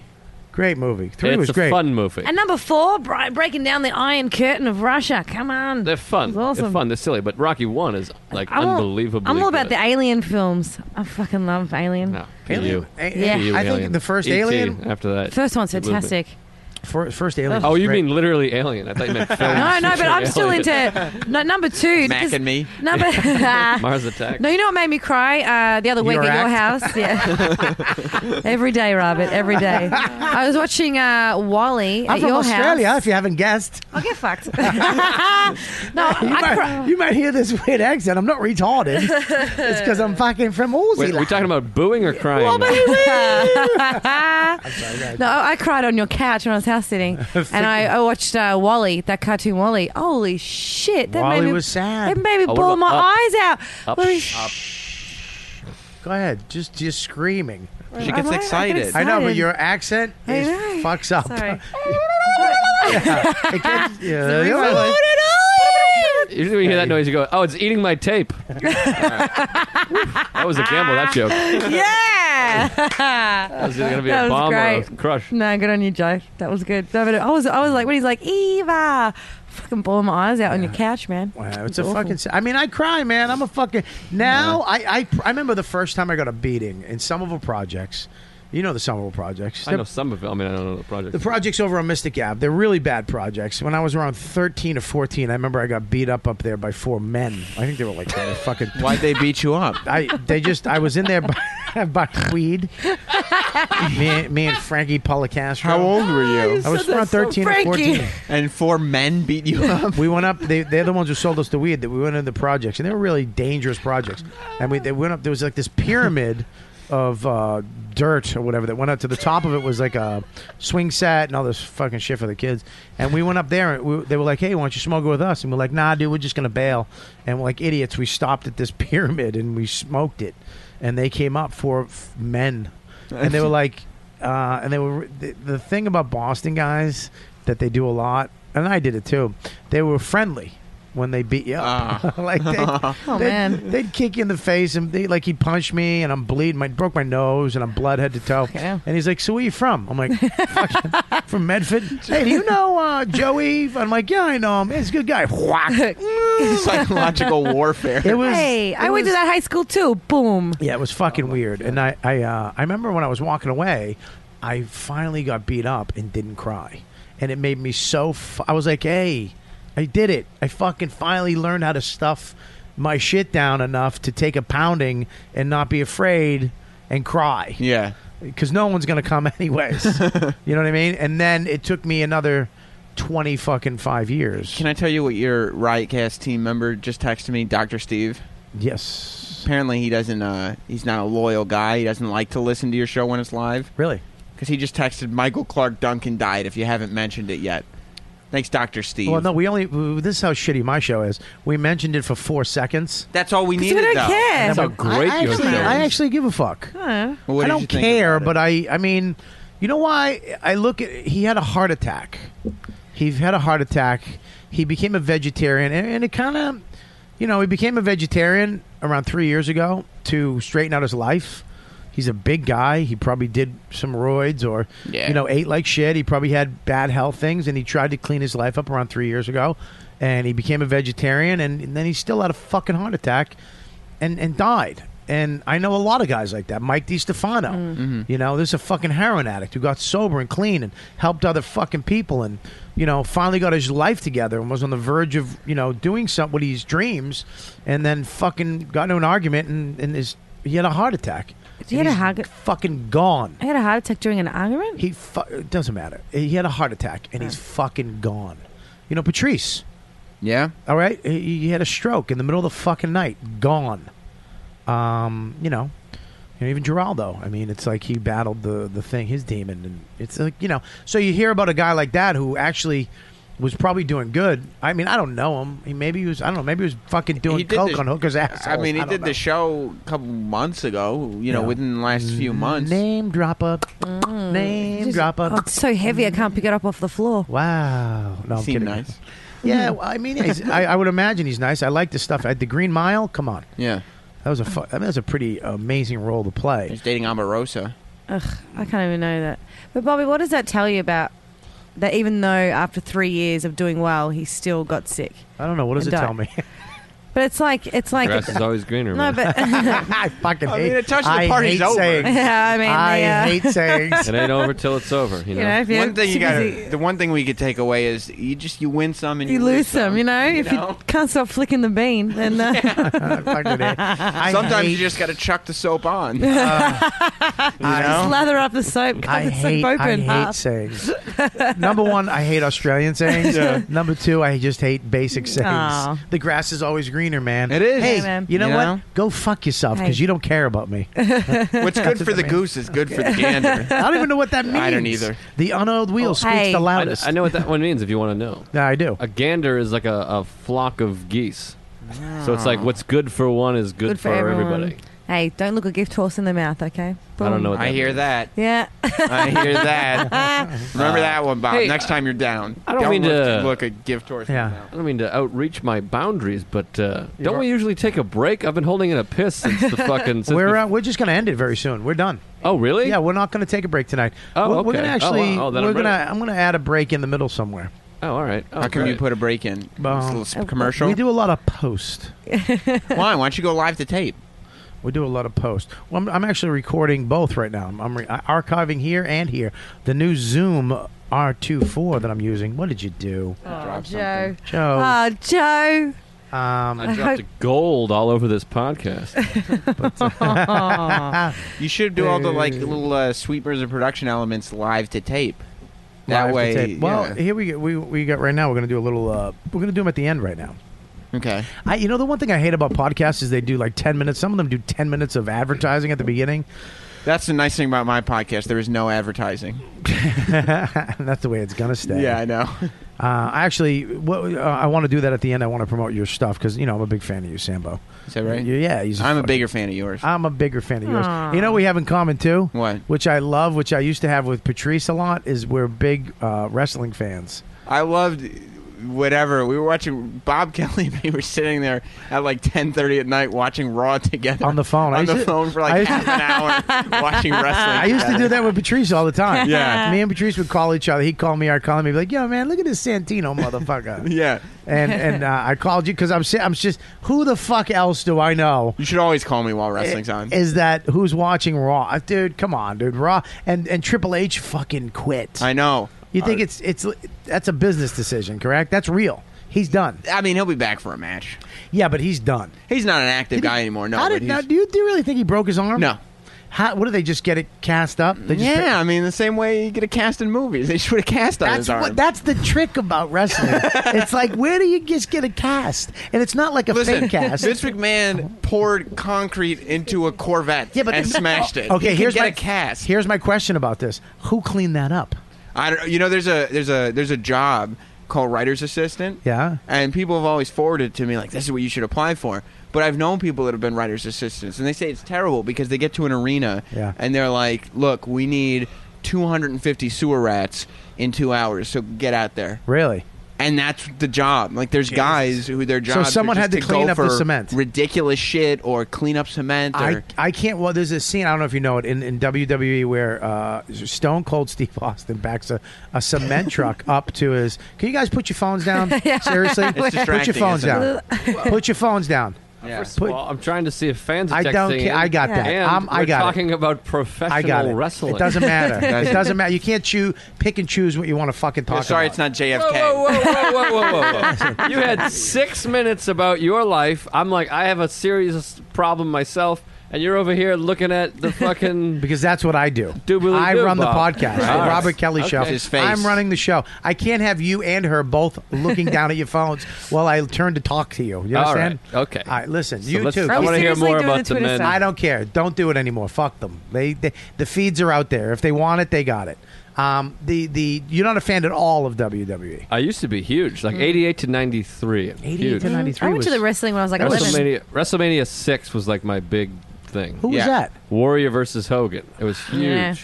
D: great movie. Three
C: It's
D: was
C: a
D: great.
C: fun movie.
B: And number four, bri- breaking down the Iron Curtain of Russia. Come on.
C: They're fun.
B: It's awesome.
C: They're fun. They're silly, but Rocky One is like
B: I'm all-
C: unbelievably.
B: I'm all about
C: good.
B: the Alien films. I fucking love Alien.
C: No,
D: Alien?
C: you.
D: A-
B: Yeah.
C: You,
D: I think
C: E Alien.
D: the first
C: E.T.
D: Alien-
C: After that,
B: First one's
C: It was me.
B: fantastic.
D: Fir- First Alien.
C: Oh,
D: was
C: you
D: great.
C: mean literally Alien? I thought you meant film.
B: No, no, but I'm still into no, number two.
I: Mac
B: because-
I: and me.
B: Number.
C: Mars Attack.
B: no, you know what made me cry uh, the other week
D: Your
B: at your
D: act?
B: house? Yeah. every day, Robert. Every day. I was watching uh, Wally
D: I'm
B: at
D: from
B: your
D: Australia.
B: house.
D: If you haven't guessed,
B: I'll get fucked. no, I
D: you,
B: cry.
D: might, you might hear this weird accent. I'm not retarded. it's because I'm fucking from Aussie.
C: Wait, are we
D: land.
C: talking about booing or crying?
B: no, I cried on your couch when I was house sitting, and I, I watched uh, Wally, that cartoon Wally. Holy shit! That
D: Wally
B: made me,
D: was sad. Uh,
B: That made me
C: Oh, what
B: bawl
C: about
B: my
C: Up?
B: eyes out.
C: Up,
B: Let me-
D: Go ahead. Just just screaming.
I: She
B: I
I: gets
B: might- I get
I: excited.
D: I know,
B: Excited.
D: but your accent
B: I
D: is
B: know.
D: fucks up.
B: Sorry.
D: It gets- yeah, you're
B: Sorry.
D: right.
C: Usually when you hear that noise, you go, "Oh, it's eating my tape." that was a gamble. That joke. That
B: yeah.
C: was going to be
B: That
C: a
B: was
C: bomb or a
B: great.
C: crush.
B: no, good on you, Joe. That was good. No, but I was, I was like, when he's like, Eva, fucking bawling my eyes out on your couch, man.
D: Wow, it's a fucking. I mean, I cry, man. I'm a fucking. Now, I, I I remember the first time I got a beating in Somerville Projects. You know the Somerville Projects.
C: I know some of it. I mean, I don't know the project.
D: The projects over on Mystic Ave, they're really bad projects. When I was around 13 or 14, I remember I got beat up up there by four men. I think they were like they were fucking.
I: Why'd they beat you up?
D: I they just I was in there by, by weed. me, me and Frankie Policastro.
I: How old were you?
D: I was around 13 or 14.
I: And four men beat you up.
D: We went up. They, they're the ones who sold us the weed. That we went into the projects, and they were really dangerous projects. And we they went up. There was like this pyramid of uh, dirt or whatever that went up to the top of it was like a swing set and all this fucking shit for the kids. And we went up there, and we, they were like, "Hey, why don't you smoke it with us?" And we're like, "Nah, dude, we're just gonna bail." And we're like idiots, we stopped at this pyramid and we smoked it. And they came up for f- men, and they were like, uh, and they were the, the thing about Boston guys that they do a lot, and I did it too. They were friendly when they beat you up. like they,
B: Oh,
D: they'd,
B: man.
D: they'd kick you in the face, and they like he punched me, and I'm bleeding, my broke my nose, and I'm blood head to toe.
B: hell.
D: And he's like, "So where you from?" I'm like, "Fucking "From Medford." hey, do you know uh, Joey? I'm like, "Yeah, I know him. He's a good guy." Whack.
I: Psychological warfare.
D: It was.
B: Hey,
D: it
B: I went
D: was-
B: to that high school too. Boom.
D: yeah, it was fucking weird. And I, I, uh, I remember when I was walking away, I finally got beat up and didn't cry, and it made me so. F- I was like, "Hey, I did it! I fucking finally learned how to stuff my shit down enough to take a pounding and not be afraid and cry."
I: Yeah.
D: because no one's going to come anyways. you know what I mean? And then it took me another twenty fucking five years.
I: Can I tell you what your Riotcast team member just texted me, Dr. Steve?
D: yes,
I: Apparently he doesn't uh he's not a loyal guy. He doesn't like to listen to your show when it's live
D: really.
I: cuz he just texted Michael Clark Duncan died if you haven't mentioned it yet. Thanks, Doctor Steve.
D: Well, no, we only. This is how shitty my show is. We mentioned it for four seconds.
I: That's all we
D: Because
I: needed.
D: we
I: though.
D: don't care. That's how great
I: I
D: your
I: actually-
D: show
I: I
D: is. actually give a fuck.
I: Well, what
D: I
I: did
D: don't
I: you think
D: care, but I. I mean, you know why? I look at. He had a heart attack. He had a heart attack. He became a vegetarian, and, and it kind of, you know, he became a vegetarian around three years ago to straighten out his life. He's a big guy. He probably did some roids or, you know, ate like shit. He probably had bad health things, and he tried to clean his life up around three years ago. And he became a vegetarian, and, and then he still had a fucking heart attack and and died. And I know a lot of guys like that. Mike DiStefano,
B: Mm-hmm.
D: you know, this is a fucking heroin addict who got sober and clean and helped other fucking people, and you know, finally got his life together and was on the verge of you know doing some what he's dreams, and then fucking got into an argument and and his he had a heart attack.
B: He had a
D: And he's
B: heart-
D: fucking gone.
B: I had a heart attack during an argument.
D: He fu- it doesn't matter. He had a heart attack and he's fucking gone. You know, Patrice.
I: Yeah.
D: All right. He, he had a stroke in the middle of the fucking night. Gone. Um, you know, you know, even Geraldo. I mean, it's like he battled the the thing, his demon, and it's like you know. So you hear about a guy like that who actually was probably doing good. I mean, I don't know him. He maybe he was. I don't know. Maybe he was fucking doing
I: did
D: coke
I: the-
D: on hookers' ass.
I: I mean, he did the show a couple months ago. You know, within the last few
D: Mm-hmm.
I: months. Mm.
D: Name drop up. Name drop up.
B: Oh, it's so heavy. I can't pick it up off the floor.
D: Wow. No, I'm
I: Seemed
D: kidding.
I: nice.
D: Yeah, well, I mean, he's, Hmm. I, I would imagine he's nice. I like the stuff. At the Green Mile, come on,
I: Yeah.
D: that was a fu- I mean, that was a pretty amazing role to play.
I: He's dating Omarosa.
B: Ugh, I can't even know that. But Bobby, what does that tell you about that? Even though after three years of doing well, he still got sick.
D: I don't know what does it
B: And
D: tell
B: died.
D: me.
B: But it's like it's like
C: Grass is always greener.
B: no,
C: man.
B: but
D: I fucking
I: I
D: hate.
I: mean, it touched the
D: I
I: party's
D: hate
I: over.
D: sayings.
B: Yeah, I mean,
D: I
B: they, uh,
D: hate sayings.
C: it ain't over till it's over. You know.
B: you know, if you're
I: One thing you
B: too
I: got.
B: busy-
I: The one thing we could take away is you just you win some and you,
B: you lose some. You know, if
I: know?
B: you can't stop flicking the bean, then uh,
D: I fucking hate. I
I: Sometimes
D: hate,
I: you just got to chuck the soap on.
D: I,
B: slather up the soap. Cut
D: I
B: the
D: hate.
B: soap
D: I
B: open.
D: hate
B: half.
D: sayings. Number one, I hate Australian sayings. Number two, I just hate basic sayings.
B: Aw.
D: The grass is always greener, man.
I: It is.
D: Hey,
B: Yeah, man.
D: you know
I: You
D: what?
I: know?
D: Go fuck yourself because
B: Hey.
D: you don't care about me.
I: What's good for the goose is good for the gander.
D: I don't even know what that means.
I: I don't either.
D: The unoiled wheel speaks
B: hey.
D: the
C: I,
D: loudest.
C: I know what that one means. If you want to know,
D: Yeah, I do.
C: a gander is like a, a flock of geese. So it's
D: Ah.
C: like what's good for one is good,
B: Good for
C: for,
B: everyone.
C: everybody.
B: Hey, don't look a gift horse in the mouth, okay?
C: I don't
B: Boom.
C: know what that
I: I hear
C: means.
I: that.
B: Yeah.
I: I hear that. Remember that one, Bob.
C: hey,
I: Next time you're down,
C: I don't mean
I: look,
C: to-
I: look a gift horse. in the
D: Yeah.
I: mouth.
C: I don't mean to outreach my boundaries, but uh, don't we usually take a break? I've been holding in a piss since the fucking. Since
D: We're
C: the-
D: uh, we're just gonna end it very soon. We're done.
C: oh really?
D: Yeah, we're not gonna take a break tonight.
C: Oh,
D: we're, we're
C: okay.
D: gonna
C: Oh,
D: actually.
C: wow. Oh, then
D: we're
C: I'm
D: gonna.
C: ready.
D: I'm gonna add a break in the middle somewhere.
C: Oh, all right.
I: How
C: Oh,
I: come
C: great.
I: you put a break in? Just a little
B: Uh,
I: sp- commercial.
D: We do a lot of post.
I: Why? Why don't you go live to tape?
D: We do a lot of post. Well, I'm, I'm actually recording both right now. I'm, I'm re- uh, archiving here and here. The new Zoom R24 that I'm using. What did you do,
B: Oh,
I: Drop
B: Joe.
D: Joe?
B: Oh, Joe.
D: um,
C: I dropped gold all over this podcast.
I: You should do all the like little uh, sweepers and production elements live to tape. That
D: live to
I: way,
D: tape. Well,
I: yeah.
D: here we go. We we got right now. We're gonna do a little. Uh, we're gonna do them at the end right now.
I: okay.
D: I, you know, the one thing I hate about podcasts is they do like 10 minutes. Some of them do 10 minutes of advertising at the beginning.
I: That's the nice thing about my podcast. There is no advertising.
D: And that's the way it's going to stay.
I: Yeah, I know.
D: Uh, I actually, what, uh, I want to do that at the end. I want to promote your stuff because, you know, I'm a big fan of you, Sambo.
I: Is that right?
D: Yeah. He's
I: I'm a
D: fuck-
I: bigger fan of yours.
D: I'm a bigger fan of yours. You know, what we have in common too.
I: What?
D: Which I love, which I used to have with Patrice a lot, is we're big uh, wrestling fans.
I: I loved whatever we were watching. Bob Kelly and me were sitting there at like ten thirty at night watching Raw together
D: On the phone.
I: On
D: I used
I: the
D: to-
I: phone for
D: I
I: like
D: used
I: half
D: to-
I: an hour watching wrestling.
D: I used to do that with Patrice all the time.
I: Yeah.
D: Me and Patrice would call each other. He'd call me, I'd call him. He'd be like, yo, man, look at this Santino motherfucker.
I: Yeah,
D: and and uh, I called you because I'm si- I'm just who the fuck else do I know?
I: you should always call me while wrestling's on.
D: Is that who's watching Raw, Uh, dude? Come on, dude. Raw and and Triple H fucking quit.
I: I know.
D: you think it's it's that's a business decision, correct? That's real. He's done.
I: I mean, he'll be back for a match.
D: Yeah, but he's done.
I: He's not an active guy anymore. No,
D: How
I: but
D: did now,
I: he's-
D: do you do you really think he broke his arm?
I: No.
D: How, what do they just get it cast up? They just
I: yeah, I mean, the same way you get a cast in movies. They should have cast on
D: That's
I: his arm.
D: what. That's the trick about wrestling. it's like where do you just get a cast? And it's not like a
I: Listen,
D: fake cast.
I: Vince McMahon poured concrete into a Corvette
D: Yeah, but
I: and
D: this- Oh,
I: smashed it.
D: Okay,
I: You can
D: here's
I: get
D: my
I: a cast.
D: Here's my question about this: Who cleaned that up?
I: I don't. You know, there's a there's a there's a job called writer's assistant.
D: Yeah.
I: And people have always forwarded to me like, "This is what you should apply for." But I've known people that have been writers' assistants, and they say it's terrible because they get to an arena
D: Yeah.
I: and they're like, "Look, we need 250 sewer rats in two hours, so get out there."
D: Really?
I: And that's the job. Like, there's guys who their
D: So
I: job.
D: someone had to clean up the cement.
I: ridiculous shit, or clean up cement. Or,
D: I, I can't. Well, there's a scene. I don't know if you know it in, in WWE where uh, Stone Cold Steve Austin backs a, a cement truck up to his. Can you guys put your phones down?
B: Yeah.
D: Seriously,
B: It's
D: put
I: distracting,
D: your phones
I: isn't
D: down. put your phones down.
C: First of all, I'm trying to see if fans. Are
D: I don't
C: texting
D: ca-
C: in,
D: I got that.
C: And
D: I'm- I
C: we're
D: got it.
C: talking about professional
D: I got it.
C: wrestling.
D: It doesn't matter.
I: Guys.
D: it doesn't matter. You can't choose, pick and choose what you want to fucking talk
I: Yeah, sorry,
D: about.
I: it's not JFK.
C: Whoa, whoa, whoa, whoa, whoa, whoa, whoa. you had six minutes about your life. I'm like, I have a serious problem myself, and you're over here looking at the fucking.
D: because that's what I do.
C: Doobly
D: I
C: doo,
D: run
C: Bob.
D: the podcast,
C: Right.
D: the Robert Kelly
C: Okay.
D: Show.
I: His face.
D: I'm running the show. I can't have you and her both looking down at your phones while I turn to talk to you. You
C: All
D: understand?
C: right. Okay.
D: All right. Listen,
C: So
D: you
C: let's-
D: too.
C: I
B: we
C: want to hear
B: seriously
C: more
B: doing
C: about
B: the
C: the
B: Twitter
C: men.
B: stuff?
D: I don't care. Don't do it anymore. Fuck them. They, they the feeds are out there. If they want it, they got it. Um, the the you're not a fan at all of E. WWE.
C: I used to be huge, like 88 to 93.
D: 88
C: huge.
D: Mm. to
B: Mm,
D: 93
B: I went
D: was-
B: to the wrestling when I was like 11.
C: WrestleMania, WrestleMania 6 was like my big thing.
D: Who was
I: Yeah.
D: that?
C: Warrior versus Hogan. It was huge.
B: Yeah.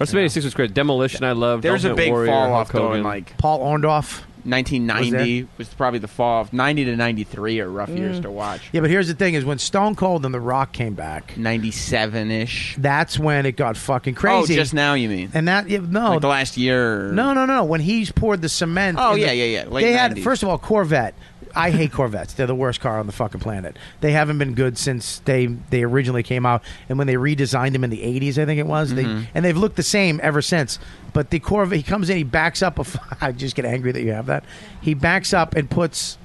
C: WrestleMania 6 was great. Demolition, I loved.
I: There was a
C: Ultimate
I: big
C: Warrior,
I: fall off
C: Hulk
I: though
C: Hogan.
I: in like
D: Paul Orndorff.
I: 1990 was, probably the fall off. 90 to 93 are rough years
D: Mm.
I: to watch.
D: Yeah, but here's the thing: is when Stone Cold and The Rock came back,
I: 97 ish.
D: that's when it got fucking
I: Oh,
D: crazy.
I: just now you mean?
D: and that yeah, no,
I: like the last year?
D: No, no, no. When he's poured the cement.
I: Oh,
D: in the-
I: yeah, yeah, yeah. Late
D: they had
I: 90s.
D: first of all Corvette. I hate Corvettes. They're the worst car on the fucking planet. They haven't been good since they they originally came out, and when they redesigned them in the '80s, I think it was.
I: Mm-hmm.
D: They and they've looked the same ever since. But the Corvette, he comes in, he backs up. a f- I just get angry that you have that. He backs up and puts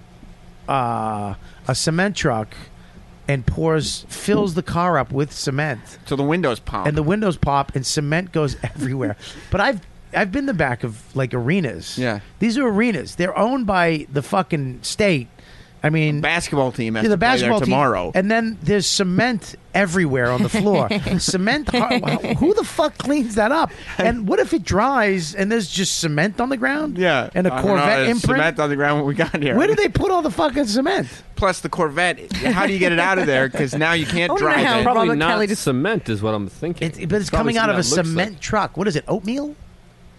D: uh, a cement truck and pours fills the car up with cement
I: So the windows pop.
D: and the windows pop and cement goes everywhere. but I've I've been the back of like arenas.
I: Yeah.
D: These are arenas. They're owned by the fucking state. I mean
I: basketball team has
D: yeah, the
I: to play there
D: basketball team,
I: tomorrow.
D: and then there's cement everywhere on the floor. cement, uh, who the fuck cleans that up? And what if it dries and there's just cement on the ground?
I: yeah,
D: and a
I: I don't know,
D: Corvette
I: it's
D: imprint.
I: Cement on the ground. What we got here?
D: Where do they put all the fucking cement?
I: Plus the Corvette. How do you get it out of there? Because now you can't
B: I wonder
I: drive
B: how
I: it.
C: Probably
B: Robert
C: not
B: Kelly just-
C: cement is what I'm thinking.
D: It's, but it's
C: Probably
D: coming out of a
C: something that looks like-
D: cement truck. What is it? Oatmeal?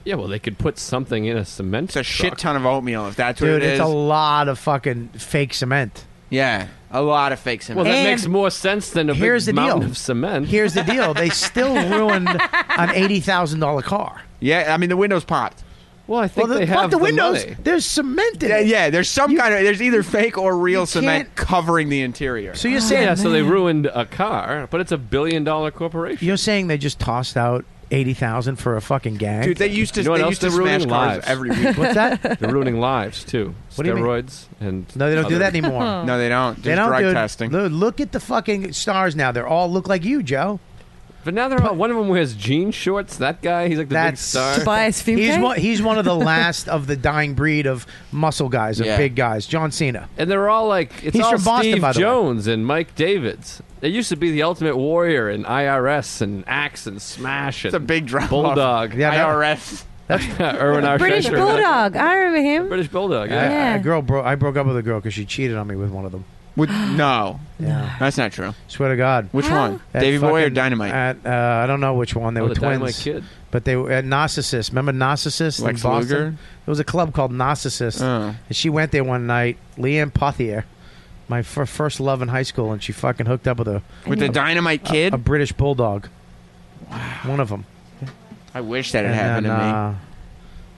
C: Yeah, well, they could put something in a cement.
I: It's a shit
C: truck.
I: ton of oatmeal if that's what
D: Dude,
I: it is.
D: it's a lot of fucking fake cement.
I: yeah, a lot of fake cement.
C: Well, that
D: And
C: makes more sense than a
D: here's the
C: big mountain
D: deal.
C: of cement.
D: Here's the deal: they still ruined an eighty thousand dollar car.
I: yeah, I mean the windows popped.
C: well, I think
D: the,
C: they
D: fuck
C: have
D: the windows.
C: money.
D: There's cement in
I: Yeah,
D: it.
I: yeah, there's some kind of there's either fake or real cement
D: can't-
I: covering the interior.
D: So you're
C: Yeah,
D: saying
C: so they ruined a car, but it's a billion dollar corporation.
D: you're saying they just tossed out eighty thousand for a fucking gang?
I: Dude, they used to
C: You know what
I: they
C: else
I: used to
C: they're ruining?
I: smash cars
C: Lives.
I: every week.
D: What's that?
C: They're ruining lives too.
D: What do you mean?
C: Steroids and
D: No, they don't do
C: other-
D: that anymore.
I: no, they don't. Just
D: they don't.
I: drug
D: dude.
I: testing.
D: Dude, look at the fucking stars now. They are all look like you, Joe.
C: But now they're all, one of them wears jean shorts. That guy, he's like the big
D: That's-
C: star.
B: Tobias Fumke.
D: He's one. He's one of the last of the dying breed of muscle guys, of
I: Yeah.
D: big guys. John Cena.
C: And they're all like, it's
D: He's
C: all
D: from Boston,
C: Steve
D: by the way.
C: Jones and Mike Davids. They used to be the Ultimate Warrior and IRS and Axe and Smash and
I: It's a big drop.
C: Bulldog.
D: Yeah, that-
I: IRS.
C: Erwin R.
B: British
C: Schefter.
B: Bulldog. I remember him.
C: British Bulldog. Yeah.
D: I-
B: Yeah.
D: I, a girl bro- I broke up with a girl because she cheated on me with one of them.
I: Would, no,
D: Yeah.
I: that's not true.
D: Swear to God.
I: Which one?
D: At
I: Davy Boy or
D: fucking-
I: Dynamite?
D: At, uh, I don't know which one. They
C: Oh,
D: were
C: the Dynamite
D: twins.
C: Kid.
D: But they were at Narcissus. Remember Narcissus
I: Lex
D: in Boston?
I: Luger?
D: There was a club called Narcissus.
I: Oh.
D: And she went there one night. Leanne Pothier, my fir- first love in high school, and she fucking hooked up with a,
I: With the Dynamite Kid?
D: a British bulldog. One of them.
I: I wish that had
D: And
I: happened
D: then,
I: to me.
D: uh,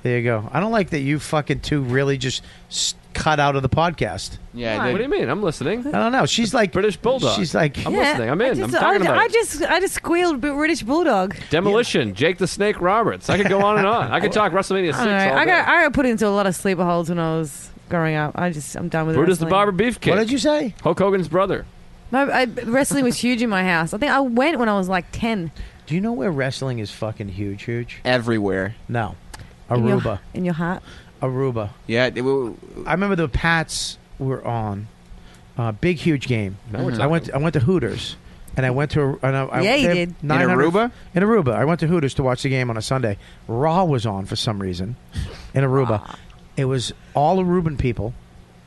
D: there you go. I don't like that you fucking two really just s- cut out of the podcast.
I: Yeah, I did.
C: What do you mean? I'm listening.
D: I don't know. She's like
C: British Bulldog.
D: She's like
C: I'm listening. I'm
B: I
C: in. I'm
B: just,
C: talking
B: I,
C: about
B: I
C: it.
B: just, I just squealed British Bulldog.
C: Demolition, Jake the Snake Roberts. I could go on and on. I could talk WrestleMania 6
B: I, don't know.
C: all
B: I
C: day.
B: got, I got put into a lot of sleeper holds when I was growing up. I just, I'm done with
C: Brutus the
B: wrestling.
C: Barber Beefcake.
D: What did you say?
C: Hulk Hogan's brother.
B: No, I, wrestling was huge in my house. I think I went when I was like ten.
D: Do you know where wrestling is fucking huge, huge?
I: Everywhere.
D: No.
B: In your-
D: Aruba.
B: in your heart.
D: Aruba.
I: Yeah, they were-
D: I remember the Pats were on. Uh, big huge game.
C: Now we're
D: I went. I went to Hooters, and I went to. And I, I,
B: Yeah, you
D: they have
B: did. In
D: 900
I: Aruba?
D: In Aruba, I went to Hooters to watch the game on a Sunday. Raw was on for some reason, in Aruba, It was all the Reuben people,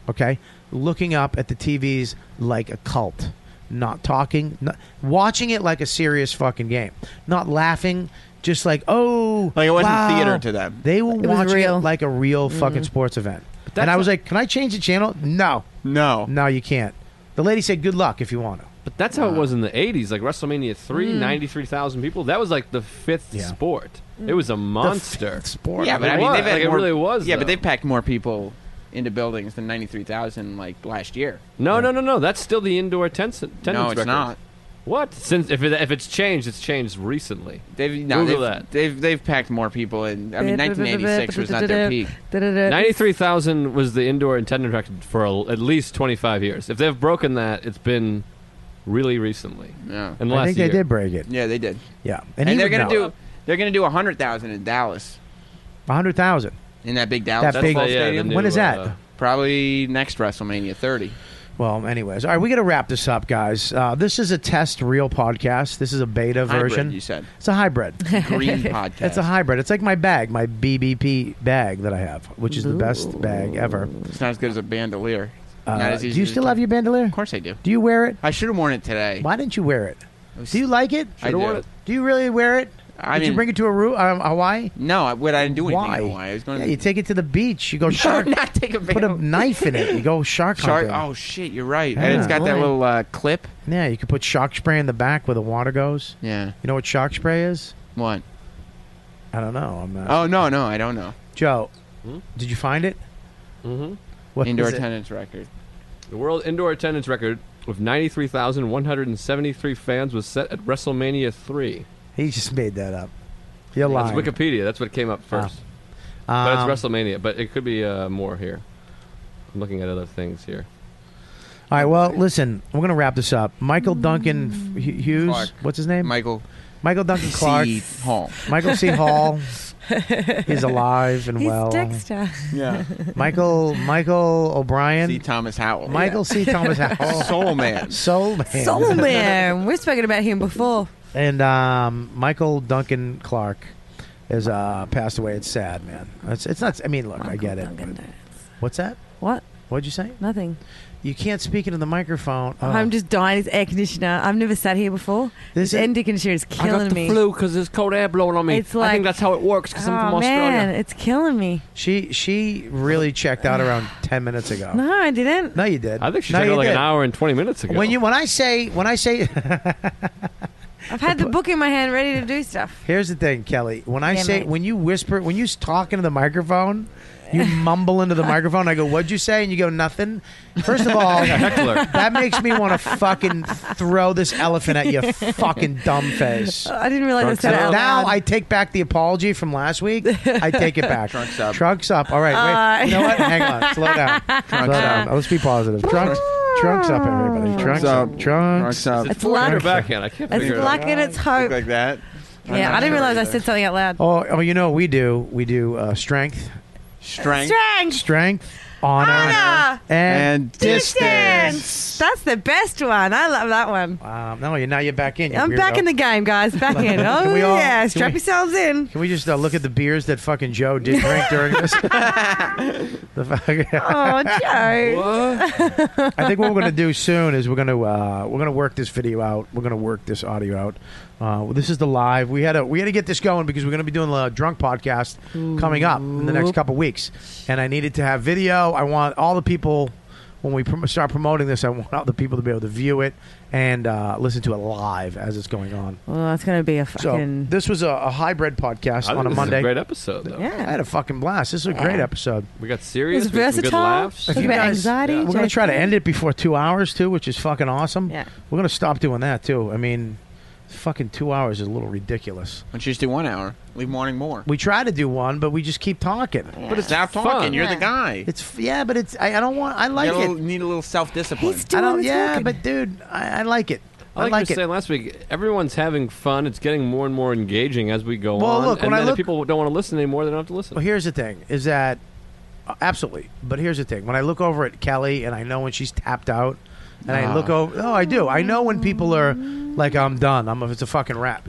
D: okay, looking up at the TVs like a cult, not talking, not, watching it like a serious fucking game, not laughing, just like oh,
I: Like, it wasn't
D: wow.
I: theater to them.
D: They were
B: was
D: watching
B: real.
D: it like a real fucking sports event. And I was like, can I change the channel? No,
I: No.
D: no, you can't. The lady said, good luck if you want to.
C: But that's how it was in the 80s. Like WrestleMania 3,
B: Hmm.
C: 93,000 people. That was like the fifth sport.
B: Hmm.
C: It was a monster.
D: Sport.
I: Yeah, but I
C: It
I: mean,
C: was.
I: they've had
C: Like, it
I: more,
C: really was,
I: Yeah,
C: though.
I: but they packed more people into buildings than ninety-three thousand like last year.
C: No, no, no, no. That's still the indoor attendance. attendance
I: no, it's
C: record.
I: not.
C: What? Since if, it, if it's changed, it's changed recently.
I: They've no,
C: Google
I: they've,
C: that.
I: they've they've packed more people in. I mean, nineteen eighty-six was not their peak.
C: Ninety-three thousand was the indoor attendance record for a, at least twenty-five years. If they've broken that, it's been really recently.
I: Yeah,
C: And last
D: I think they
C: year.
D: did break it.
I: yeah, they did.
D: Yeah,
I: And,
D: he
I: they're
D: would
I: gonna
D: know.
I: do they're gonna do hundred thousand in Dallas
D: a hundred thousand.
I: in that big Dallas
D: That
C: That's
D: big-
I: football
C: the, yeah,
I: stadium.
C: the
D: When
C: new,
D: is that?
C: uh,
I: Probably next WrestleMania thirty.
D: Well, anyways, all right, we got to wrap this up, guys. Uh, this is a test real podcast. This is a beta
I: Hybrid,
D: version.
I: you said
D: It's a hybrid.
I: green podcast.
D: it's a hybrid. It's like my bag, my BBP bag that I have, which is the best bag ever.
I: It's not as good as a bandolier.
D: Uh,
I: Not as
D: do
I: easy
D: you
I: to
D: still
I: keep.
D: have your bandolier?
I: Of course I do.
D: Do you wear it?
I: I should have worn it today.
D: Why didn't you wear it? Do you like it?
I: I do. Should've worn it.
D: Do you really wear it?
I: I
D: Did you
I: mean-
D: bring it to a Ru- um, Hawaii?
I: No, I, what I didn't do anything.
D: Why?
I: in Hawaii. I was going
D: yeah,
I: to
D: you take it to the beach. You go shark.
I: not take a
D: put a
I: video.
D: knife in it. You go shark
I: Shark.
D: hunting.
I: Oh shit, you're right.
D: Yeah.
I: and it's got that
D: Why?
I: little uh, clip.
D: Yeah, you can put shark spray in the back where the water goes.
I: Yeah.
D: You know what shark spray is?
I: What?
D: I don't know. I'm not.
I: Oh no, no, I don't know.
D: Joe,
C: Hmm?
D: did you find it? Mm-hmm. What
I: Indoor
D: is it?
I: attendance record.
C: The world indoor attendance record of ninety-three thousand one hundred and seventy-three fans was set at WrestleMania three.
D: He just made that up. You're
C: That's
D: lying.
C: Wikipedia. That's what came up first. but
D: Um,
C: it's WrestleMania. But it could be uh, more here. I'm looking at other things here.
D: all right. Well, listen, we're gonna wrap this up. Michael Duncan F- Hu- Hughes.
I: Clark.
D: What's his name?
I: Michael
D: Michael Duncan Clark.
I: C. Hall.
D: Michael C. Hall is alive and
B: He's
D: well.
B: Dexter.
I: Yeah.
D: Michael Michael O'Brien.
I: C. Thomas Howell.
D: Michael C. Thomas Howell.
I: Soul Man.
D: Soul Man.
B: Soul Man. We've spoken about him before.
D: And um, Michael Duncan Clark has uh, passed away. It's sad, man. It's, it's not. I mean, look, I get it. but- What's that?
B: What?
D: What'd you say?
B: Nothing.
D: You can't speak into the microphone. Oh.
B: I'm just dying. It's air conditioner. I've never sat here before.
D: This
B: This,
D: is-
B: air conditioner is killing me.
C: because there's cold air blowing on
B: me. It's I think like- that's
C: how it works
B: Oh man, it's killing me.
D: She she really checked out around ten minutes ago.
B: No, I didn't.
D: No, you did.
C: I think she
D: no,
C: took
D: you
C: it like
D: did.
C: an hour and 20 minutes ago.
D: When you when I say when I say
B: I've had the book in my hand, ready to do stuff.
D: here's the thing, Kelly. When I
B: Damn
D: say
B: it.
D: when you whisper when you talk into the microphone, you mumble into the microphone. I go, "What'd you say?" And you go, "Nothing." First of all,
C: Heckler.
D: that makes me want to fucking throw this elephant at your fucking dumb face.
B: I didn't realize I said it out
D: now
B: loud.
D: I take back the apology from last week. I take it back. Trunks
I: up.
D: Trunks up. All right.
B: Uh,
D: Wait. you know what? Hang on. Slow down. Trunks Slow down. Let's be positive. Trunks. Trunks up, everybody. Trunks, up. Trunks.
I: Trunks up.
C: it's
B: luck.
C: forward or backhand. I can't figure
B: it's
C: it out.
B: luck and it's hope.
I: Like that.
B: yeah, I didn't realize I said something out loud.
D: Oh, oh, you know what we do. We do uh, strength,
I: Strength.
B: Strength,
D: strength, honor,
B: honor,
D: and.
I: And
B: distance.
I: distance.
B: That's the best one. I love that one.
D: Um, no, you now you're back in. you
B: I'm back
D: weirdo.
B: in the game, guys. Back in.
D: Can
B: Oh
D: we all- can
B: yeah,
D: we-
B: strap yourselves in.
D: Can we just uh, look at the beers that fucking Joe did drink during this? the fuck.
B: Oh, Joe.
D: I think what we're going to do soon is we're going to uh, we're going to work this video out. We're going to work this audio out. Uh, this is the live. We had to we had to get this going because we're going to be doing the drunk podcast coming up in the next couple weeks, and I needed to have video. I want all the people when we prom- start promoting this. I want all the people to be able to view it and uh, listen to it live as it's going on.
B: Well, it's gonna be a
D: So
B: fucking.
D: this was a, a hybrid podcast
C: I think
D: on a
C: this is
D: Monday.
C: great episode, though.
D: I had a fucking blast. This is a great episode.
C: We got
B: it
C: serious.
B: was
C: We had some good
B: versatile.
C: laughs.
B: Talk
D: you
B: about
D: guys-
B: anxiety.
C: yeah.
D: We're going to try to end it before two hours too, which is fucking awesome.
B: Yeah.
D: We're going to stop doing that too. I mean, fucking two hours is a little ridiculous.
I: Why don't you just do one hour? Leave wanting more.
D: We try to do one, but we just keep talking.
I: But it's stop talking.
C: fun.
I: You're the guy.
D: It's f- yeah, but it's I, I don't want. I like
I: you gotta
D: it.
I: need a little self discipline.
B: He's
D: I
B: doing
D: don't.
B: the
D: Yeah,
B: talking.
D: but dude, I, I like it.
C: I like, you
D: it.
C: were saying last week, everyone's having fun. It's getting more and more engaging as we go
D: Well,
C: on.
D: look,
C: and
D: when I
C: then
D: look-
C: if people don't want to listen anymore, they don't have to listen.
D: Well, here's the thing: is that uh, absolutely? But here's the thing: when I look over at Kelly, and I know when she's tapped out, and I look over. Oh, I do. I know when people are like, "I'm done. I'm. a- It's a fucking wrap."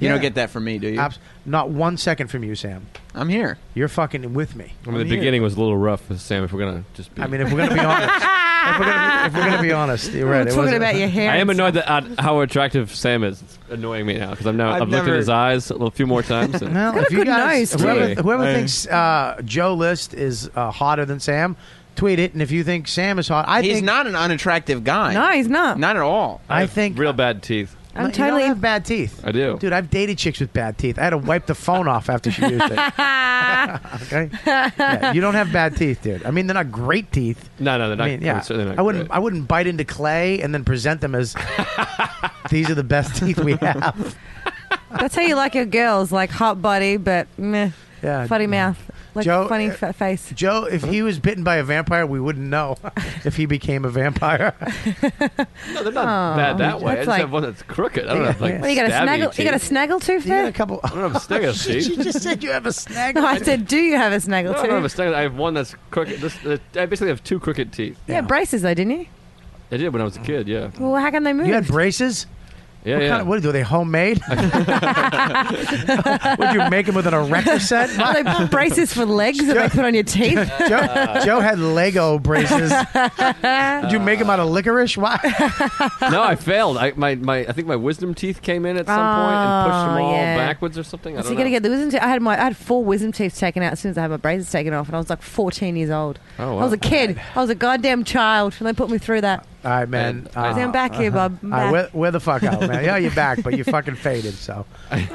I: You don't get that from me, do you?
D: Abs- not one second from you, Sam.
I: I'm here.
D: You're fucking with me.
C: I mean,
D: I'm
C: the
D: here.
C: beginning was a little rough, Sam. If we're gonna just, be
D: I mean, if we're gonna be honest, if, we're gonna be, if we're gonna be honest, you're right. it
B: talking
D: wasn't-
B: about your hair.
C: I am
B: and
C: annoyed that at how attractive Sam is. It's annoying me now because I'm now I've,
I: I've
C: looked at
I: never-
C: his eyes a little few more times. and-
D: Well, if you
B: good
D: guys,
B: nose,
D: whoever,
C: too.
D: whoever
C: Hey.
D: thinks uh, Joe List is uh, hotter than Sam, tweet it. And if you think Sam is hot, I
I: He's
D: think
I: not an unattractive guy.
B: No, he's not.
I: Not at all.
D: I
C: have
D: think
C: real bad teeth.
B: I'm
D: No, you don't
B: totally-
D: have bad teeth.
C: I do.
D: Dude, I've dated chicks with bad teeth. I had to wipe the phone off after she used it. okay, Yeah, you don't have bad teeth, dude. I mean, they're not great teeth.
C: No, no, they're not.
D: I mean, yeah,
C: certainly not
D: I wouldn't.
C: great.
D: I wouldn't bite into clay and then present them as these are the best teeth we have.
B: That's how you like your girls, like hot body, but meh,
D: Yeah,
B: funny mouth, like
D: Uh, Joe,
B: funny
D: uh,
B: fa- face.
D: Joe, if he was bitten by a vampire, we wouldn't know if he became a vampire.
C: no, they're not bad that way. I
B: That's
C: just
B: like-
C: have one that's crooked. I don't have like.
D: Oh, yeah.
B: What, you got a
C: stabby
B: snaggle? You
C: teeth.
B: got a snaggle tooth
D: you got
B: there?
D: a couple.
C: I don't have snaggle
D: you
C: teeth.
D: just said you have a snag.
B: No, I said, do you have a snaggle
C: No, I
B: tooth?
C: don't have a snaggle. I have one that's crooked. This, uh, I basically have two crooked teeth.
B: yeah, braces though, didn't you?
C: I did when I was a kid. Yeah,
B: Well, how can they move?
D: you had braces.
C: yeah,
D: What,
C: yeah.
D: kind of, what are they homemade? Would you make them with an erector set?
B: Are they braces for legs that they put on your teeth?
D: Joe, Joe had Lego braces. Did you make them out of licorice? Why?
C: no, I failed. I my, my I think my wisdom teeth came in at some point and pushed them
B: Oh,
C: all
B: yeah.
C: backwards or something.
B: So
C: I don't
B: you gotta
C: know.
B: get the wisdom teeth. I had my, I had four wisdom teeth taken out as soon as I had my braces taken off, and I was like 14 years old.
C: Oh, wow.
B: I was a kid. I was a goddamn child, and they put me through that.
D: All right, man. Uh,
C: And-
B: See, I'm back here, Bob. I'm
D: all right,
B: back.
D: where, where the fuck out, man? Yeah, you're back, but you fucking faded. So,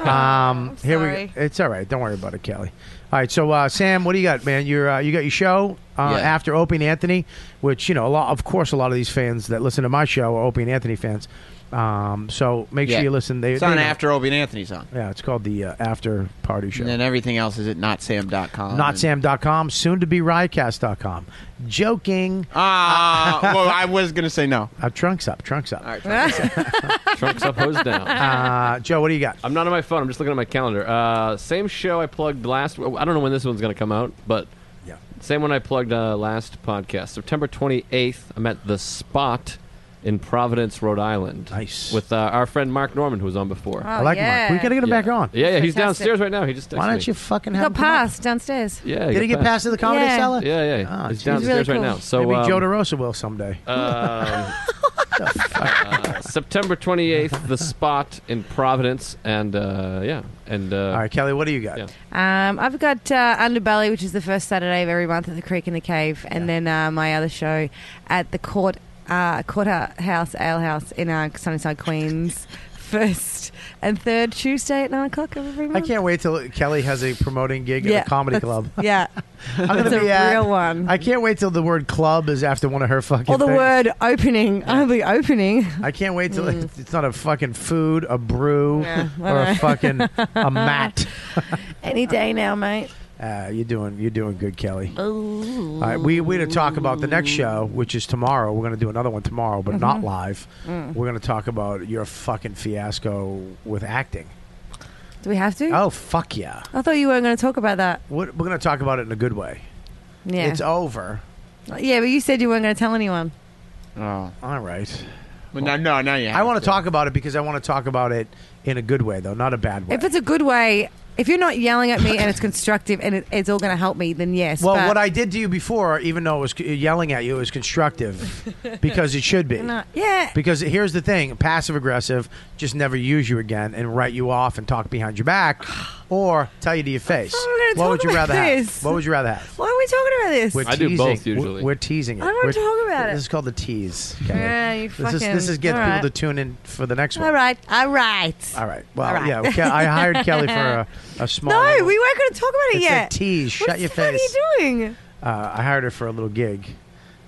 D: um, here
B: sorry.
D: we. It's all right. Don't worry about it, Kelly. All right, so uh, Sam, what do you got, man? You're uh, you got your show uh,
I: Yeah.
D: after Opie and Anthony, which you know a lot. Of course, a lot of these fans that listen to my show are Opie and Anthony fans. Um, so make
I: Yeah.
D: sure you listen. They,
I: It's
D: they
I: on
D: know.
I: after Obie and Anthony's on.
D: Yeah, it's called the uh, After Party Show.
I: And then everything else is at notsam.com. and-
D: NotSam.com, soon to be Riotcast.com. Joking.
I: Ah, well, I was going to say no.
D: Uh, trunks up, trunks up.
I: All right. fine.
C: trunks up, hose down.
D: Uh, Joe, what do you got?
C: I'm not on my phone. I'm just looking at my calendar. Uh, same show I plugged last. I don't know when this one's going to come out, but
D: Yeah.
C: same one I plugged uh, last podcast. September 28th, I'm at the Spot in Providence, Rhode Island.
D: Nice.
C: With uh, our friend Mark Norman, who was on before.
B: Oh,
D: I like
B: yeah.
D: Mark. We got to get him
C: yeah.
D: back on.
C: Yeah, yeah. He's
B: Fantastic.
C: downstairs right now. He just.
D: Why
C: texted
D: don't
C: me.
D: you fucking
B: He
D: have
B: got
D: him come on?
B: passed downstairs.
C: Yeah.
D: Did he get past to the comedy
B: Yeah.
D: cellar?
C: Yeah, yeah.
D: Ah,
C: he's
D: geez.
B: He's really
C: downstairs right
B: cool.
C: now. So
D: Maybe
C: um,
D: Joe DeRosa will someday.
C: Um, uh, September 28th, The Spot in Providence. And, uh, yeah. And, uh,
D: All right, Kelly, what do you got?
C: yeah.
B: Um, I've got uh, Underbelly, which is the first Saturday of every month at the Creek in the Cave, and then uh, my other show at the Court uh, Courthouse Ale House in uh, Sunnyside, Queens. First and third Tuesday at nine o'clock of every month.
D: I can't wait till Kelly has a promoting gig
B: Yeah,
D: at a comedy
B: that's-
D: club.
B: Yeah,
D: I'm gonna
B: that's a
D: be at,
B: real one.
D: I can't wait till the word club is after one of her fucking
B: or Oh, the
D: things.
B: word opening. I'll be opening.
D: I can't wait till it's not a fucking food, a brew,
B: Yeah,
D: or a fucking a mat.
B: Any day now, mate.
D: Uh, you're doing you're doing good, Kelly. All right, we we're gonna talk about the next show, which is tomorrow. We're gonna do another one tomorrow, but not
B: Mm-hmm.
D: live.
B: Mm.
D: We're gonna talk about your fucking fiasco with acting.
B: Do we have to?
D: Oh fuck yeah!
B: I thought you weren't going to talk about that.
D: What, we're gonna talk about it in a good way.
B: Yeah.
D: It's over.
B: yeah, but you said you weren't going to tell anyone.
I: Oh.
D: All right.
I: Well, no, no, no, you
D: I want to talk about it because I want to talk about it in a good way, though, not a bad way.
B: If it's a good way, if you're not yelling at me and it's constructive and it, it's all going to help me, then yes.
D: well,
B: but
D: what I did to you before, even though it was c- yelling at you, it was constructive because it should be.
B: No, yeah.
D: Because here's the thing passive aggressive, just never use you again and write you off and talk behind your back or tell you to your face.
B: I'm not gonna
D: What
B: talk
D: would you
B: about
D: rather
B: this.
D: have? What would you rather have?
B: Why are we talking about this?
D: We're
C: I do both
D: teasing-
C: usually.
D: We're, we're teasing it.
B: I don't wanna
D: We're-
B: talk about it.
D: This is called the tease. Okay?
B: Yeah, Ah, you
D: this is this
B: fucking-
D: is getting
B: all
D: people
B: right.
D: to tune in for the next one.
B: all right, all right.
D: All right. Well,
B: All right.
D: yeah. Ke- I hired Kelly for a, a small.
B: No,
D: little-
B: we weren't going to talk about it
D: Oh. It's
B: yet.
D: a tease. Shut
B: What
D: your
B: the fuck
D: face.
B: are you doing?
D: uh, I hired her for a little gig,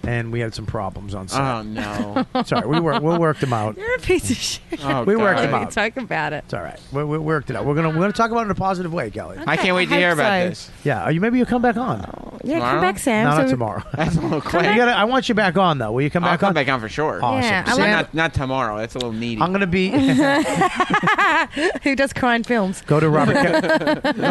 D: and we had some problems on set.
I: Oh, no.
D: It's all right. We work, we'll work them out.
B: Uh-huh. You're a piece of shit.
I: Oh,
D: We worked
I: God.
D: him out.
B: Talk about it.
D: It's all right. We, we worked it out. We're gonna we're gonna talk about it in a positive way, Kelly.
I: I can't wait to
B: I
I: hear
B: hope
I: about
B: so.
I: this.
D: Yeah. Or you maybe you'll come back on.
B: Yeah, come back, Sam.
D: No,
B: So
D: not
B: we-
D: tomorrow.
I: That's a little quick.
D: You gotta- I want you back on though. Will you come
I: I'll
D: back
I: come
D: on?
I: back on for sure.
D: Awesome.
B: Yeah, I
I: Just
B: like-
I: not, not tomorrow. That's a little needy.
D: I'm gonna be
B: Who does crime films?
D: go to Robert Ke- go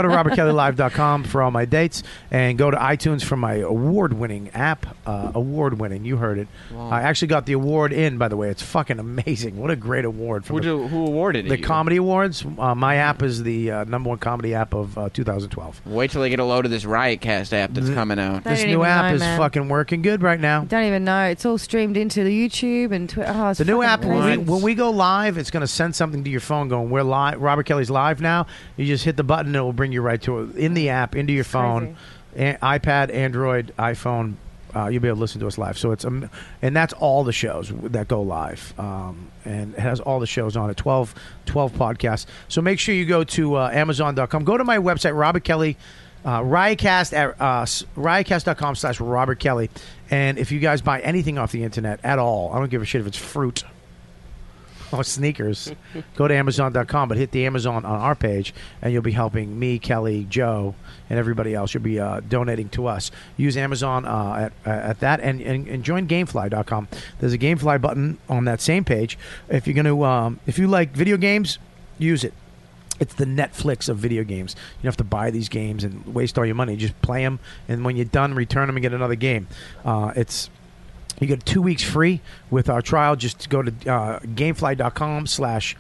D: to robertkellylive.com for all my dates and go to iTunes for my award-winning app. Uh, award-winning, you heard it. I actually got the award in. By the way, it's fucking amazing. What a great award from
I: Who,
D: the,
I: do, who awarded it?
D: the
I: you?
D: comedy awards. Uh, my app is the uh, number one comedy app of uh, 2012.
I: Wait till they get a load of this Riotcast app that's coming out.
B: They- I
D: this
B: don't
D: new
B: even
D: app
B: know,
D: is
B: man.
D: fucking working good right now.
B: Don't even know. It's all streamed into the YouTube and Twitter. Oh, it's
D: The new
B: fucking
D: app, when we,
B: amazing.
D: when we go live, it's going to send something to your phone going, We're live. Robert Kelly's live now. You just hit the button, and it will bring you right to it in the app, into your phone, a- iPad, Android, iPhone. Uh, you'll be able to listen to us live. So it's, um, and that's all the shows that go live. Um, and it has all the shows on it 12, 12 podcasts. So make sure you go to uh, Amazon.com. Go to my website, Robert Kelly. Uh, Riotcast at uh, s- riotcast.com slash Robert Kelly. And if you guys buy anything off the internet at all, I don't give a shit if it's fruit or Oh, sneakers, go to Amazon.com, but hit the Amazon on our page, and you'll be helping me, Kelly, Joe, and everybody else. You'll be uh, donating to us. Use Amazon uh, at, at that, and, and, and join Gamefly.com. There's a Gamefly button on that same page. If you're gonna, um, if you like video games, use it. It's the Netflix of video games. You don't have to buy these games and waste all your money. Just play them, and when you're done, return them and get another game. Uh, it's you get two weeks free with our trial. Just go to uh, gamefly.com slash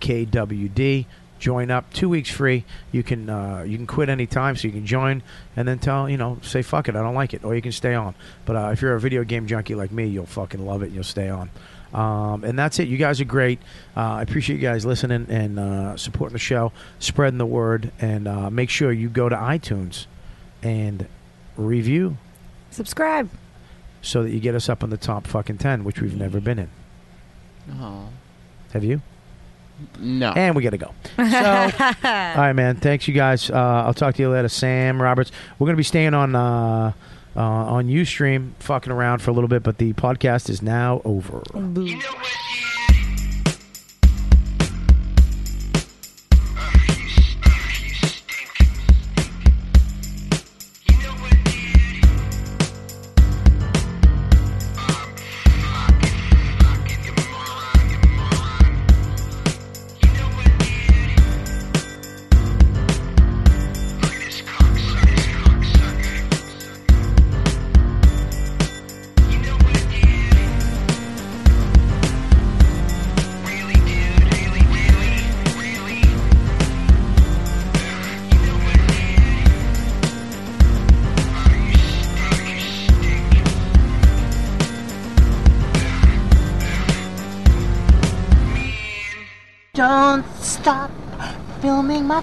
D: YKWD. Join up. Two weeks free. You can uh, you can quit anytime, so you can join and then tell you know say fuck it, I don't like it, or you can stay on. But uh, if you're a video game junkie like me, you'll fucking love it and you'll stay on. Um, and that's it. You guys are great. Uh, I appreciate you guys listening and uh, supporting the show, spreading the word, and uh, make sure you go to iTunes and review
B: subscribe.
D: so that you get us up in the top fucking 10, which we've never been in.
I: Oh.
D: Have you?
I: No.
D: And we got to go. So, all right, man. Thanks, you guys. Uh, I'll talk to you later, Sam Roberts. We're going to be staying on uh, uh, on UStream, fucking around for a little bit, but the podcast is now over.
H: You know what she is? Ugh, you, s- ugh, you stink. You know what, dude? Um, fuck, fuck, you moron, you moron. You know what, dude? Look at this cocksucker, this cocksucker. You know what, dude? Really, dude? Really, really, really? You know what, dude? Oh, you stink, you stink. Man.
K: Don't stop filming my